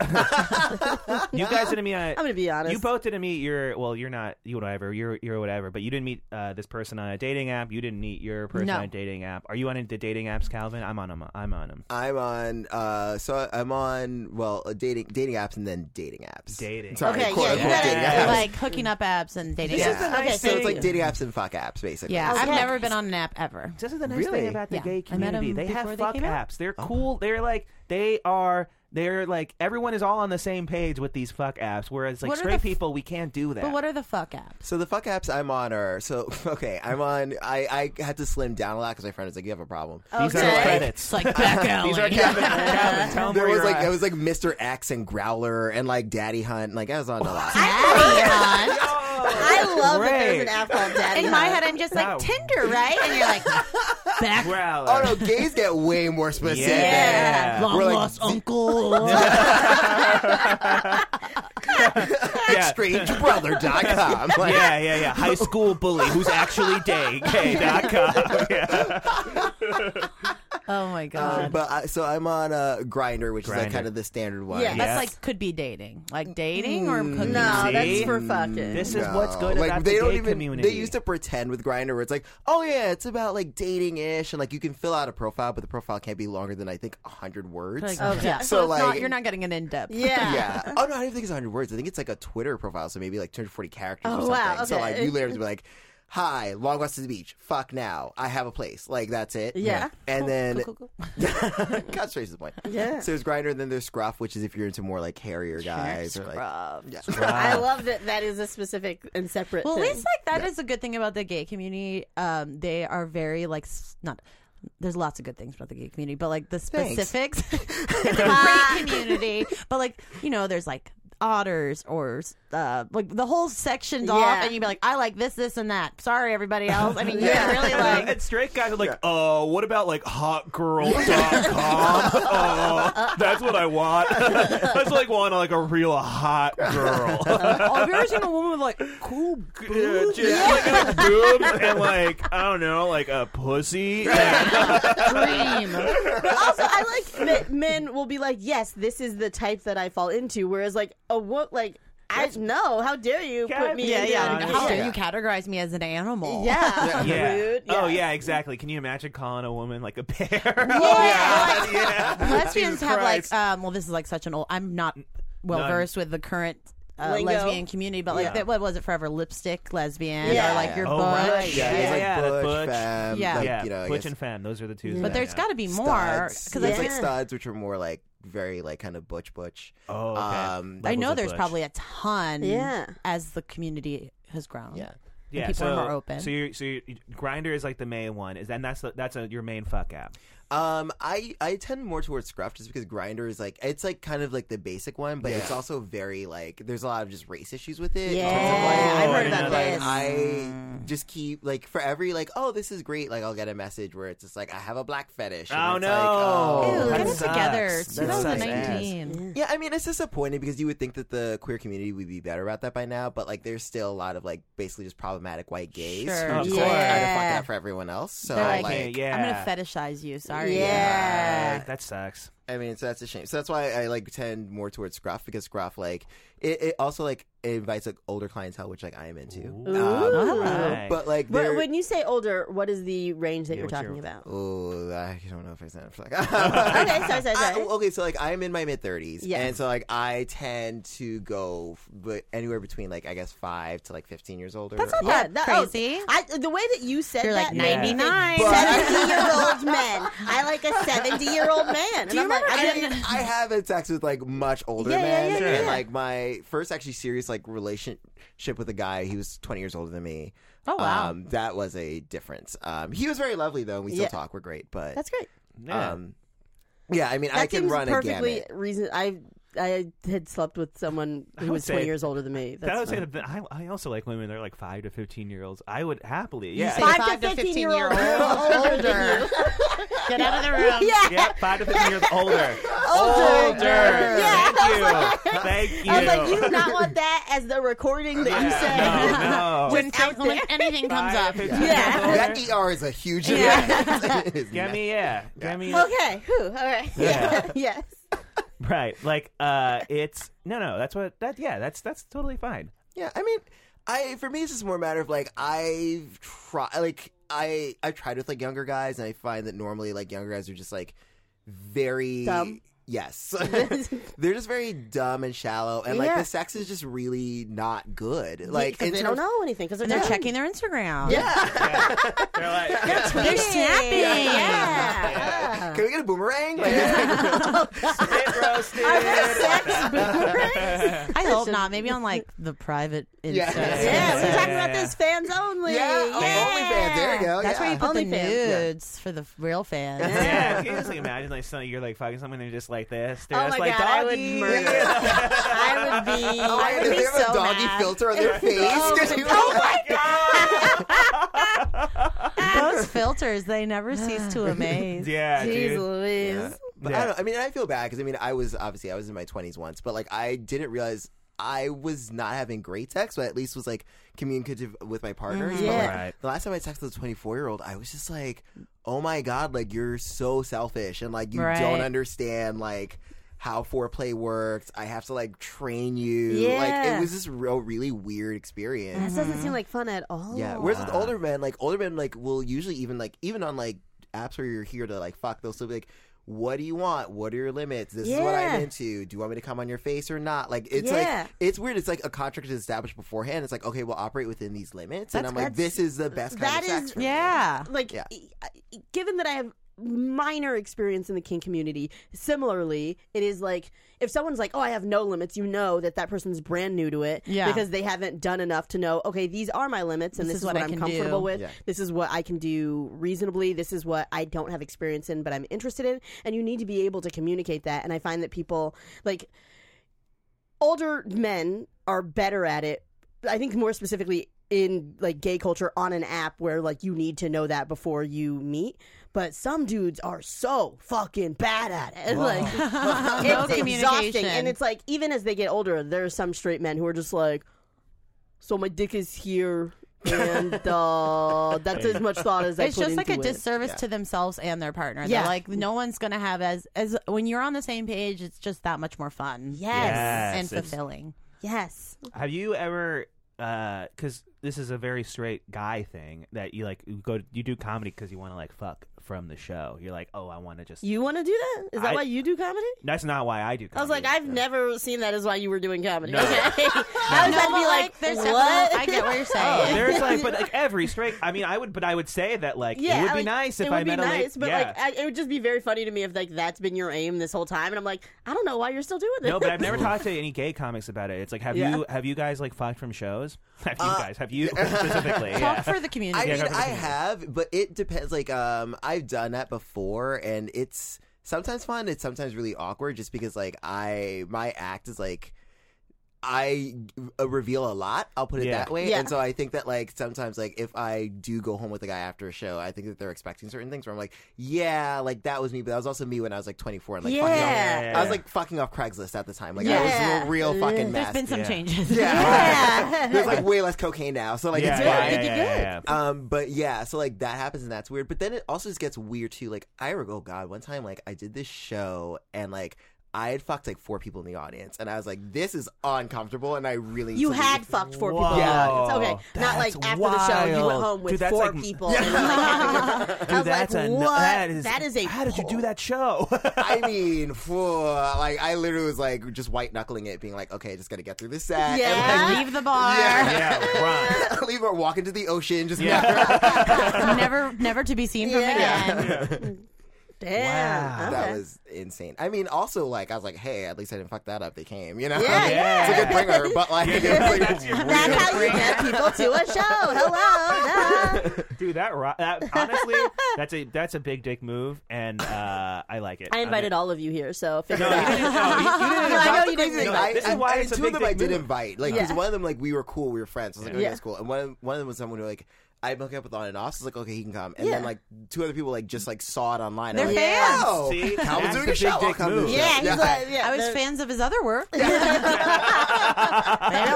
[SPEAKER 4] you guys didn't meet. I'm
[SPEAKER 5] gonna be honest.
[SPEAKER 4] You both didn't meet your. Well, you're not. You whatever. You're you're whatever. But you didn't meet uh, this person on a dating app. You didn't meet your person
[SPEAKER 3] No.
[SPEAKER 4] on a dating app. Are you on the dating apps, Calvin? I'm on them. I'm on them.
[SPEAKER 6] I'm on. Uh, so I'm on. Well, uh, dating dating apps and then dating apps.
[SPEAKER 4] Dating.
[SPEAKER 6] Sorry,
[SPEAKER 5] Okay,
[SPEAKER 6] quote,
[SPEAKER 5] yeah, you
[SPEAKER 6] unquote,
[SPEAKER 5] gotta-
[SPEAKER 6] dating
[SPEAKER 5] yeah.
[SPEAKER 6] apps.
[SPEAKER 3] Like hooking up apps and dating
[SPEAKER 6] yeah.
[SPEAKER 3] apps.
[SPEAKER 5] nice
[SPEAKER 6] so it's like
[SPEAKER 5] thing.
[SPEAKER 6] dating apps and fuck apps, basically.
[SPEAKER 3] Yeah, I've
[SPEAKER 5] Okay.
[SPEAKER 3] never been on an app ever.
[SPEAKER 4] This is the nice
[SPEAKER 6] Really? Oh.
[SPEAKER 4] thing about the
[SPEAKER 3] Yeah.
[SPEAKER 4] gay
[SPEAKER 3] I met 'em
[SPEAKER 4] community. They have
[SPEAKER 3] before they
[SPEAKER 4] fuck
[SPEAKER 3] came out.
[SPEAKER 4] apps. They're cool. They're like they are. They're like everyone is all on the same page with these fuck apps. Whereas like
[SPEAKER 3] What are
[SPEAKER 4] straight
[SPEAKER 3] the f-
[SPEAKER 4] people, we can't do that.
[SPEAKER 3] But what are the fuck apps?
[SPEAKER 6] So the fuck apps I'm on are so okay. I'm on. I I had to slim down a lot because my friend was like, "You have a problem."
[SPEAKER 4] These are
[SPEAKER 5] Okay.
[SPEAKER 4] credits.
[SPEAKER 3] It's like back alley.
[SPEAKER 4] These are Calvin. Calvin, tell 'em
[SPEAKER 6] There
[SPEAKER 4] where
[SPEAKER 6] was
[SPEAKER 4] you're
[SPEAKER 6] like
[SPEAKER 4] at.
[SPEAKER 6] it was like Mr. X and Growler and like Daddy Hunt. Like I was on a lot.
[SPEAKER 3] Daddy Hunt.
[SPEAKER 5] I love that there's
[SPEAKER 4] Oh, Great.
[SPEAKER 5] an app called Daddy.
[SPEAKER 3] In my
[SPEAKER 5] Hunt.
[SPEAKER 3] head, I'm just like
[SPEAKER 4] Wow.
[SPEAKER 3] Tinder, right? And you're like, back
[SPEAKER 4] Growler.
[SPEAKER 6] Oh no, gays get way more specific.
[SPEAKER 4] Yeah.
[SPEAKER 6] We're like,
[SPEAKER 3] uncle.
[SPEAKER 4] yeah.
[SPEAKER 6] strangebrother.com. Like,
[SPEAKER 4] yeah, yeah, yeah. High school bully who's actually day. Gay.com. Yeah.
[SPEAKER 3] oh my god.
[SPEAKER 6] um, but I, so I'm on uh, Grinder, which is like
[SPEAKER 4] Grindr.
[SPEAKER 6] kind of the standard one.
[SPEAKER 5] Yeah.
[SPEAKER 3] That's
[SPEAKER 4] Yes.
[SPEAKER 3] like could be dating, like dating or cooking.
[SPEAKER 5] Mm. no,
[SPEAKER 4] See?
[SPEAKER 5] Oh, that's for fucking.
[SPEAKER 4] This is what's good
[SPEAKER 6] No,
[SPEAKER 4] about
[SPEAKER 6] they
[SPEAKER 4] the
[SPEAKER 6] don't
[SPEAKER 4] gay
[SPEAKER 6] even,
[SPEAKER 4] community.
[SPEAKER 6] They used to pretend with Grinder where it's like, oh yeah, it's about like dating ish, and like you can fill out a profile, but the profile can't be longer than I think hundred words.
[SPEAKER 3] Like,
[SPEAKER 5] Okay.
[SPEAKER 3] yeah.
[SPEAKER 5] So,
[SPEAKER 3] So, it's
[SPEAKER 6] like-
[SPEAKER 3] not, you're not getting an in depth.
[SPEAKER 5] yeah.
[SPEAKER 6] yeah. Oh no, I don't even think it's 100 words. I think it's like a Twitter profile, so maybe like 240 characters or
[SPEAKER 5] Oh,
[SPEAKER 6] something.
[SPEAKER 5] wow,
[SPEAKER 6] So
[SPEAKER 5] okay.
[SPEAKER 6] like you literally be like, "Hi, Long West to the Beach. Fuck now. I have a place." Like that's it.
[SPEAKER 5] Yeah.
[SPEAKER 6] And then God straight to the point.
[SPEAKER 5] Yeah.
[SPEAKER 6] So there's grinder, and then there's scruff, which is if you're into more like hairier guys or like
[SPEAKER 5] Rough. I love that that is a specific and separate
[SPEAKER 3] Well, at
[SPEAKER 5] thing.
[SPEAKER 3] least like that is a good thing about the gay community. Um, they are very like s- not. There's lots of good things about the gay community, but like the specifics, it's
[SPEAKER 5] Ah.
[SPEAKER 3] a great community. But like you know, there's like otters or uh, like the whole section's off,
[SPEAKER 5] Yeah.
[SPEAKER 3] and you'd be like, I like this, this, and that. Sorry, everybody else. I mean,
[SPEAKER 5] Yeah.
[SPEAKER 3] you're really like
[SPEAKER 4] and straight guys are like, oh, what about like hotgirl.com? oh, that's what I want. I just like want like a real hot girl.
[SPEAKER 3] Oh, have you ever seen a woman with like cool
[SPEAKER 4] Yeah, just like boobs and like I don't know, like a pussy. Yeah.
[SPEAKER 3] cream?
[SPEAKER 5] But also, I like that men will be like, "Yes, this is the type that I fall into." Whereas, like a what, like I no, how dare you
[SPEAKER 4] Gotta
[SPEAKER 5] put me?
[SPEAKER 4] be
[SPEAKER 5] into
[SPEAKER 4] yeah,
[SPEAKER 5] that-
[SPEAKER 4] honest.
[SPEAKER 3] How
[SPEAKER 5] yeah,
[SPEAKER 3] dare you categorize me as an animal?
[SPEAKER 5] yeah, Rude.
[SPEAKER 4] Oh yeah, exactly. Can you imagine calling a woman like a bear?
[SPEAKER 3] Yeah.
[SPEAKER 4] Oh, yeah.
[SPEAKER 3] lesbians
[SPEAKER 4] Jesus
[SPEAKER 3] have
[SPEAKER 4] Christ.
[SPEAKER 3] like um well this is like such an old i'm not well
[SPEAKER 4] None.
[SPEAKER 3] versed with the current uh,
[SPEAKER 5] Lingo.
[SPEAKER 3] lesbian community but like
[SPEAKER 4] Yeah.
[SPEAKER 3] that, what was it forever lipstick lesbian
[SPEAKER 5] Yeah.
[SPEAKER 3] or like your
[SPEAKER 4] Oh,
[SPEAKER 3] butch
[SPEAKER 4] right.
[SPEAKER 6] yeah, it's
[SPEAKER 4] Yeah,
[SPEAKER 6] like
[SPEAKER 4] yeah, the
[SPEAKER 6] butch,
[SPEAKER 4] butch.
[SPEAKER 6] femme,
[SPEAKER 3] Yeah.
[SPEAKER 6] like,
[SPEAKER 4] yeah,
[SPEAKER 6] you know, I
[SPEAKER 4] Butch
[SPEAKER 6] guess
[SPEAKER 4] and Femme, those are the two.
[SPEAKER 3] uh, but there's got to be more
[SPEAKER 6] studs.
[SPEAKER 3] because
[SPEAKER 6] There's
[SPEAKER 3] I,
[SPEAKER 6] like
[SPEAKER 3] feel-
[SPEAKER 6] studs, which are more like very like kind of butch butch.
[SPEAKER 4] Oh, okay.
[SPEAKER 6] Um,
[SPEAKER 3] I
[SPEAKER 4] levels
[SPEAKER 3] know
[SPEAKER 4] of
[SPEAKER 3] there's
[SPEAKER 4] butch.
[SPEAKER 3] probably a ton
[SPEAKER 5] Yeah.
[SPEAKER 3] as the community has grown
[SPEAKER 6] Yeah.
[SPEAKER 4] yeah,
[SPEAKER 3] people
[SPEAKER 4] so,
[SPEAKER 3] are more open.
[SPEAKER 4] So, you're, so you Grinder is like the main one, is and that's the, that's a, your main fuck app.
[SPEAKER 6] Um, I I tend more towards Scruff just because Grinder is like it's like kind of like the basic one, but it's also very like there's a lot of just race issues with it. in
[SPEAKER 5] Yeah,
[SPEAKER 6] terms of, like,
[SPEAKER 5] I've
[SPEAKER 4] heard about
[SPEAKER 6] like,
[SPEAKER 5] this.
[SPEAKER 6] I just keep like for every like oh this is great like I'll get a message where it's just like I have a black fetish. and
[SPEAKER 4] Oh,
[SPEAKER 6] it's
[SPEAKER 4] no.
[SPEAKER 6] Like, oh,
[SPEAKER 3] Ew,
[SPEAKER 4] that
[SPEAKER 3] get it
[SPEAKER 4] sucks.
[SPEAKER 3] together
[SPEAKER 4] That
[SPEAKER 6] sucks ass.
[SPEAKER 3] 2019
[SPEAKER 6] Yeah, I mean it's disappointing because you would think that the queer community would be better about that by now, but like there's still a lot of like basically just problematic white gays
[SPEAKER 3] Sure.
[SPEAKER 6] who just
[SPEAKER 5] Yeah.
[SPEAKER 6] like try to fuck it up for everyone else. So
[SPEAKER 3] They're
[SPEAKER 6] like,
[SPEAKER 3] like,
[SPEAKER 4] Okay, yeah,
[SPEAKER 3] i'm gonna fetishize you sorry
[SPEAKER 5] Yeah.
[SPEAKER 4] Like, that sucks.
[SPEAKER 6] I mean, so that's a shame. So that's why I like tend more towards Gruff because Gruff like it, it also like it invites like older clientele, which like I am into.
[SPEAKER 4] Uh,
[SPEAKER 6] Um,
[SPEAKER 4] Right.
[SPEAKER 6] but like,
[SPEAKER 5] But
[SPEAKER 6] they're-
[SPEAKER 5] when you say older, what is the range that you're
[SPEAKER 4] what's
[SPEAKER 5] talking
[SPEAKER 4] your-
[SPEAKER 5] about?
[SPEAKER 6] Oh, I don't know if I sound like.
[SPEAKER 5] Okay, sorry, sorry,
[SPEAKER 6] I-
[SPEAKER 5] sorry.
[SPEAKER 6] okay, so like I'm in my mid 30s,
[SPEAKER 5] Yeah.
[SPEAKER 6] and so like I tend to go f- but anywhere between like I guess five to like 15 years older.
[SPEAKER 3] That's not
[SPEAKER 5] Yeah,
[SPEAKER 3] that,
[SPEAKER 5] oh,
[SPEAKER 3] crazy.
[SPEAKER 5] I, the way that you said
[SPEAKER 3] You're
[SPEAKER 5] that,
[SPEAKER 3] like
[SPEAKER 5] made me think
[SPEAKER 3] 99.
[SPEAKER 5] Seventy-year-old men. I like a seventy-year-old man. Do
[SPEAKER 3] you remember-
[SPEAKER 5] Like,
[SPEAKER 3] I
[SPEAKER 5] I
[SPEAKER 3] didn't-
[SPEAKER 5] didn't-
[SPEAKER 6] I have had sex with like much older
[SPEAKER 5] Yeah, yeah,
[SPEAKER 6] men,
[SPEAKER 5] yeah,
[SPEAKER 6] and
[SPEAKER 5] yeah.
[SPEAKER 6] like my first actually serious like relationship with a guy, he was 20 years older than me.
[SPEAKER 3] Oh, wow.
[SPEAKER 6] um, that was a difference. Um, he was very lovely though, and we still
[SPEAKER 5] Yeah.
[SPEAKER 6] talk. We're great, but
[SPEAKER 5] that's great.
[SPEAKER 4] Yeah.
[SPEAKER 6] um, yeah, I mean,
[SPEAKER 5] That
[SPEAKER 6] I can
[SPEAKER 5] seems
[SPEAKER 6] run eh? a
[SPEAKER 5] perfectly
[SPEAKER 6] gamut.
[SPEAKER 5] reason. I I had slept with someone who
[SPEAKER 4] would
[SPEAKER 5] was twenty
[SPEAKER 4] say-
[SPEAKER 5] years older than me.
[SPEAKER 4] That
[SPEAKER 5] That's
[SPEAKER 4] was
[SPEAKER 5] fine.
[SPEAKER 4] gonna be, I, I also like women. They're like five to fifteen year olds. I would happily, yeah,
[SPEAKER 3] say
[SPEAKER 5] Five
[SPEAKER 3] five
[SPEAKER 5] to
[SPEAKER 3] to
[SPEAKER 5] 15
[SPEAKER 3] 15-year-old
[SPEAKER 5] -year-old older than
[SPEAKER 3] older. Get out of the room.
[SPEAKER 5] Yeah.
[SPEAKER 4] yeah, five to fifteen years older,
[SPEAKER 5] Older.
[SPEAKER 4] older.
[SPEAKER 5] Yeah.
[SPEAKER 4] Thank you, thank you.
[SPEAKER 5] I was like, you do not want that as the recording that you said.
[SPEAKER 4] Yeah, no, no.
[SPEAKER 3] When, when anything comes
[SPEAKER 4] Five
[SPEAKER 3] up.
[SPEAKER 4] to 15
[SPEAKER 5] Yeah.
[SPEAKER 4] years older.
[SPEAKER 6] That ER is a huge.
[SPEAKER 5] Yeah. Oh,
[SPEAKER 6] It is
[SPEAKER 4] Get me, yeah, get me.
[SPEAKER 5] Okay. Whew, all right.
[SPEAKER 4] Yeah.
[SPEAKER 5] yes.
[SPEAKER 4] Right, like, uh, it's no, no. That's what that. Yeah, that's that's totally fine.
[SPEAKER 6] Yeah, I mean, I for me it's just more a matter of like I've tried like I I've tried with like younger guys, and I find that normally like younger guys are just like very
[SPEAKER 5] Dumb.
[SPEAKER 6] Yes, they're just very dumb and shallow, and like
[SPEAKER 5] Yeah.
[SPEAKER 6] the sex is just really not good. Like
[SPEAKER 5] because
[SPEAKER 6] in
[SPEAKER 5] they don't
[SPEAKER 6] terms-
[SPEAKER 5] know anything because they're,
[SPEAKER 3] And they're
[SPEAKER 5] dumb.
[SPEAKER 3] checking their Instagram.
[SPEAKER 5] Yeah.
[SPEAKER 4] They're like,
[SPEAKER 3] They're snapping.
[SPEAKER 5] Yeah.
[SPEAKER 6] Can we get a boomerang? Like,
[SPEAKER 4] spit roasted.
[SPEAKER 3] I hope not. Maybe on like the private Insta.
[SPEAKER 6] Yeah. Yeah,
[SPEAKER 5] Yeah,
[SPEAKER 4] Yeah.
[SPEAKER 5] we're talking about this fans only.
[SPEAKER 6] yeah, oh, OnlyFans. There you go.
[SPEAKER 3] That's
[SPEAKER 6] yeah.
[SPEAKER 3] where you put the
[SPEAKER 5] OnlyFans, yeah.
[SPEAKER 3] nudes for the f- real fans.
[SPEAKER 4] Yeah, can you just like, imagine like something you're like fucking someone and they're just like this. They're
[SPEAKER 5] Oh
[SPEAKER 4] just
[SPEAKER 5] my
[SPEAKER 4] like
[SPEAKER 5] God, I would
[SPEAKER 4] doggy. Oh
[SPEAKER 5] murder. I would be.
[SPEAKER 6] Oh,
[SPEAKER 5] I
[SPEAKER 6] and
[SPEAKER 5] would
[SPEAKER 6] if
[SPEAKER 5] be
[SPEAKER 6] they have
[SPEAKER 5] so
[SPEAKER 6] a doggy
[SPEAKER 5] mad.
[SPEAKER 6] filter on their face.
[SPEAKER 5] Oh my
[SPEAKER 3] Those filters, they never cease to amaze.
[SPEAKER 4] yeah,
[SPEAKER 5] Jeez
[SPEAKER 4] dude.
[SPEAKER 5] Louise.
[SPEAKER 6] But I
[SPEAKER 4] Yeah.
[SPEAKER 6] don't. I mean, I feel bad because I mean, I was obviously I was in my twenties once, but like I didn't realize I was not having great sex, but at least was like communicative with my partners. But,
[SPEAKER 5] Yeah.
[SPEAKER 6] like,
[SPEAKER 4] Right.
[SPEAKER 6] the last time I texted with a twenty four year old, I was just like, "Oh my god, like you're so selfish, and like you
[SPEAKER 3] Right.
[SPEAKER 6] don't understand like." How foreplay works. I have to like train you. Like
[SPEAKER 5] Yeah.
[SPEAKER 6] it was just real, really weird experience.
[SPEAKER 5] This
[SPEAKER 3] Mm-hmm.
[SPEAKER 5] doesn't seem like fun at all.
[SPEAKER 6] Yeah. Whereas with older men, like older men, like will usually even like even on like apps where you're here to like fuck, they'll still be like, "What do you want? What are your limits? This is what
[SPEAKER 5] Yeah.
[SPEAKER 6] I'm into. Do you want me to come on your face or not?" Like it's
[SPEAKER 5] Yeah.
[SPEAKER 6] like it's weird. It's like a contract is established beforehand. It's like okay, we'll operate within these limits, and
[SPEAKER 5] That's-
[SPEAKER 6] I'm like,
[SPEAKER 5] that's-
[SPEAKER 6] this is the best kind
[SPEAKER 5] that
[SPEAKER 6] of sex.
[SPEAKER 5] is-
[SPEAKER 6] for me.
[SPEAKER 3] Yeah.
[SPEAKER 5] like
[SPEAKER 6] Yeah.
[SPEAKER 5] e- e- given that I have minor experience in the king community similarly it is like if someone's like oh i have no limits you know that that person's brand new to it
[SPEAKER 3] Yeah.
[SPEAKER 5] because they haven't done enough to know okay these are my limits and this, is, what,
[SPEAKER 3] I
[SPEAKER 5] i'm
[SPEAKER 3] can
[SPEAKER 5] comfortable
[SPEAKER 3] do.
[SPEAKER 5] with
[SPEAKER 6] Yeah.
[SPEAKER 5] this is what i can do reasonably this is what i don't have experience in but i'm interested in and you need to be able to communicate that and i find that people like older men are better at it. I think more specifically in like gay culture on an app where like you need to know that before you meet. But some dudes are so fucking bad at it. Like
[SPEAKER 3] Um, No
[SPEAKER 5] it's exhausting.
[SPEAKER 3] communication.
[SPEAKER 5] And it's like even as they get older, there are some straight men who are just like, So my dick is here and uh, that's as much thought as I
[SPEAKER 3] it's
[SPEAKER 5] put
[SPEAKER 3] just like a
[SPEAKER 5] into it."
[SPEAKER 3] disservice to themselves and their partner.
[SPEAKER 5] Yeah.
[SPEAKER 3] They're like no one's gonna have as as when you're on the same page, it's just that much more fun.
[SPEAKER 5] Yes.
[SPEAKER 4] Yes,
[SPEAKER 3] and
[SPEAKER 4] it's-
[SPEAKER 3] fulfilling.
[SPEAKER 5] Yes.
[SPEAKER 4] Have you ever? Because this is a very straight guy thing that you like. You go, you do comedy because you want to like fuck from the show. You're like, oh, I want to just.
[SPEAKER 5] You wanna do that? Is that
[SPEAKER 4] I-
[SPEAKER 5] why you do comedy?
[SPEAKER 4] That's not why I do. comedy.
[SPEAKER 5] I was like, I've never seen that as why you were doing comedy.
[SPEAKER 4] No.
[SPEAKER 5] Okay. I was
[SPEAKER 3] No,
[SPEAKER 5] about
[SPEAKER 3] but,
[SPEAKER 5] to be
[SPEAKER 3] like,
[SPEAKER 5] like,
[SPEAKER 3] there's
[SPEAKER 5] what?
[SPEAKER 3] definitely- I get what you're
[SPEAKER 4] Oh,
[SPEAKER 3] saying.
[SPEAKER 4] there's like, but like every straight. I mean, I would, but I would say that like
[SPEAKER 5] yeah,
[SPEAKER 4] it would be
[SPEAKER 5] like,
[SPEAKER 4] nice if
[SPEAKER 5] it would
[SPEAKER 4] I
[SPEAKER 5] be
[SPEAKER 4] met a
[SPEAKER 5] nice,
[SPEAKER 4] lady.
[SPEAKER 5] but
[SPEAKER 4] yeah.
[SPEAKER 5] like, I, it would just be very funny to me if like that's been your aim this whole time, and I'm like, I don't know why you're still doing this.
[SPEAKER 4] no, but I've never talked to any gay comics about it. It's like, have you have you guys like fucked from shows? Have you
[SPEAKER 5] Uh,
[SPEAKER 4] guys? Have you specifically?
[SPEAKER 3] Talk
[SPEAKER 4] yeah.
[SPEAKER 3] for the community.
[SPEAKER 6] I mean,
[SPEAKER 4] that's what
[SPEAKER 6] I
[SPEAKER 4] it is.
[SPEAKER 6] have, but it depends. Like, um, I've done that before, and it's sometimes fun. It's sometimes really awkward, just because like I my act is like. I- I uh, reveal a lot. I'll put it
[SPEAKER 4] Yeah.
[SPEAKER 6] that way.
[SPEAKER 5] Yeah.
[SPEAKER 6] And so I think that like sometimes like if I do go home with a guy after a show, I think that they're expecting certain things where I'm like, yeah, like that was me, but that was also me when I was like 24 and like fucking off.
[SPEAKER 5] Yeah.
[SPEAKER 6] I was like fucking off Craigslist at the time. Like I
[SPEAKER 5] Yeah.
[SPEAKER 6] was a real fucking mess.
[SPEAKER 3] There's been some
[SPEAKER 4] Yeah.
[SPEAKER 3] changes.
[SPEAKER 6] yeah. There's like way less cocaine now, so like it's
[SPEAKER 4] yeah,
[SPEAKER 6] fine.
[SPEAKER 4] yeah, yeah, yeah, yeah.
[SPEAKER 6] Um, but yeah, so like that happens and that's weird. But then it also just gets weird too. Like I reg- oh god, one time like I did this show and like I had fucked like four people in the audience and I was like, this is uncomfortable and I really
[SPEAKER 5] You
[SPEAKER 6] so-
[SPEAKER 5] had fucked four
[SPEAKER 4] Whoa.
[SPEAKER 5] people in the audience. Okay. Not
[SPEAKER 4] That's
[SPEAKER 5] like after the show, you went
[SPEAKER 4] wild.
[SPEAKER 5] home with
[SPEAKER 4] Dude, that's
[SPEAKER 5] four
[SPEAKER 4] like-
[SPEAKER 5] people. and, like, having a-
[SPEAKER 4] Dude,
[SPEAKER 5] I was
[SPEAKER 4] that's
[SPEAKER 5] like,
[SPEAKER 4] a
[SPEAKER 5] what?
[SPEAKER 4] no- that is
[SPEAKER 5] that is a
[SPEAKER 4] How did you do that show?
[SPEAKER 6] I mean, phew, like I literally was like just white knuckling it, being like, okay, just gotta get through this set.
[SPEAKER 5] Yeah.
[SPEAKER 6] And,
[SPEAKER 3] Leave the bar.
[SPEAKER 4] yeah, right.
[SPEAKER 6] like, leave or walk into the ocean. Just
[SPEAKER 4] Yeah.
[SPEAKER 3] never, never to be seen from
[SPEAKER 5] Yeah.
[SPEAKER 3] again.
[SPEAKER 5] Damn.
[SPEAKER 4] Wow.
[SPEAKER 5] Okay.
[SPEAKER 6] that was insane. I mean, also like I was like, hey, at least I didn't fuck that up. They came, you know.
[SPEAKER 5] Yeah,
[SPEAKER 4] yeah.
[SPEAKER 6] It's a good bringer, but like, it's like
[SPEAKER 5] That's how you get people to a show. Hello. duh.
[SPEAKER 4] Dude, that, ro- that honestly, that's a that's a big dick move, and uh, I like it.
[SPEAKER 5] I invited
[SPEAKER 4] mean-
[SPEAKER 5] all of you here, so figure
[SPEAKER 4] No, you
[SPEAKER 5] it out.
[SPEAKER 4] didn't. No, you, you didn't
[SPEAKER 5] No, I
[SPEAKER 4] invite-
[SPEAKER 5] know you didn't.
[SPEAKER 4] No,
[SPEAKER 6] I,
[SPEAKER 4] this is
[SPEAKER 6] and-
[SPEAKER 4] why
[SPEAKER 6] and
[SPEAKER 4] it's a
[SPEAKER 6] two
[SPEAKER 4] big
[SPEAKER 6] of them I
[SPEAKER 4] dick
[SPEAKER 6] did
[SPEAKER 4] move.
[SPEAKER 6] invite. Like, because
[SPEAKER 5] Yeah.
[SPEAKER 6] one of them, like, we were cool, we were friends. I was like, okay,
[SPEAKER 5] Yeah.
[SPEAKER 6] that's cool. And one of, one of them was someone who, like, I hooked up with on and off. So I was like, okay, he can come. And then,
[SPEAKER 5] Yeah.
[SPEAKER 6] like, two other people, like, just, like, saw it online.
[SPEAKER 3] They're
[SPEAKER 6] I'm like,
[SPEAKER 3] fans.
[SPEAKER 6] "Wow,
[SPEAKER 4] See?
[SPEAKER 6] Calvin's
[SPEAKER 4] That's
[SPEAKER 6] doing
[SPEAKER 4] the
[SPEAKER 6] a show.
[SPEAKER 4] big
[SPEAKER 6] I'll
[SPEAKER 4] dick
[SPEAKER 6] come to the
[SPEAKER 4] move.
[SPEAKER 6] show.
[SPEAKER 5] Yeah, he's like, yeah.
[SPEAKER 3] I was
[SPEAKER 5] the-
[SPEAKER 3] fans of his other work. they don't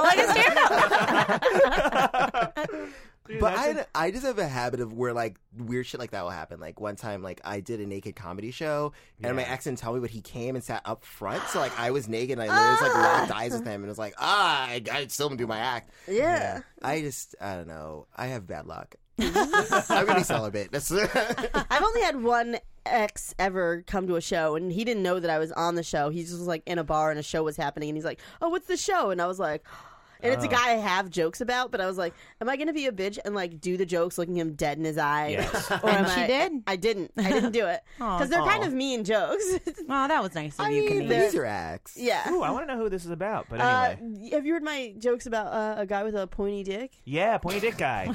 [SPEAKER 3] like his stand
[SPEAKER 4] Dude,
[SPEAKER 6] But
[SPEAKER 4] that's a-
[SPEAKER 6] I, I just have a habit of where like weird shit like that will happen. Like one time, like I did a naked comedy show, and my
[SPEAKER 4] Yeah.
[SPEAKER 6] ex didn't tell me, but he came and sat up front. So like I was naked, and I literally just, like locked eyes with him, and was like, ah, I, I still do my act.
[SPEAKER 5] Yeah.
[SPEAKER 6] I just, I don't know. I have bad luck. I'm gonna be celibate. That's
[SPEAKER 5] I've only had one ex ever come to a show, and he didn't know that I was on the show. He just was like in a bar, and a show was happening, and he's like, "Oh, what's the show?" And I was like. And
[SPEAKER 4] Oh.
[SPEAKER 5] it's a guy I have jokes about, but I was like, "Am I going to be a bitch and like do the jokes looking him dead in his eye?"
[SPEAKER 4] Yes.
[SPEAKER 5] Or
[SPEAKER 3] And
[SPEAKER 5] am
[SPEAKER 3] she
[SPEAKER 5] I-
[SPEAKER 3] did?
[SPEAKER 5] I didn't. I didn't do it because they're kind of mean jokes.
[SPEAKER 3] Oh, that was nice of
[SPEAKER 6] I
[SPEAKER 3] you,
[SPEAKER 6] mean,
[SPEAKER 3] Camille.
[SPEAKER 6] he's your ex.
[SPEAKER 5] yeah.
[SPEAKER 4] Ooh, I want to know who this is about. But
[SPEAKER 5] Uh,
[SPEAKER 4] anyway,
[SPEAKER 5] have you heard my jokes about uh, a guy with a pointy dick?
[SPEAKER 4] yeah, pointy dick guy.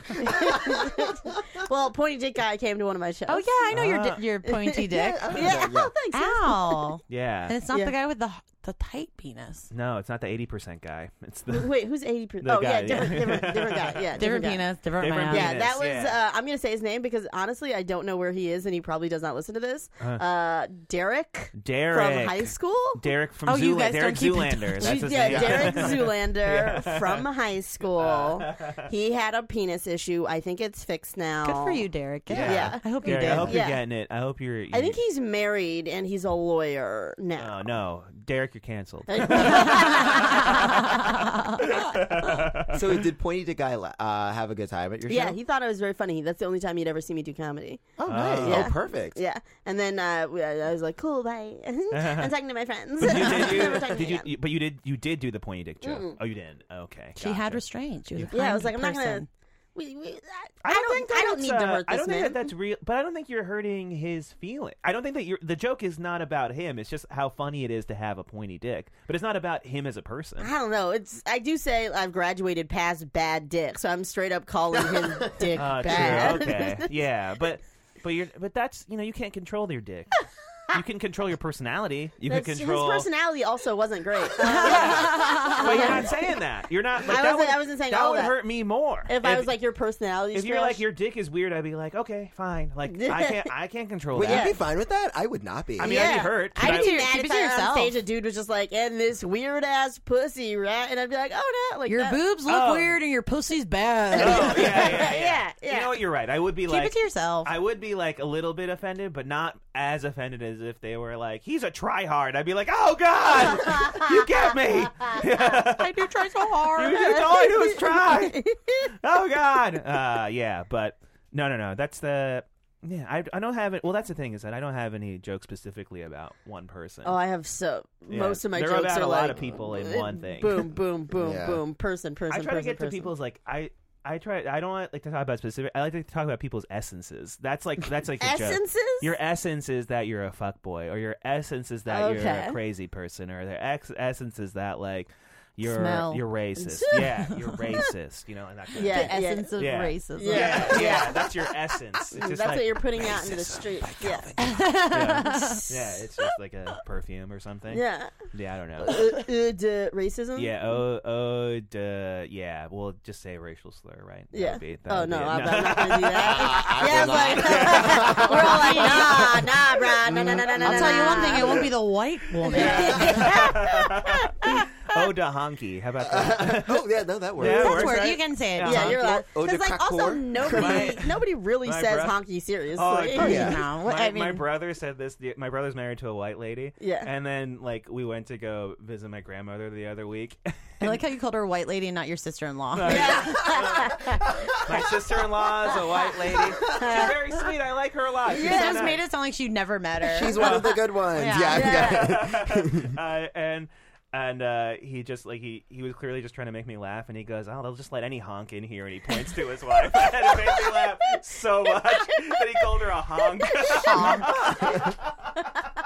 [SPEAKER 5] Well, pointy dick guy came to one of my shows.
[SPEAKER 3] Oh yeah, I know your
[SPEAKER 4] Ah.
[SPEAKER 3] di- your pointy dick.
[SPEAKER 5] yeah. Oh, thanks.
[SPEAKER 3] Ow! And
[SPEAKER 4] Yeah.
[SPEAKER 3] it's not
[SPEAKER 5] Yeah.
[SPEAKER 3] the guy with the the tight penis.
[SPEAKER 4] No, it's not the eighty percent guy. It's the
[SPEAKER 5] Wait, who's eighty percent?
[SPEAKER 4] The
[SPEAKER 5] Oh yeah,
[SPEAKER 4] guy,
[SPEAKER 5] different,
[SPEAKER 4] yeah.
[SPEAKER 5] different, different guy. Yeah,
[SPEAKER 3] Different
[SPEAKER 5] guy.
[SPEAKER 3] penis, different,
[SPEAKER 4] Different
[SPEAKER 3] man.
[SPEAKER 4] penis.
[SPEAKER 5] Yeah, that was.
[SPEAKER 4] yeah.
[SPEAKER 5] Uh, I'm gonna say his name because honestly, I don't know where he is, and he probably does not listen to this. Uh, Derek,
[SPEAKER 4] Uh-huh. Derek
[SPEAKER 5] from high school.
[SPEAKER 4] Derek from
[SPEAKER 3] Oh,
[SPEAKER 4] Zoolander.
[SPEAKER 3] you guys don't
[SPEAKER 4] Derek
[SPEAKER 3] keep in
[SPEAKER 4] Zoolander.
[SPEAKER 3] touch.
[SPEAKER 4] That's his
[SPEAKER 5] yeah,
[SPEAKER 4] name.
[SPEAKER 5] Derek Zoolander from high school. He had a penis issue. I think it's fixed now.
[SPEAKER 3] Good for you, Derek.
[SPEAKER 4] Yeah.
[SPEAKER 5] Yeah.
[SPEAKER 3] I hope you
[SPEAKER 4] Derek,
[SPEAKER 3] did.
[SPEAKER 4] I hope
[SPEAKER 5] Yeah.
[SPEAKER 4] you're getting it. I hope you're.
[SPEAKER 5] I think he's married and he's a lawyer now.
[SPEAKER 4] Oh no, Derek, you're canceled.
[SPEAKER 6] So he did pointy to guy la- uh, have a good time at your
[SPEAKER 5] yeah,
[SPEAKER 6] show.
[SPEAKER 5] he thought I was very funny. That's the only time he'd ever see me do comedy.
[SPEAKER 6] oh, nice.
[SPEAKER 4] Oh.
[SPEAKER 5] Yeah.
[SPEAKER 6] Oh, perfect.
[SPEAKER 5] Yeah, and then uh, we- I I was like, "Cool, bye." I'm talking to my friends.
[SPEAKER 4] You did, you-
[SPEAKER 5] We're talking
[SPEAKER 4] did you-
[SPEAKER 5] again.
[SPEAKER 4] you- but you did. You did do the pointy dick joke. Oh, you didn't. Okay.
[SPEAKER 3] She had
[SPEAKER 4] gotcha.
[SPEAKER 3] restraint. She was a
[SPEAKER 5] yeah, I was like,
[SPEAKER 3] kind
[SPEAKER 5] "I'm not gonna."
[SPEAKER 3] person.
[SPEAKER 5] We, we, I,
[SPEAKER 4] I don't, think that
[SPEAKER 5] I don't
[SPEAKER 4] it's,
[SPEAKER 5] need
[SPEAKER 4] uh,
[SPEAKER 5] to hurt this
[SPEAKER 4] I don't
[SPEAKER 5] man.
[SPEAKER 4] think that that's real, but I don't think you're hurting his feeling. I don't think that you're. The joke is not about him. It's just how funny it is to have a pointy dick, but it's not about him as a person.
[SPEAKER 5] I don't know. It's I do say I've graduated past bad dick, so I'm straight up calling his dick
[SPEAKER 4] Uh,
[SPEAKER 5] bad.
[SPEAKER 4] True. Okay. yeah, but but you're but that's you know you can't control your dick. You can control your personality. You
[SPEAKER 5] That's-
[SPEAKER 4] can control.
[SPEAKER 5] His personality also wasn't great. Um,
[SPEAKER 4] But you're not saying that. You're not. Like,
[SPEAKER 5] I
[SPEAKER 4] that
[SPEAKER 5] wasn't-
[SPEAKER 4] would-
[SPEAKER 5] I wasn't saying
[SPEAKER 4] that
[SPEAKER 5] all
[SPEAKER 4] would
[SPEAKER 5] that.
[SPEAKER 4] hurt me more.
[SPEAKER 5] if I was like your personality,
[SPEAKER 4] if you're
[SPEAKER 5] trash-
[SPEAKER 4] like your dick is weird, I'd be like, okay, fine. Like I can't, I can't control
[SPEAKER 6] Wait,
[SPEAKER 4] that.
[SPEAKER 6] you'd be fine with that? I would not be.
[SPEAKER 4] I mean,
[SPEAKER 5] yeah.
[SPEAKER 4] I'd be hurt. but
[SPEAKER 5] I'd
[SPEAKER 4] I-
[SPEAKER 5] be
[SPEAKER 3] Keep it
[SPEAKER 5] mad
[SPEAKER 3] to
[SPEAKER 5] if I on
[SPEAKER 3] yourself.
[SPEAKER 5] stage a dude was just like, "And this weird ass pussy rat," and I'd be like, "Oh no!" Like
[SPEAKER 3] Your
[SPEAKER 5] that-
[SPEAKER 3] boobs look
[SPEAKER 4] Oh.
[SPEAKER 3] weird and your pussy's bad.
[SPEAKER 4] Oh, yeah, yeah, yeah,
[SPEAKER 5] Yeah,
[SPEAKER 4] You
[SPEAKER 5] yeah.
[SPEAKER 4] know what? You're right. I would be
[SPEAKER 3] Keep
[SPEAKER 4] like,
[SPEAKER 3] it to yourself.
[SPEAKER 4] I would be like a little bit offended, but not as offended as if they were like, he's a tryhard. I'd be like, oh god, you get me.
[SPEAKER 3] I do try so hard.
[SPEAKER 4] You just- all I do is try. oh God. Uh, yeah, but no, no, no. That's the yeah. I, I don't have it. Well, that's the thing is that I don't have any jokes specifically about one person.
[SPEAKER 5] Oh, I have so
[SPEAKER 4] Yeah.
[SPEAKER 5] most of my
[SPEAKER 4] They're
[SPEAKER 5] jokes
[SPEAKER 4] about
[SPEAKER 5] are
[SPEAKER 4] a
[SPEAKER 5] like
[SPEAKER 4] lot of people in
[SPEAKER 5] uh,
[SPEAKER 4] one thing.
[SPEAKER 5] Boom, boom, boom,
[SPEAKER 6] Yeah.
[SPEAKER 5] boom. Person, person.
[SPEAKER 4] I try to
[SPEAKER 5] person,
[SPEAKER 4] get
[SPEAKER 5] person.
[SPEAKER 4] to people's like I. I try. I don't like to talk about specific. I like to talk about people's essences. That's like that's like the joke.
[SPEAKER 5] essences. Um,
[SPEAKER 4] Your essence is that you're a fuckboy, or your essence is that you're
[SPEAKER 5] Okay.
[SPEAKER 4] a crazy person, or their ex- essence is that like you're
[SPEAKER 3] Smell.
[SPEAKER 4] you're racist. yeah, you're racist. You know, and that kind
[SPEAKER 5] Yeah.
[SPEAKER 4] of
[SPEAKER 3] The essence of
[SPEAKER 4] Yeah.
[SPEAKER 3] racism.
[SPEAKER 4] thing. yeah, yeah. That's your essence. It's just
[SPEAKER 5] That's
[SPEAKER 4] like,
[SPEAKER 5] what you're putting out into the street. Yeah.
[SPEAKER 4] yeah, yeah, it's just like a perfume or something.
[SPEAKER 5] Yeah.
[SPEAKER 4] yeah, I don't know.
[SPEAKER 5] Uh, uh, duh, racism?
[SPEAKER 4] Yeah. Oh. Oh. Duh. Yeah. We'll just say racial slur, right? That
[SPEAKER 5] Yeah.
[SPEAKER 4] would be- that
[SPEAKER 5] oh,
[SPEAKER 4] would
[SPEAKER 5] no,
[SPEAKER 4] be it.
[SPEAKER 5] I'm, I'm not going to do that.
[SPEAKER 6] I
[SPEAKER 5] yeah,
[SPEAKER 6] will
[SPEAKER 5] it's like, we're all like, nah, nah,
[SPEAKER 4] Mm.
[SPEAKER 5] bruh. Nah, nah, nah, nah, nah,
[SPEAKER 3] I'll tell you one thing, it won't be the white woman.
[SPEAKER 4] Oh, da honky. How about that?
[SPEAKER 6] Oh yeah, no, that works.
[SPEAKER 4] Yeah, it
[SPEAKER 3] That's
[SPEAKER 4] works,
[SPEAKER 3] word.
[SPEAKER 4] right?
[SPEAKER 3] You can say it.
[SPEAKER 5] Yeah, you're allowed.
[SPEAKER 6] Or- or
[SPEAKER 5] Because,
[SPEAKER 6] Oh, the
[SPEAKER 5] like, also,
[SPEAKER 6] cockroach.
[SPEAKER 5] nobody,
[SPEAKER 4] My-
[SPEAKER 5] nobody really
[SPEAKER 4] my
[SPEAKER 5] says
[SPEAKER 4] breath.
[SPEAKER 5] honky seriously.
[SPEAKER 4] Oh, yeah.
[SPEAKER 3] No, what-
[SPEAKER 4] my,
[SPEAKER 3] I mean,
[SPEAKER 4] my brother said this. The, my brother's married to a white lady.
[SPEAKER 5] Yeah.
[SPEAKER 4] And then like we went to go visit my grandmother the other week.
[SPEAKER 3] I like how you called her a white lady and not your sister-in-law.
[SPEAKER 4] my sister-in-law is a white lady. She's very sweet. I like her a lot. She's
[SPEAKER 3] You just
[SPEAKER 4] nice.
[SPEAKER 3] made it sound like she never met her.
[SPEAKER 6] She's one of the good ones.
[SPEAKER 3] Yeah.
[SPEAKER 6] Yeah, I think I-
[SPEAKER 4] uh, and and uh, he just like he he was clearly just trying to make me laugh, and he goes, "Oh, they'll just let any honk in here," and he points to his wife, and it made me laugh so much that he called her a honk.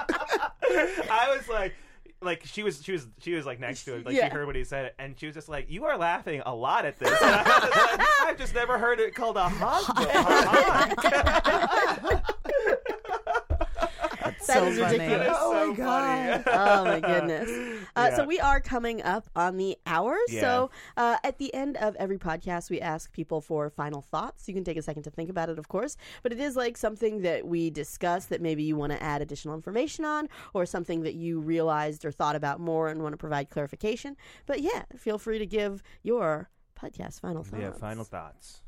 [SPEAKER 4] I was like. Like she was, she was, she was like next to him. Like
[SPEAKER 5] Yeah.
[SPEAKER 4] she heard what he said, and she was just like, "You are laughing a lot at this." And I was just like, I've just never heard it called a honk. before, a honk."
[SPEAKER 5] That is
[SPEAKER 4] That
[SPEAKER 5] ridiculous.
[SPEAKER 4] is
[SPEAKER 6] Oh my
[SPEAKER 4] so funny.
[SPEAKER 5] oh my goodness. Uh,
[SPEAKER 4] Yeah.
[SPEAKER 5] So we are coming up on the hour.
[SPEAKER 4] Yeah.
[SPEAKER 5] So uh, at the end of every podcast, we ask people for final thoughts. You can take a second to think about it, of course, but it is like something that we discussed that maybe you want to add additional information on, or something that you realized or thought about more and want to provide clarification. But yeah, feel free to give your podcast final thoughts.
[SPEAKER 4] Yeah, final thoughts.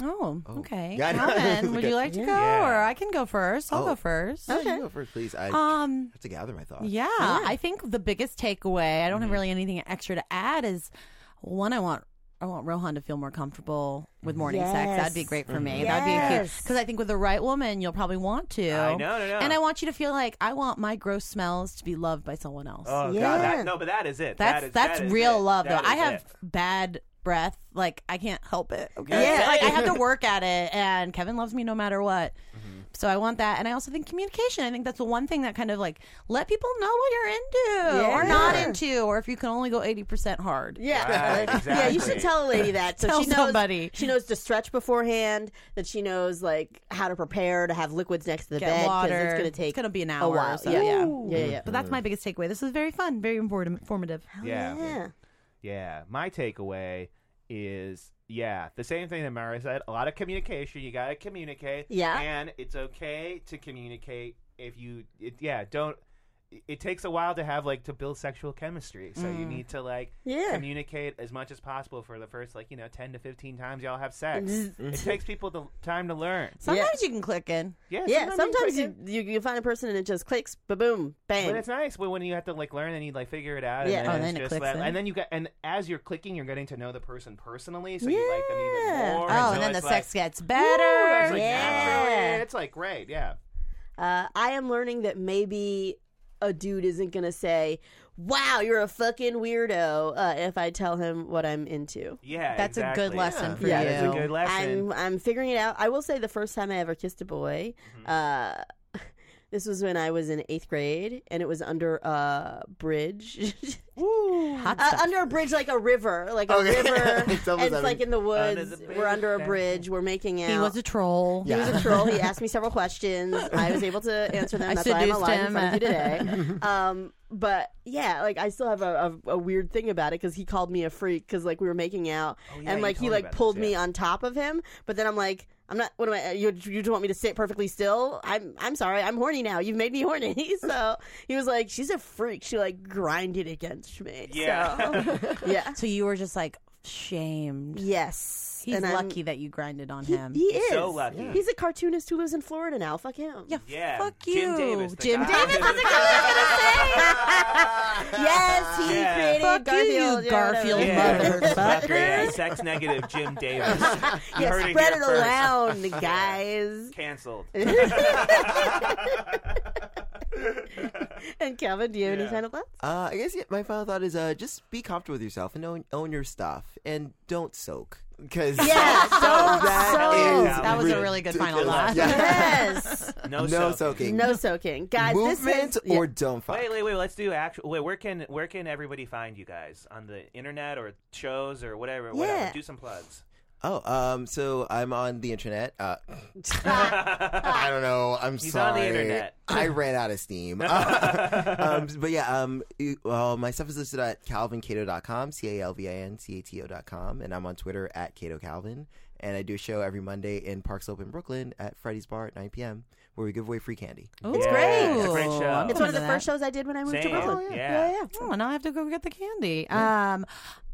[SPEAKER 3] Oh, okay.
[SPEAKER 6] Yeah, I know.
[SPEAKER 3] Alan, would you like to go,
[SPEAKER 4] Yeah.
[SPEAKER 3] or I can go first? I'll go
[SPEAKER 6] Oh.
[SPEAKER 3] first.
[SPEAKER 6] No, you go first, please. I
[SPEAKER 3] Um,
[SPEAKER 6] have to gather my thoughts.
[SPEAKER 3] yeah, I think the biggest takeaway. I don't have really anything extra to add. Is one, I want. I want Rohan to feel more comfortable with morning sex. That'd be
[SPEAKER 5] Yes.
[SPEAKER 3] great for me. That'd be huge.
[SPEAKER 5] Yes.
[SPEAKER 3] Because I think with the right woman, you'll probably want to.
[SPEAKER 4] I know, no, no.
[SPEAKER 3] And I want you to feel like I want my gross smells to be loved by someone else.
[SPEAKER 4] Oh
[SPEAKER 5] Yeah.
[SPEAKER 4] god, that, no, but that is it.
[SPEAKER 3] that's
[SPEAKER 4] That is-
[SPEAKER 3] that's
[SPEAKER 4] that is
[SPEAKER 3] real
[SPEAKER 4] it.
[SPEAKER 3] love
[SPEAKER 4] That
[SPEAKER 3] though. I
[SPEAKER 4] is
[SPEAKER 3] have
[SPEAKER 4] it.
[SPEAKER 3] bad breath. Like I can't help it. Okay.
[SPEAKER 4] Yeah.
[SPEAKER 3] Like I have to work at it and Kevin loves me no matter what.
[SPEAKER 4] Mm-hmm.
[SPEAKER 3] So I want that. And I also think communication. I think that's the one thing that kind of like let people know what you're into or not
[SPEAKER 5] Yeah.
[SPEAKER 3] into or if you can only go 80% hard.
[SPEAKER 5] Yeah,
[SPEAKER 4] Right,
[SPEAKER 5] yeah. You should
[SPEAKER 4] exactly.
[SPEAKER 5] tell a lady that. So
[SPEAKER 3] Tell
[SPEAKER 5] she knows,
[SPEAKER 3] somebody.
[SPEAKER 5] She knows to stretch beforehand. That she knows like how to prepare to have liquids next to the
[SPEAKER 3] Get
[SPEAKER 5] bed. 'cause
[SPEAKER 3] water.
[SPEAKER 5] It's gonna
[SPEAKER 3] It's
[SPEAKER 5] take
[SPEAKER 3] gonna be an
[SPEAKER 5] a
[SPEAKER 3] hour or
[SPEAKER 5] while.
[SPEAKER 3] so,
[SPEAKER 5] Yeah,
[SPEAKER 3] yeah.
[SPEAKER 5] yeah,
[SPEAKER 3] Ooh.
[SPEAKER 5] yeah, yeah.
[SPEAKER 3] But that's my biggest takeaway. This was very fun, very important, informative.
[SPEAKER 4] Yeah. yeah.
[SPEAKER 5] Yeah.
[SPEAKER 4] My takeaway is yeah, the same thing that Mara said. A lot of communication. You gotta communicate.
[SPEAKER 5] Yeah.
[SPEAKER 4] And it's okay to communicate if you it, yeah, don't it- it takes a while to have like to build sexual chemistry. So you need to like
[SPEAKER 5] Mm. Yeah.
[SPEAKER 4] communicate as much as possible for the first like, you know, ten to fifteen times y'all have sex. it takes people the time to learn.
[SPEAKER 3] Sometimes you can click in.
[SPEAKER 4] Yeah,
[SPEAKER 5] Yeah, sometimes
[SPEAKER 4] you
[SPEAKER 5] you, you you find a person and it just clicks, ba boom, bang.
[SPEAKER 4] But it's nice when, when you have to like learn and you like figure it out. And then,
[SPEAKER 3] Oh,
[SPEAKER 5] Yeah.
[SPEAKER 4] it's
[SPEAKER 3] then it
[SPEAKER 4] just
[SPEAKER 3] clicks
[SPEAKER 4] like-
[SPEAKER 3] in.
[SPEAKER 4] And then you get and as you're clicking, you're getting to know the person personally, so you like them even
[SPEAKER 5] Yeah.
[SPEAKER 4] more.
[SPEAKER 3] Oh,
[SPEAKER 4] so
[SPEAKER 3] and then the
[SPEAKER 4] it's
[SPEAKER 3] sex
[SPEAKER 4] like,
[SPEAKER 3] gets
[SPEAKER 4] "Ooh,
[SPEAKER 3] better.
[SPEAKER 4] that's, like,
[SPEAKER 5] Yeah.
[SPEAKER 4] natural. It's like great. Yeah.
[SPEAKER 5] Uh, I am learning that maybe a dude isn't gonna say, "Wow, you're a fucking weirdo," uh, if I tell him what I'm into.
[SPEAKER 4] Yeah.
[SPEAKER 3] That's a good
[SPEAKER 4] exactly.
[SPEAKER 3] lesson for
[SPEAKER 5] Yeah,
[SPEAKER 4] Yeah.
[SPEAKER 3] you.
[SPEAKER 4] That's a good lesson.
[SPEAKER 5] I'm I'm figuring it out. I will say the first time I ever kissed a boy,
[SPEAKER 4] Mm-hmm.
[SPEAKER 5] uh, this was when I was in eighth grade, and it was under a bridge,
[SPEAKER 3] Hot
[SPEAKER 5] uh,
[SPEAKER 3] stuff.
[SPEAKER 5] under a bridge like a river, like a
[SPEAKER 6] Okay.
[SPEAKER 5] river.
[SPEAKER 6] It's
[SPEAKER 5] and it's
[SPEAKER 6] almost under-
[SPEAKER 5] like in the
[SPEAKER 4] Under
[SPEAKER 5] woods.
[SPEAKER 4] the
[SPEAKER 5] We're under a
[SPEAKER 4] bridge.
[SPEAKER 5] bridge. We're making out.
[SPEAKER 3] he was a troll.
[SPEAKER 5] He was a troll. He asked me several questions. I was able to answer them.
[SPEAKER 3] I
[SPEAKER 5] That's why I'm
[SPEAKER 3] seduced
[SPEAKER 5] alive
[SPEAKER 3] him.
[SPEAKER 5] in front of you today. Um, but yeah, like I still have a, a, a weird thing about it because he called me a freak because like we were making out
[SPEAKER 4] Oh, yeah,
[SPEAKER 5] and
[SPEAKER 4] you
[SPEAKER 5] like he
[SPEAKER 4] told me
[SPEAKER 5] like
[SPEAKER 4] about this,
[SPEAKER 5] pulled me
[SPEAKER 4] yeah.
[SPEAKER 5] on top of him. But then I'm like, I'm not. What am I? You you just want me to sit perfectly still? I'm I'm sorry. I'm horny now. You've made me horny. So he was like, she's a freak. She like grinded against me.
[SPEAKER 4] Yeah.
[SPEAKER 5] So, yeah.
[SPEAKER 3] So you were just like shamed.
[SPEAKER 5] Yes.
[SPEAKER 3] He's
[SPEAKER 5] And I'm-
[SPEAKER 3] lucky that you grinded on
[SPEAKER 5] He,
[SPEAKER 3] him.
[SPEAKER 5] he is.
[SPEAKER 4] so lucky.
[SPEAKER 5] He's a cartoonist who lives in Florida now. Fuck him.
[SPEAKER 3] yeah,
[SPEAKER 4] Yeah.
[SPEAKER 3] fuck you,
[SPEAKER 4] Jim Davis. the
[SPEAKER 3] Jim
[SPEAKER 4] guy
[SPEAKER 3] Davis
[SPEAKER 4] who-
[SPEAKER 3] is a
[SPEAKER 5] Yes, he
[SPEAKER 4] Yeah.
[SPEAKER 5] created
[SPEAKER 3] Fuck you,
[SPEAKER 5] Garfield.
[SPEAKER 3] you
[SPEAKER 5] Yeah, whatever.
[SPEAKER 3] Garfield
[SPEAKER 4] Yeah.
[SPEAKER 3] motherfucker.
[SPEAKER 4] yeah. Sex negative Jim Davis. You heard
[SPEAKER 5] Yeah,
[SPEAKER 4] it
[SPEAKER 5] spread
[SPEAKER 4] here
[SPEAKER 5] it
[SPEAKER 4] first.
[SPEAKER 5] around, guys.
[SPEAKER 4] Cancelled.
[SPEAKER 5] and Kevin, do you have any final thoughts?
[SPEAKER 6] Uh, I guess yeah, my final thought is uh, just be comfortable with yourself and own, own your stuff and don't soak. Because
[SPEAKER 5] Yeah, don't soak.
[SPEAKER 4] That was a
[SPEAKER 3] really good final thought.
[SPEAKER 5] Yes.
[SPEAKER 4] No,
[SPEAKER 6] No
[SPEAKER 4] soaking.
[SPEAKER 6] soaking.
[SPEAKER 5] no soaking, guys.
[SPEAKER 6] Movement
[SPEAKER 5] this is,
[SPEAKER 6] or don't fuck.
[SPEAKER 4] Wait, wait, wait. Let's do actual. Wait, where can where can everybody find you guys on the internet or shows or whatever?
[SPEAKER 5] Yeah.
[SPEAKER 4] Whatever. Do some plugs.
[SPEAKER 6] Oh, um, so I'm on the internet. Uh, I don't know. I'm
[SPEAKER 4] He's on the
[SPEAKER 6] sorry.
[SPEAKER 4] internet.
[SPEAKER 6] I ran out of steam. um, but yeah, um, you- well, my stuff is listed at calvincato.com, C A L V I N C A T O.com, and I'm on Twitter at Cato Calvin. And I do a show every Monday in Park Slope in Brooklyn at Friday's Bar at 9 p.m. where we give away free candy.
[SPEAKER 3] It's
[SPEAKER 4] great. It's a great show.
[SPEAKER 3] I'm
[SPEAKER 5] It's one of the
[SPEAKER 3] coming to
[SPEAKER 5] first
[SPEAKER 3] that.
[SPEAKER 5] shows I did when I moved
[SPEAKER 4] Same.
[SPEAKER 5] to Brooklyn.
[SPEAKER 4] yeah.
[SPEAKER 3] yeah, yeah. Oh, and I'll have to go get the candy. Um,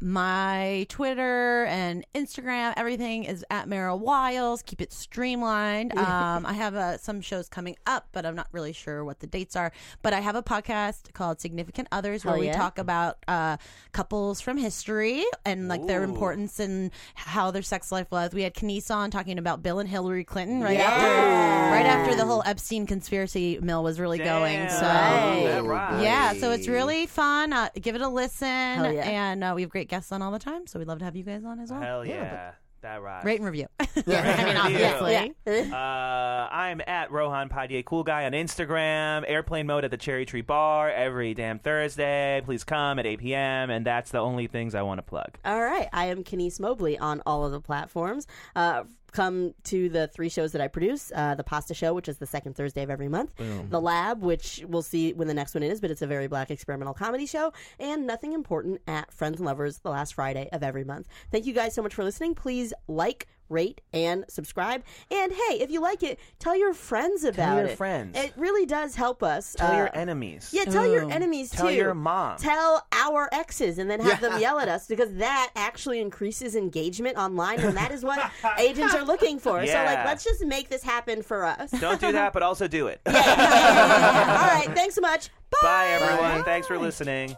[SPEAKER 3] my Twitter and Instagram, everything is at Meryl Wiles. Keep it streamlined. Um, I have uh, some shows coming up, but I'm not really sure what the dates are. But I have a podcast called Significant Others where
[SPEAKER 5] Hell
[SPEAKER 3] we
[SPEAKER 5] yeah.
[SPEAKER 3] talk about uh, couples from history and like their
[SPEAKER 4] Ooh.
[SPEAKER 3] importance and how their sex life was. We had Kenise on talking about Bill and Hillary Clinton right
[SPEAKER 5] Yeah.
[SPEAKER 3] after right after the whole Epstein conspiracy mill was really going.
[SPEAKER 4] Damn.
[SPEAKER 3] So.
[SPEAKER 4] That
[SPEAKER 6] Ooh,
[SPEAKER 4] rocks.
[SPEAKER 3] Yeah, so it's really fun. Uh, give it a listen,
[SPEAKER 5] yeah.
[SPEAKER 3] and uh, we have great guests on all the time. So we'd love to have you guys on as well.
[SPEAKER 4] Hell yeah, that rocks.
[SPEAKER 3] Rate and review.
[SPEAKER 4] Great
[SPEAKER 3] I mean,
[SPEAKER 4] review.
[SPEAKER 3] obviously.
[SPEAKER 5] Yeah.
[SPEAKER 4] Uh, I'm at Rohan Padier, cool guy on Instagram. Airplane mode at the Cherry Tree Bar every damn Thursday. Please come at 8 p.m. And that's the only things I want to plug.
[SPEAKER 5] All right. I am Kenise Mobley on all of the platforms. Uh, come to the three shows that I produce uh, The Pasta Show, which is the second Thursday of every month, The Lab, which we'll see when the next one is, but it's a very black experimental comedy show, and Nothing Important at Friends and Lovers, the last Friday of every month. Thank you guys so much for listening. Please like, rate, and subscribe. And hey, if you like it, tell your friends about it.
[SPEAKER 4] your friends.
[SPEAKER 5] It really does help us.
[SPEAKER 4] Tell
[SPEAKER 5] uh,
[SPEAKER 4] your enemies.
[SPEAKER 5] Yeah, tell your
[SPEAKER 3] Ooh.
[SPEAKER 5] enemies
[SPEAKER 4] Tell
[SPEAKER 5] too.
[SPEAKER 4] your mom.
[SPEAKER 5] Tell our exes and then have them yell at us because that actually increases engagement online and that is what agents are looking for. So
[SPEAKER 4] Yeah.
[SPEAKER 5] like let's just make this happen for us.
[SPEAKER 4] Don't do that, but also do it.
[SPEAKER 5] All right, thanks so much. Bye.
[SPEAKER 4] Bye, everyone. Thanks for listening.